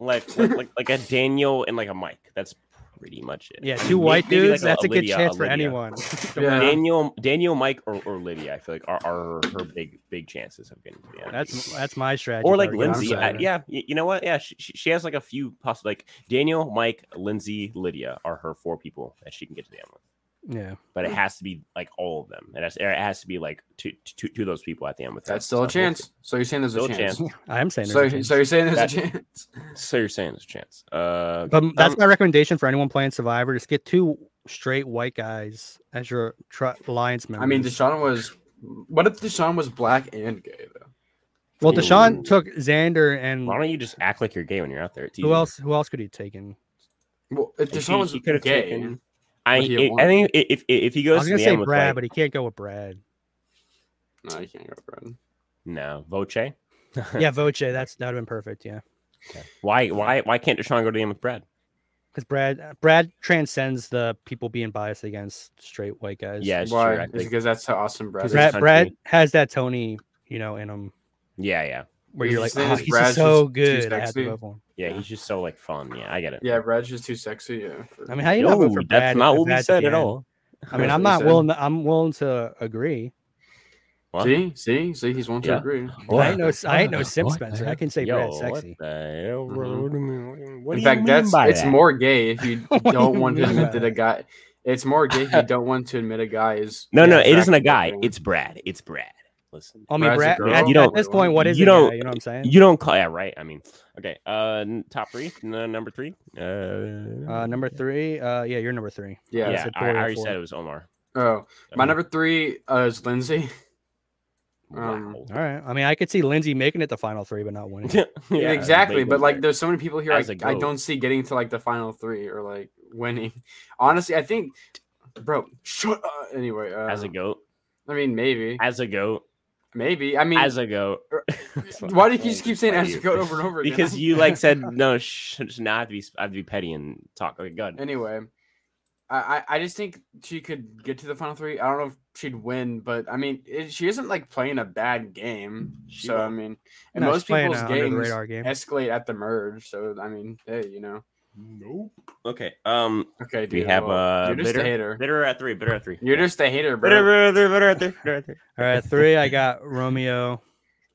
A: like like, like like a Daniel and like a Mike. That's pretty much it.
C: Yeah,
A: I mean,
C: two
A: may-
C: white
A: maybe, like,
C: dudes. that's a good
A: Lydia-
C: chance for
A: Lydia.
C: anyone.
B: Yeah.
A: Daniel, Daniel, Mike, or, or Lydia. I feel like are, are her big big chances of getting to the end.
C: Oh, That's that's my strategy.
A: or
C: if I
A: like
C: were gonna
A: Lindsay.
C: do
A: I-
C: it.
A: yeah, y- you know what? Yeah, she, she she has like a few possible like Daniel, Mike, Lindsay, Lydia are her four people that she can get to the end with.
C: yeah.
A: But it has to be like all of them. It has, it has to be like two, two, two of those people at the end with her.
B: That's still
A: So
B: a
A: we'll see.
B: chance. So you're saying there's a
A: Still a
B: chance.
C: I am saying. there's a
B: So,
C: chance.
B: so you're saying there's
A: That-
B: a chance.
A: So you're saying there's a chance. Uh,
C: but m- that's
A: um,
C: my recommendation for anyone playing Survivor. Just get two straight white guys as your tri- alliance members.
B: I mean, Deshaun was. What if Deshaun was black and gay though?
C: well, Deshaun
A: Ooh.
C: took Xander and
A: why don't you just act like you're gay when you're out there? It's
C: who
A: easier.
C: else? Who else could he take in?
B: Well, if
A: Like,
B: Deshaun was
A: could have
B: gay,
A: taken- I,
B: what he
A: I- I
B: wanted.
A: think i- if if he
C: I
A: goes
C: was
A: to
C: gonna
A: the
C: say
A: end with
C: Brad,
A: like,
C: but he can't go with Brad.
B: no, you can't go Brad.
A: no Voce,
C: Yeah, Voce. That's that'd have been perfect. Yeah,
A: why why why can't Deshaun go to the end with Brad?
C: because Brad uh, Brad transcends the people being biased against straight white guys.
A: Yeah, it's true.
B: Why?
A: I
B: It's
A: think-
B: because that's how Austin Brad
C: because
B: is.
A: Brad-
C: Brad,
A: country.
C: Brad has that Tony, you know, in him
A: yeah, yeah,
C: where
B: Is
C: you're
B: his
C: like,
B: name
C: oh,
B: is
C: he's
B: Brad's
C: just so
B: just too
C: good. I have to
B: sexy?"
C: vote for him.
A: yeah. He's just so like fun. Yeah, I get it.
B: Yeah, Brad's just too sexy. Yeah. for-
C: I mean, how you not vote
A: no,
C: for
A: that's
C: Brad?
A: not
C: if
A: what we
C: that's the
A: said at
C: end?
A: all.
C: I mean,
B: That's
C: I'm
B: what he
C: not
B: said.
C: willing. I'm willing to agree.
A: What?
B: see, see, see, he's one to
A: Yeah.
B: agree.
A: What?
C: I ain't no, I ain't no
A: What
C: Sim
A: the
C: Spencer. I
A: heck?
C: can say
A: Yo,
C: Brad's
A: what
C: sexy.
A: the hell, bro?
B: Mhm.
A: What do you mean- what do
B: In
A: you
B: fact,
A: mean
B: that's
A: by
B: it's
A: that?
B: more gay if you
C: What do
B: don't
C: you
B: want to
C: mean by
B: admit that a
C: that?
B: guy. It's more gay if you don't want to admit a guy is.
A: No, no, it isn't a
B: attracted to
A: guy.
B: women.
A: It's Brad. It's Brad. Listen,
C: I mean,
B: Brad's a
C: Brad.
B: girl.
C: At,
A: You
C: at
A: don't-
C: this point, what is
A: you
C: it? Yeah,
A: don't-
C: you know what I'm saying?
A: you don't call. Yeah, right. I mean, okay. Uh, n- top three, n- number three. Uh,
C: Uh, number three. Uh, yeah, you're number three.
B: yeah.
A: yeah.
C: I said
A: I, I
C: four or
A: already
C: four.
A: said it was Omar.
B: Oh, my
A: Okay.
B: number three uh, is Lindsay. um,
A: Wow.
C: All right. I mean, I could see Lindsay making it the final three, but not winning.
A: Yeah,
B: exactly,
A: they
B: but
A: went
B: like,
A: there.
B: there's so many people here I,
A: As a
B: I
A: goat.
B: don't see getting to like the final three or like winning. Honestly, I think, bro, shut up. Anyway, uh,
A: as a goat,
B: I mean, maybe,
A: as a goat,
B: maybe. I mean, er,
A: as a goat.
B: why do you just keep saying
A: Why
B: as a
A: you-
B: goat over and over again?
A: Because you like said no. Sh- sh- now I have to be. I have to be petty and talk. Okay, good.
B: Anyway, I, I I just think she could get to the final three. I don't know if she'd win, but I mean, it, she isn't like playing a bad game.
A: She
B: so I
A: won't.
B: mean, and
C: No, she's
B: most
C: playing
A: uh,
B: people's
C: a under the
B: games
C: radar game.
B: escalate at the merge. So I mean, hey, you know.
A: Nope. Okay. Um.
B: Okay, dude.
A: We have
B: well,
A: uh.
B: you're just
A: bitter,
B: a hater.
A: Bitter at three. Bitter at three.
B: You're just a hater, bro.
A: bitter. Bitter. Bitter. Bitter at three. Bitter at three.
C: All right, three. I got Romeo.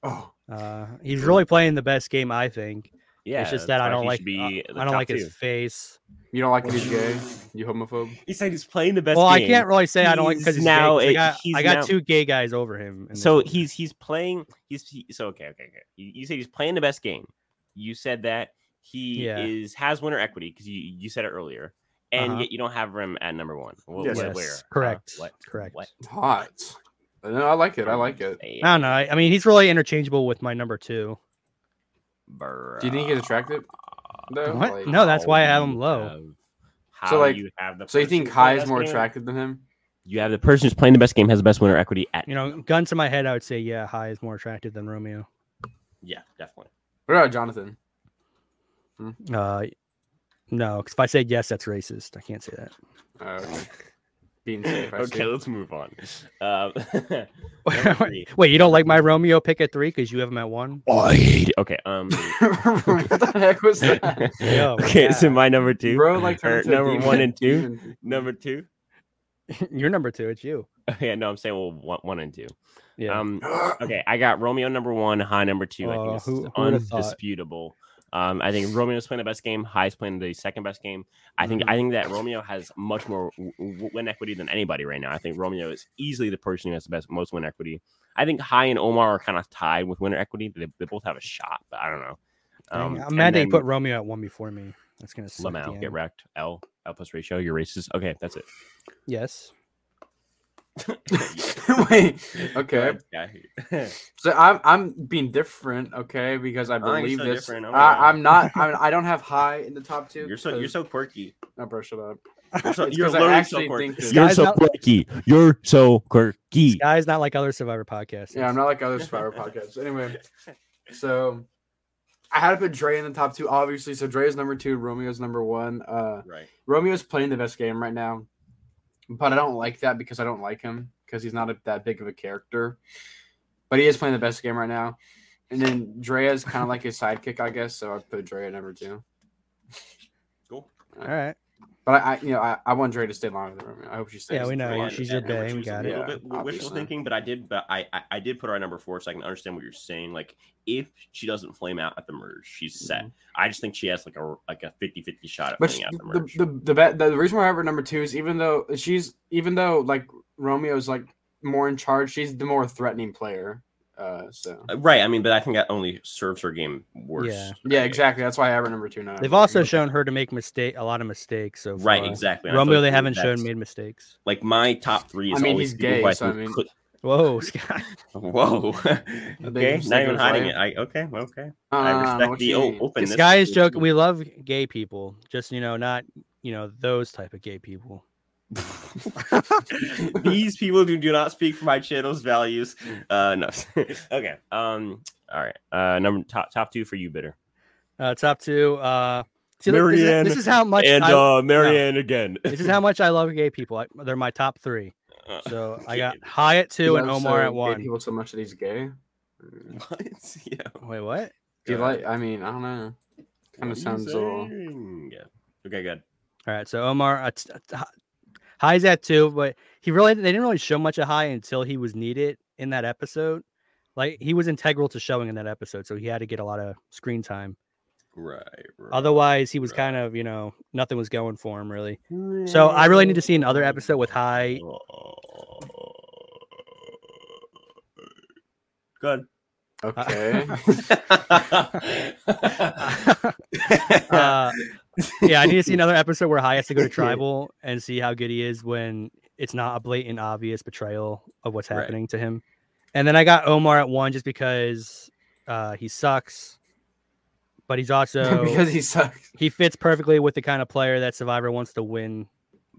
B: Oh,
C: Uh, he's really playing the best game, I think.
A: Yeah.
C: it's just
A: that's
C: that I
A: why
C: don't
A: he
C: like.
A: should
C: I,
A: at the
C: I don't
A: top
C: like
A: two.
C: his face.
B: you don't like that he's gay? You homophobe?
A: He said he's playing the best.
C: well, I
A: game.
C: can't really say I don't like because
A: He's
C: he's
A: now
C: now.
A: a-
C: I got,
A: he's
C: I got
A: now-
C: two gay guys over him. in this
A: So
C: one.
A: he's he's playing. He's he, so okay. Okay. Okay. You, you said he's playing the best game. You said that he
C: Yeah.
A: is has winner equity because you you said it earlier, and
C: Uh-huh.
A: yet you don't have him at number one. Wh-
B: Yes.
A: wh-
B: Yes,
A: where? Huh?
C: correct,
A: What?
C: correct.
A: What?
B: Hot. No, I like it. I like it.
C: I don't know. I, I mean, he's really interchangeable with my number two.
B: Do you think he's attractive? Though?
C: What?
B: Like-
C: No, Oh, that's why I have
A: you
C: him loigh.
A: have- How
B: So, like-
A: you have the
B: So you
A: person
B: think
A: who's playing
B: Kai
A: the
B: is
A: best
B: more
A: game?
B: attractive than him?
A: You have the person who's playing the best game has the best winner equity at.
C: You know, gun to my head, I would say, yeah, High is more attractive than Romeo.
A: Yeah, definitely.
B: What about Jonathan?
C: Uh, no, because if I say yes, that's racist. I can't say that.
B: Oh, okay. Being safe. I
A: okay,
B: see.
A: let's move on. Um, number three.
C: Wait, you don't like my Romeo pick at three because you have him at one?
A: okay. Um.
B: what the heck was that?
C: Yo,
A: okay, so
B: yeah.
A: my number two,
B: Bro, like
A: or
B: turned into a
A: number
B: demon-
A: one and two,
B: demon.
A: number two.
C: You're number two. It's you.
A: Yeah, no, I'm saying well, one, one and two.
C: Yeah.
A: Um, okay, I got Romeo number one, High number two. I
C: Oh,
A: think this
C: who-
A: is
C: who would've thought?
A: undisputable. Um, I think Romeo's playing the best game. High's playing the second best game. I think
C: Mm-hmm.
A: I think that Romeo has much more w- w- win equity than anybody right now. I think Romeo is easily the person who has the best most win equity. I think High and Omar are kind of tied with winner equity. They, they both have a shot, but I don't know.
C: Dang,
A: Um,
C: I'm mad
A: and
C: that you
A: then
C: put Romeo at one before me. That's gonna suck.
A: Lamau get
C: Dan.
A: wrecked. L L plus ratio. You're racist. Okay, that's it.
C: Yes.
B: Wait. Okay.
A: Yeah.
B: So I'm I'm being different, okay, because I
A: Oh, you're
B: believe
A: so
B: this.
A: different. Oh my God.
B: I, I'm not. I'm, I don't have high in the top two.
A: You're so you're
B: 'cause-
A: so quirky.
B: No, bro, shut up.
A: You're so,
B: It's
A: you're
B: 'cause I
A: literally so
B: actually
A: quirky.
B: think this-
A: You're
C: Guys,
A: so
C: now-
A: quirky. You're so quirky.
C: Guy's not like other Survivor podcasts.
B: Yeah, I'm not like other Survivor podcasts. Anyway, so I had to put Dre in the top two, obviously. So Dre is number two, Romeo's number one. Uh,
A: Right.
B: Romeo's playing the best game right now, but I don't like that because I don't like him because he's not a, that big of a character. But he is playing the best game right now. And then Dre is kind of like his sidekick, I guess. So I put Dre at number two.
A: Cool.
C: All right.
B: But I, I you know, I, I want Dre to stay longer than Romeo. I hope she stays.
C: Yeah, we know.
A: Yeah,
C: she's
A: and-
C: your
A: and
C: bae, we
A: which was a
C: got
B: it.
A: little
B: Yeah,
A: bit wi- wishful
B: obviously.
A: thinking, but I did, but I, I, I did put her at number four, so I can understand what you're saying. Like, if she doesn't flame out at the merge, she's set. I just think she has like a like a 50-50 shot at
B: But
A: flaming
B: she-
A: out at the
B: the
A: merge.
B: the the, bet- the reason why I have her number two is even though she's even though like Romeo's like more in charge, she's the more threatening player. Uh, so
A: Uh, right. I mean, but I think that only serves her game worse.
C: Yeah.
B: yeah, exactly. That's why I have her number two now.
C: They've also shown her to make mistake a lot of mistakes. So
A: Right.
C: far.
A: Exactly. And I feel
C: Romeo,
A: like
C: they haven't
A: that's-
C: shown made mistakes.
A: Like my top three is
B: I mean,
A: always
B: he's
A: people who
B: gay,
A: I
B: so I
A: think
B: mean-
A: could-
C: Whoa, Scott.
A: Whoa. okay.
B: just
A: Not
B: like
A: even
B: it was
A: hiding
B: like-
A: it. I okay. well, Okay.
B: No, no, no,
A: I
B: no,
A: respect
B: Um, what
A: the
B: you
A: o-
B: mean.
A: openness.
C: This guy is
A: to-
C: joking. We love gay people, just you know, not you know those type of gay people.
A: These people do, do not speak for my channel's values. Uh, no. okay. Um. All right. Uh. Number top top two for you, bitter.
C: Uh, top two. Uh, see, look, this, is,
A: Marianne
C: this is how much
A: and
C: I,
A: uh, Marianne again.
C: this is how much I love gay people. I, they're my top three.
A: Uh,
C: So I got High at two and
B: You love
C: Omar
B: so
C: at
B: uh, gay
C: one.
B: People so much that he's gay. Do
A: what? Yeah.
C: Wait, what?
B: you
A: God.
B: like? I mean, I don't know.
A: What
B: Kind
A: are
B: of
A: you
B: sounds a little.
A: saying? Yeah. Okay. Good.
C: All right, so Omar uh, t- t- Hi- High's at two, but he really they didn't really show much of High until he was needed in that episode. Like he was integral to showing in that episode, so he had to get a lot of screen time.
A: Right. right.
C: Otherwise, he was
A: Right.
C: kind of you know nothing was going for him really. So I really need to see another episode with High.
A: Good.
B: Okay.
C: uh, yeah, I need to see another episode where High has to go to tribal and see how good he is when it's not a blatant, obvious betrayal of what's
A: Right.
C: happening to him. And then I got Omar at one just because uh, he sucks, but he's also
B: because he sucks.
C: he fits perfectly with the kind of player that Survivor wants to win.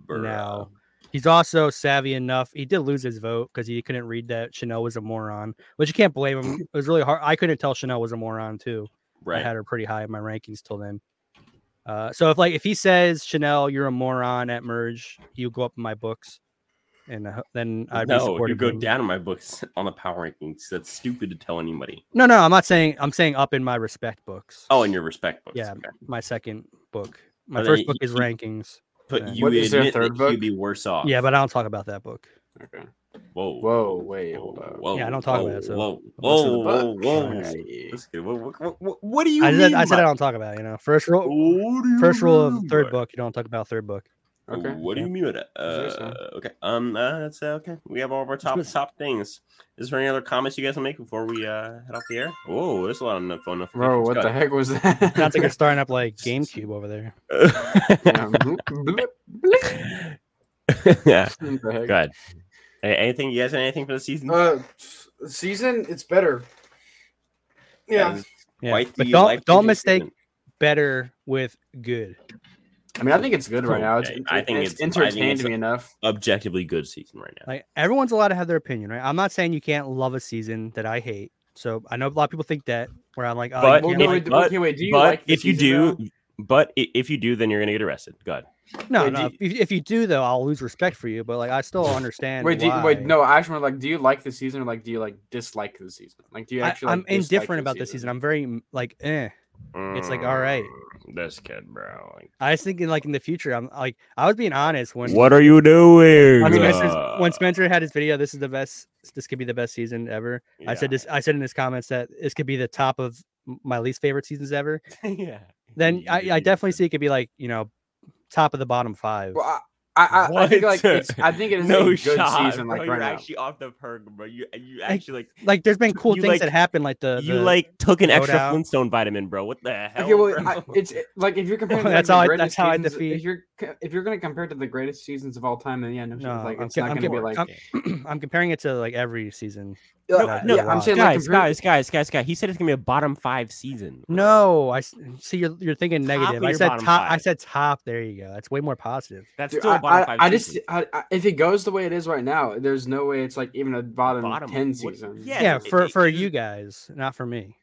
C: Now he's also savvy enough. He did lose his vote because he couldn't read that Chanel was a moron, which you can't blame him. It was really hard. I couldn't tell Chanel was a moron too. I
A: Right.
C: had her pretty high in my rankings till then. Uh, so if like if he says Chanel, you're a moron at merge, you go up in my books, and uh, then I'd
A: no,
C: be
A: you
C: supportive.
A: go
C: of him.
A: down in my books on the power rankings. That's stupid to tell anybody.
C: No, no, I'm not saying. I'm saying up in my respect books.
A: Oh, in your respect books.
C: Yeah.
A: okay.
C: my second book. My
A: Oh, then
C: first
A: you-
C: book is
A: you-
C: rankings.
A: But
C: Yeah.
A: you
B: What, is there a
A: admit
B: third
A: that
B: book?
A: you'd be worse off.
C: Yeah, but I don't talk about that book.
B: Okay.
A: Whoa.
B: Whoa, wait,
A: Whoa,
B: hold up.
A: whoa,
C: Yeah, I don't talk
A: whoa,
C: about it, so-
A: Whoa,
B: What's in
A: whoa, whoa,
B: the
A: whoa.
B: book?
A: That's good. What, what, what, what do you
C: I
A: mean?
C: said, I said I
A: by-
C: don't talk about. It, you know, first rule.
A: What do you
C: First rule of
A: mean
C: third
A: by-
C: book. You don't talk about third book.
B: Okay.
A: What do
C: Yeah.
A: you mean by that?
B: Is there
A: Uh, okay. Um. Uh, that's uh, okay. We have all of our top
C: good.
A: top things. Is there any other comments you guys will make before we uh, head off the air? Whoa, there's a lot of no- phone notifications.
B: Bro, what the
A: Got
B: heck was that?
C: Sounds like it's starting up like GameCube over there.
A: it.
B: Yeah, bloop, bloop, bloop.
A: yeah.
B: What the heck?
A: Go ahead. A- Anything you guys have anything for the season?
B: Uh, season, it's better. Yeah,
C: Yeah.
A: Quite
C: But
A: the
C: don't
A: life-changing
C: don't mistake
A: statement.
C: better with good.
B: I mean, I think it's good right now. It's,
A: Okay, I think
B: it's,
A: it's- I think
B: entertained
A: it's-
B: me enough.
A: Objectively good season right now.
C: Like everyone's allowed to have their opinion, right? I'm not saying you can't love a season that I hate. So I know a lot of people think that where I'm like, oh,
A: But-
C: you
B: Well,
C: can't
B: no,
A: if-
C: like-
B: wait,
A: but-
B: okay, wait, do you
A: but
B: like the
A: if you do,
B: season,
A: but i- if you do, then you're gonna get arrested. Go ahead.
C: no,
B: wait, do
C: no. If, if you do though, I'll lose respect for you. But like, I still
B: though?
C: understand.
B: Wait, do you, wait,
C: why.
B: no, I actually like, do you like the season or like, do you like dislike the season? Like, do you
C: I,
B: actually?
C: am
B: like, dislike
C: indifferent about this season. I'm very mm, like, eh. It's like, all right.
A: Mm, This kid, bro. like,
C: I was thinking like in the future, I'm like, I was being honest when
A: what are you doing?
C: when, Spencer's-
A: Uh,
C: when Spencer had his video. This is the best. This could be the best season ever. I said
A: yeah.
C: this. I said in his comments that this could be the top of m- my least favorite seasons ever.
A: yeah.
C: Then
A: You-
C: I,
A: you-
C: I
A: you
C: definitely
A: said-
C: see it could be like you know, top of the bottom five.
B: Well, I, I, I, I think like
A: What?
B: it's, I think it is a
A: no
B: good
A: shot,
B: season
A: bro,
B: like
A: you're
B: right now.
A: actually off the perk, bro. You you actually like
C: like there's been cool
A: you,
C: things
A: like-
C: that happened. Like the,
A: you
C: the-
A: like took an extra
C: loadout.
A: Flintstone vitamin, bro. What the hell?
B: Okay, well,
A: bro?
B: I, it's it- like if you're comparing. to,
C: That's
B: like,
C: how
B: the
C: I-
B: greatest
C: that's how I
B: seasons-
C: defeat-
B: If you're co- if you're gonna compare it to the greatest seasons of all time, then yeah, no, shit,
C: No,
B: like
C: I'm
B: it's
C: ki-
B: not
C: I'm
B: gonna be
C: ki-
B: like.
C: I'm- I'm comparing it to like every season.
B: Yeah,
A: No,
B: uh, yeah,
A: no,
B: I'm saying like
A: guys,
B: compare-
A: guys, guys, guys, guys. He said it's gonna be a bottom five season.
C: No, I s- see you're you're thinking
A: Top
C: negative.
A: of
C: I
A: your
C: said
A: bottom
C: top. I
A: five.
C: said top. There you go. That's way more positive.
A: That's
B: Dude,
A: still a
B: I,
A: bottom
B: I,
A: five.
B: I just
A: season.
B: I, I, if it goes the way it is right now, there's no way it's like even a bottom,
A: Bottom-
B: ten
A: what-
B: season.
A: yeah,
C: yeah,
A: it-
C: for
A: it-
C: for
A: it-
C: you guys, not for me.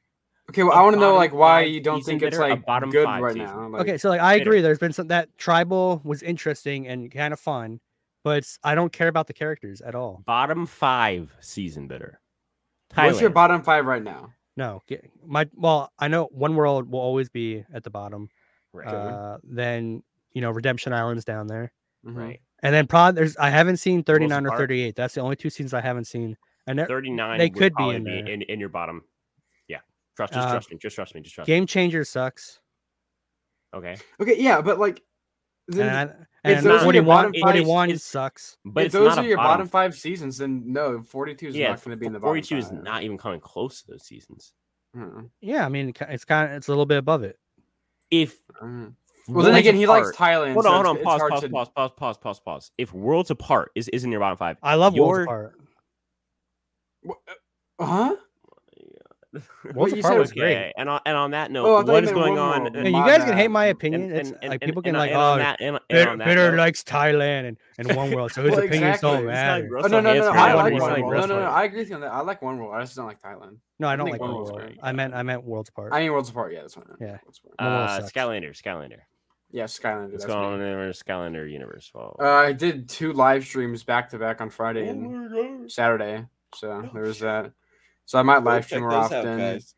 B: Okay, well,
A: a
B: I want to know
A: bottom
B: like why
A: five
B: you don't
A: season
B: think it's
A: getter, a
B: like
A: bottom
B: good
A: five
B: right
A: season.
B: now. Like,
C: Okay, so like I
A: later.
C: agree. There's been some that tribal was interesting and kind of fun, but it's- I don't care about the characters at all.
A: bottom five season bitter.
B: what's your
A: Thailand.
B: bottom five right now?
C: No, get, my well, I know one world will always be at the bottom.
A: Right.
C: Uh, then you know Redemption Island's down there.
B: Mhm.
A: right.
C: And then probably there's I haven't seen 39 or
A: Park.
C: 38. That's the only two scenes I haven't seen. And that-
A: Thirty nine.
C: they could be
A: probably
C: in
A: be
C: there.
A: in, in your bottom. Yeah. Trust. Just
C: Uh,
A: trust me. Just trust me. Just trust
C: Game Changer sucks.
A: me. Okay.
B: Okay, yeah, but like,
C: And,
B: then
C: I,
B: if
A: those
C: and
A: are your
C: 41,
B: bottom five-
C: 41
A: it's-
C: sucks.
A: But
B: if
A: it's
B: those
A: not
B: are
A: a
B: your
A: bottom
B: bottom five seasons, then no, forty two is
A: yeah,
B: not going to be in the bottom.
A: 42 is
B: five.
A: not even coming close to those seasons.
B: Mm,
C: Yeah, I mean it ki- it's kind of it's a little bit above it.
A: If
B: mm. Well, then
A: Worlds
B: again, he likes
A: Apart-
B: Thailand.
A: Hold
B: so
A: on, hold
B: it's-
A: on.
B: it's
A: Pause,
B: hard
A: pause,
B: to-
A: pause, pause, pause, pause, pause. If Worlds Apart is is in your bottom five,
C: I love
A: Your-
C: Worlds Apart.
B: uh, Huh?
C: Worlds
B: you
C: Apart
B: said
C: was
B: was
C: great.
A: And on and on that note,
B: Oh, I thought you
A: what is
B: meant
A: going
B: One
A: on?
B: World.
A: in-
C: Yeah, you
B: my
C: guys can
B: bad.
C: hate my
A: and-
C: opinion.
A: and-
C: it's
A: and-
C: like
A: and-
C: people
A: and
C: can
A: on-
C: like,
A: and on
C: oh,
A: that- and- and
C: Bitter,
A: on that
C: Bitter
A: note-
C: likes Thailand and, and One World, so his
B: Well,
C: opinions don't
A: It's
B: exactly. It's
C: matter.
A: like
B: Oh, no,
A: Russell
B: no, no, no.
A: Hansford, it's
B: I like
A: like
B: One World. No,
A: Russell
B: no, no.
A: Hansford.
B: I agree with you on that. I like One World. I just don't like Thailand.
C: no, I
B: I
C: don't
B: think
C: like
B: One
C: One
B: World's
C: World.
B: great.
C: I meant I meant Worlds Apart.
B: I mean, Worlds Apart. Yeah, that's one.
C: Yeah.
B: Worlds Apart.
C: One World
A: Uh,
C: sucks.
A: Skylander, Skylander.
B: Yeah, Skylander.
A: What's
B: That's
A: going on
B: me.
A: in the Skylander universe? Well,
B: Uh, I did two live streams back to back on Friday
A: oh
B: and
A: my God.
B: Saturday, so
A: Oh,
B: there was
A: shit.
B: that. So I might
A: Go
B: live
A: check
B: stream more
A: those out,
B: often.
A: guys,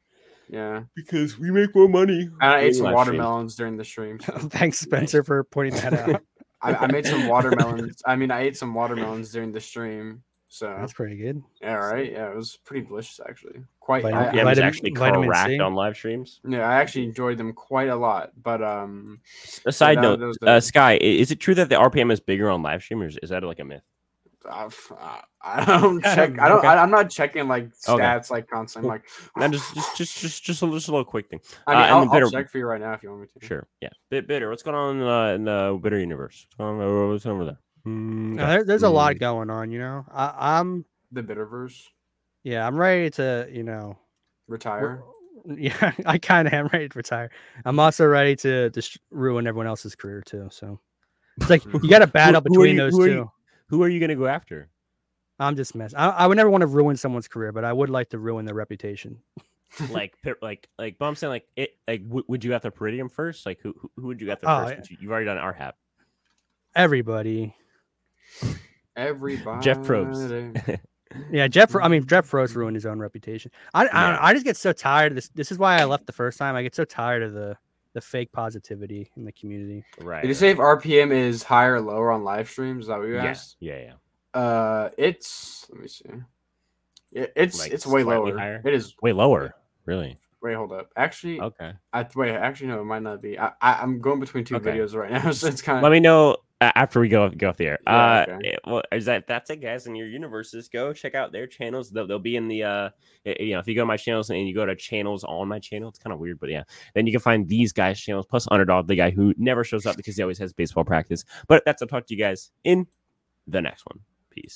B: Yeah,
A: because we make more money.
B: and I
A: doing
B: ate some
A: live streams.
B: watermelons during the stream. so-
C: Thanks, Spencer, for pointing that out.
B: I, I made some watermelons. I mean, I ate some watermelons during the stream. So
C: That's pretty good.
B: yeah, right. Yeah, it was pretty delicious actually. Quite.
C: But-
B: I,
A: Yeah,
B: I-
A: was
C: Vitamin-
A: actually
C: vitamin C.
A: correct on live streams.
B: yeah, I actually enjoyed them quite a lot. But um,
A: A side
B: that-
A: note,
B: that was the-
A: uh, Sky, i- is it true that the RPM is bigger on live streamers? Is that like a myth?
B: I, I don't check. I don't.
C: Okay.
B: I, I'm not checking like
A: Okay.
B: stats like constantly. I'm like
A: No, just, just, just, just, just a, just a little quick thing. Uh,
B: I mean,
A: and
B: I'll,
A: then
B: I'll
A: bitter-
B: check for you right now if you want me to.
A: Sure. Yeah. Bit bitter. What's going on in, uh, in the bitter universe? What's going on? What's over there? Mm,
C: Now,
A: okay.
C: there, there's a lot
A: Mm.
C: going on, you know. I, I'm
B: The Bitterverse
C: yeah, I'm ready to you know.
B: retire.
C: r- Yeah, I kind of am ready to retire. I'm also ready to just ruin everyone else's career too. So it's like you got a battle
A: who are
C: between
A: you-
C: those
A: who are
C: two.
A: you- Who are you gonna go after?
C: I'm just messing. I, I would never want to ruin someone's career, but I would like to ruin their reputation.
A: like, pi- like, like. But I'm saying, like, it, like, w- would you go after Peridium first? Like, who, who, who would you go after
C: Oh,
A: first?
C: yeah.
A: since you- You've already done RHAP.
C: Everybody.
B: Everybody.
A: Probst.
C: Yeah, Jeff. Fro- I mean, Jeff Frost ruined his own reputation. I, I, don't
A: Mm-hmm. Yeah.
C: know, I just get so tired of this. This is why I left the first time. I get so tired of the the fake positivity in the community.
A: Right.
B: Did you
A: right.
B: say if RPM is higher or lower on live streams? Is that what you
A: Yeah.
B: asked?
A: Yeah. Yeah.
B: Uh, it's let me see. It, it's
A: Like,
B: it's way
A: slightly
B: lower.
A: higher?
B: It is.
A: Way lower. Really.
B: Wait, hold up. Actually,
A: Okay.
B: I wait. Actually, no, it might not be. I, I I'm going between two
A: Okay.
B: videos right now, so it's kind
A: Let
B: of.
A: me know. uh, after we go go off the air.
B: Yeah,
A: uh,
B: okay.
A: it- well, is that that's it, guys? In your universes, go check out their channels. They'll, they'll be in the uh, y- you know, if you go to my channels and you go to channels on my channel, it's kind of weird, but yeah, then you can find these guys' channels plus Underdog, the guy who never shows up because he always has baseball practice. But that's I'll talk to you guys in the next one. Peace.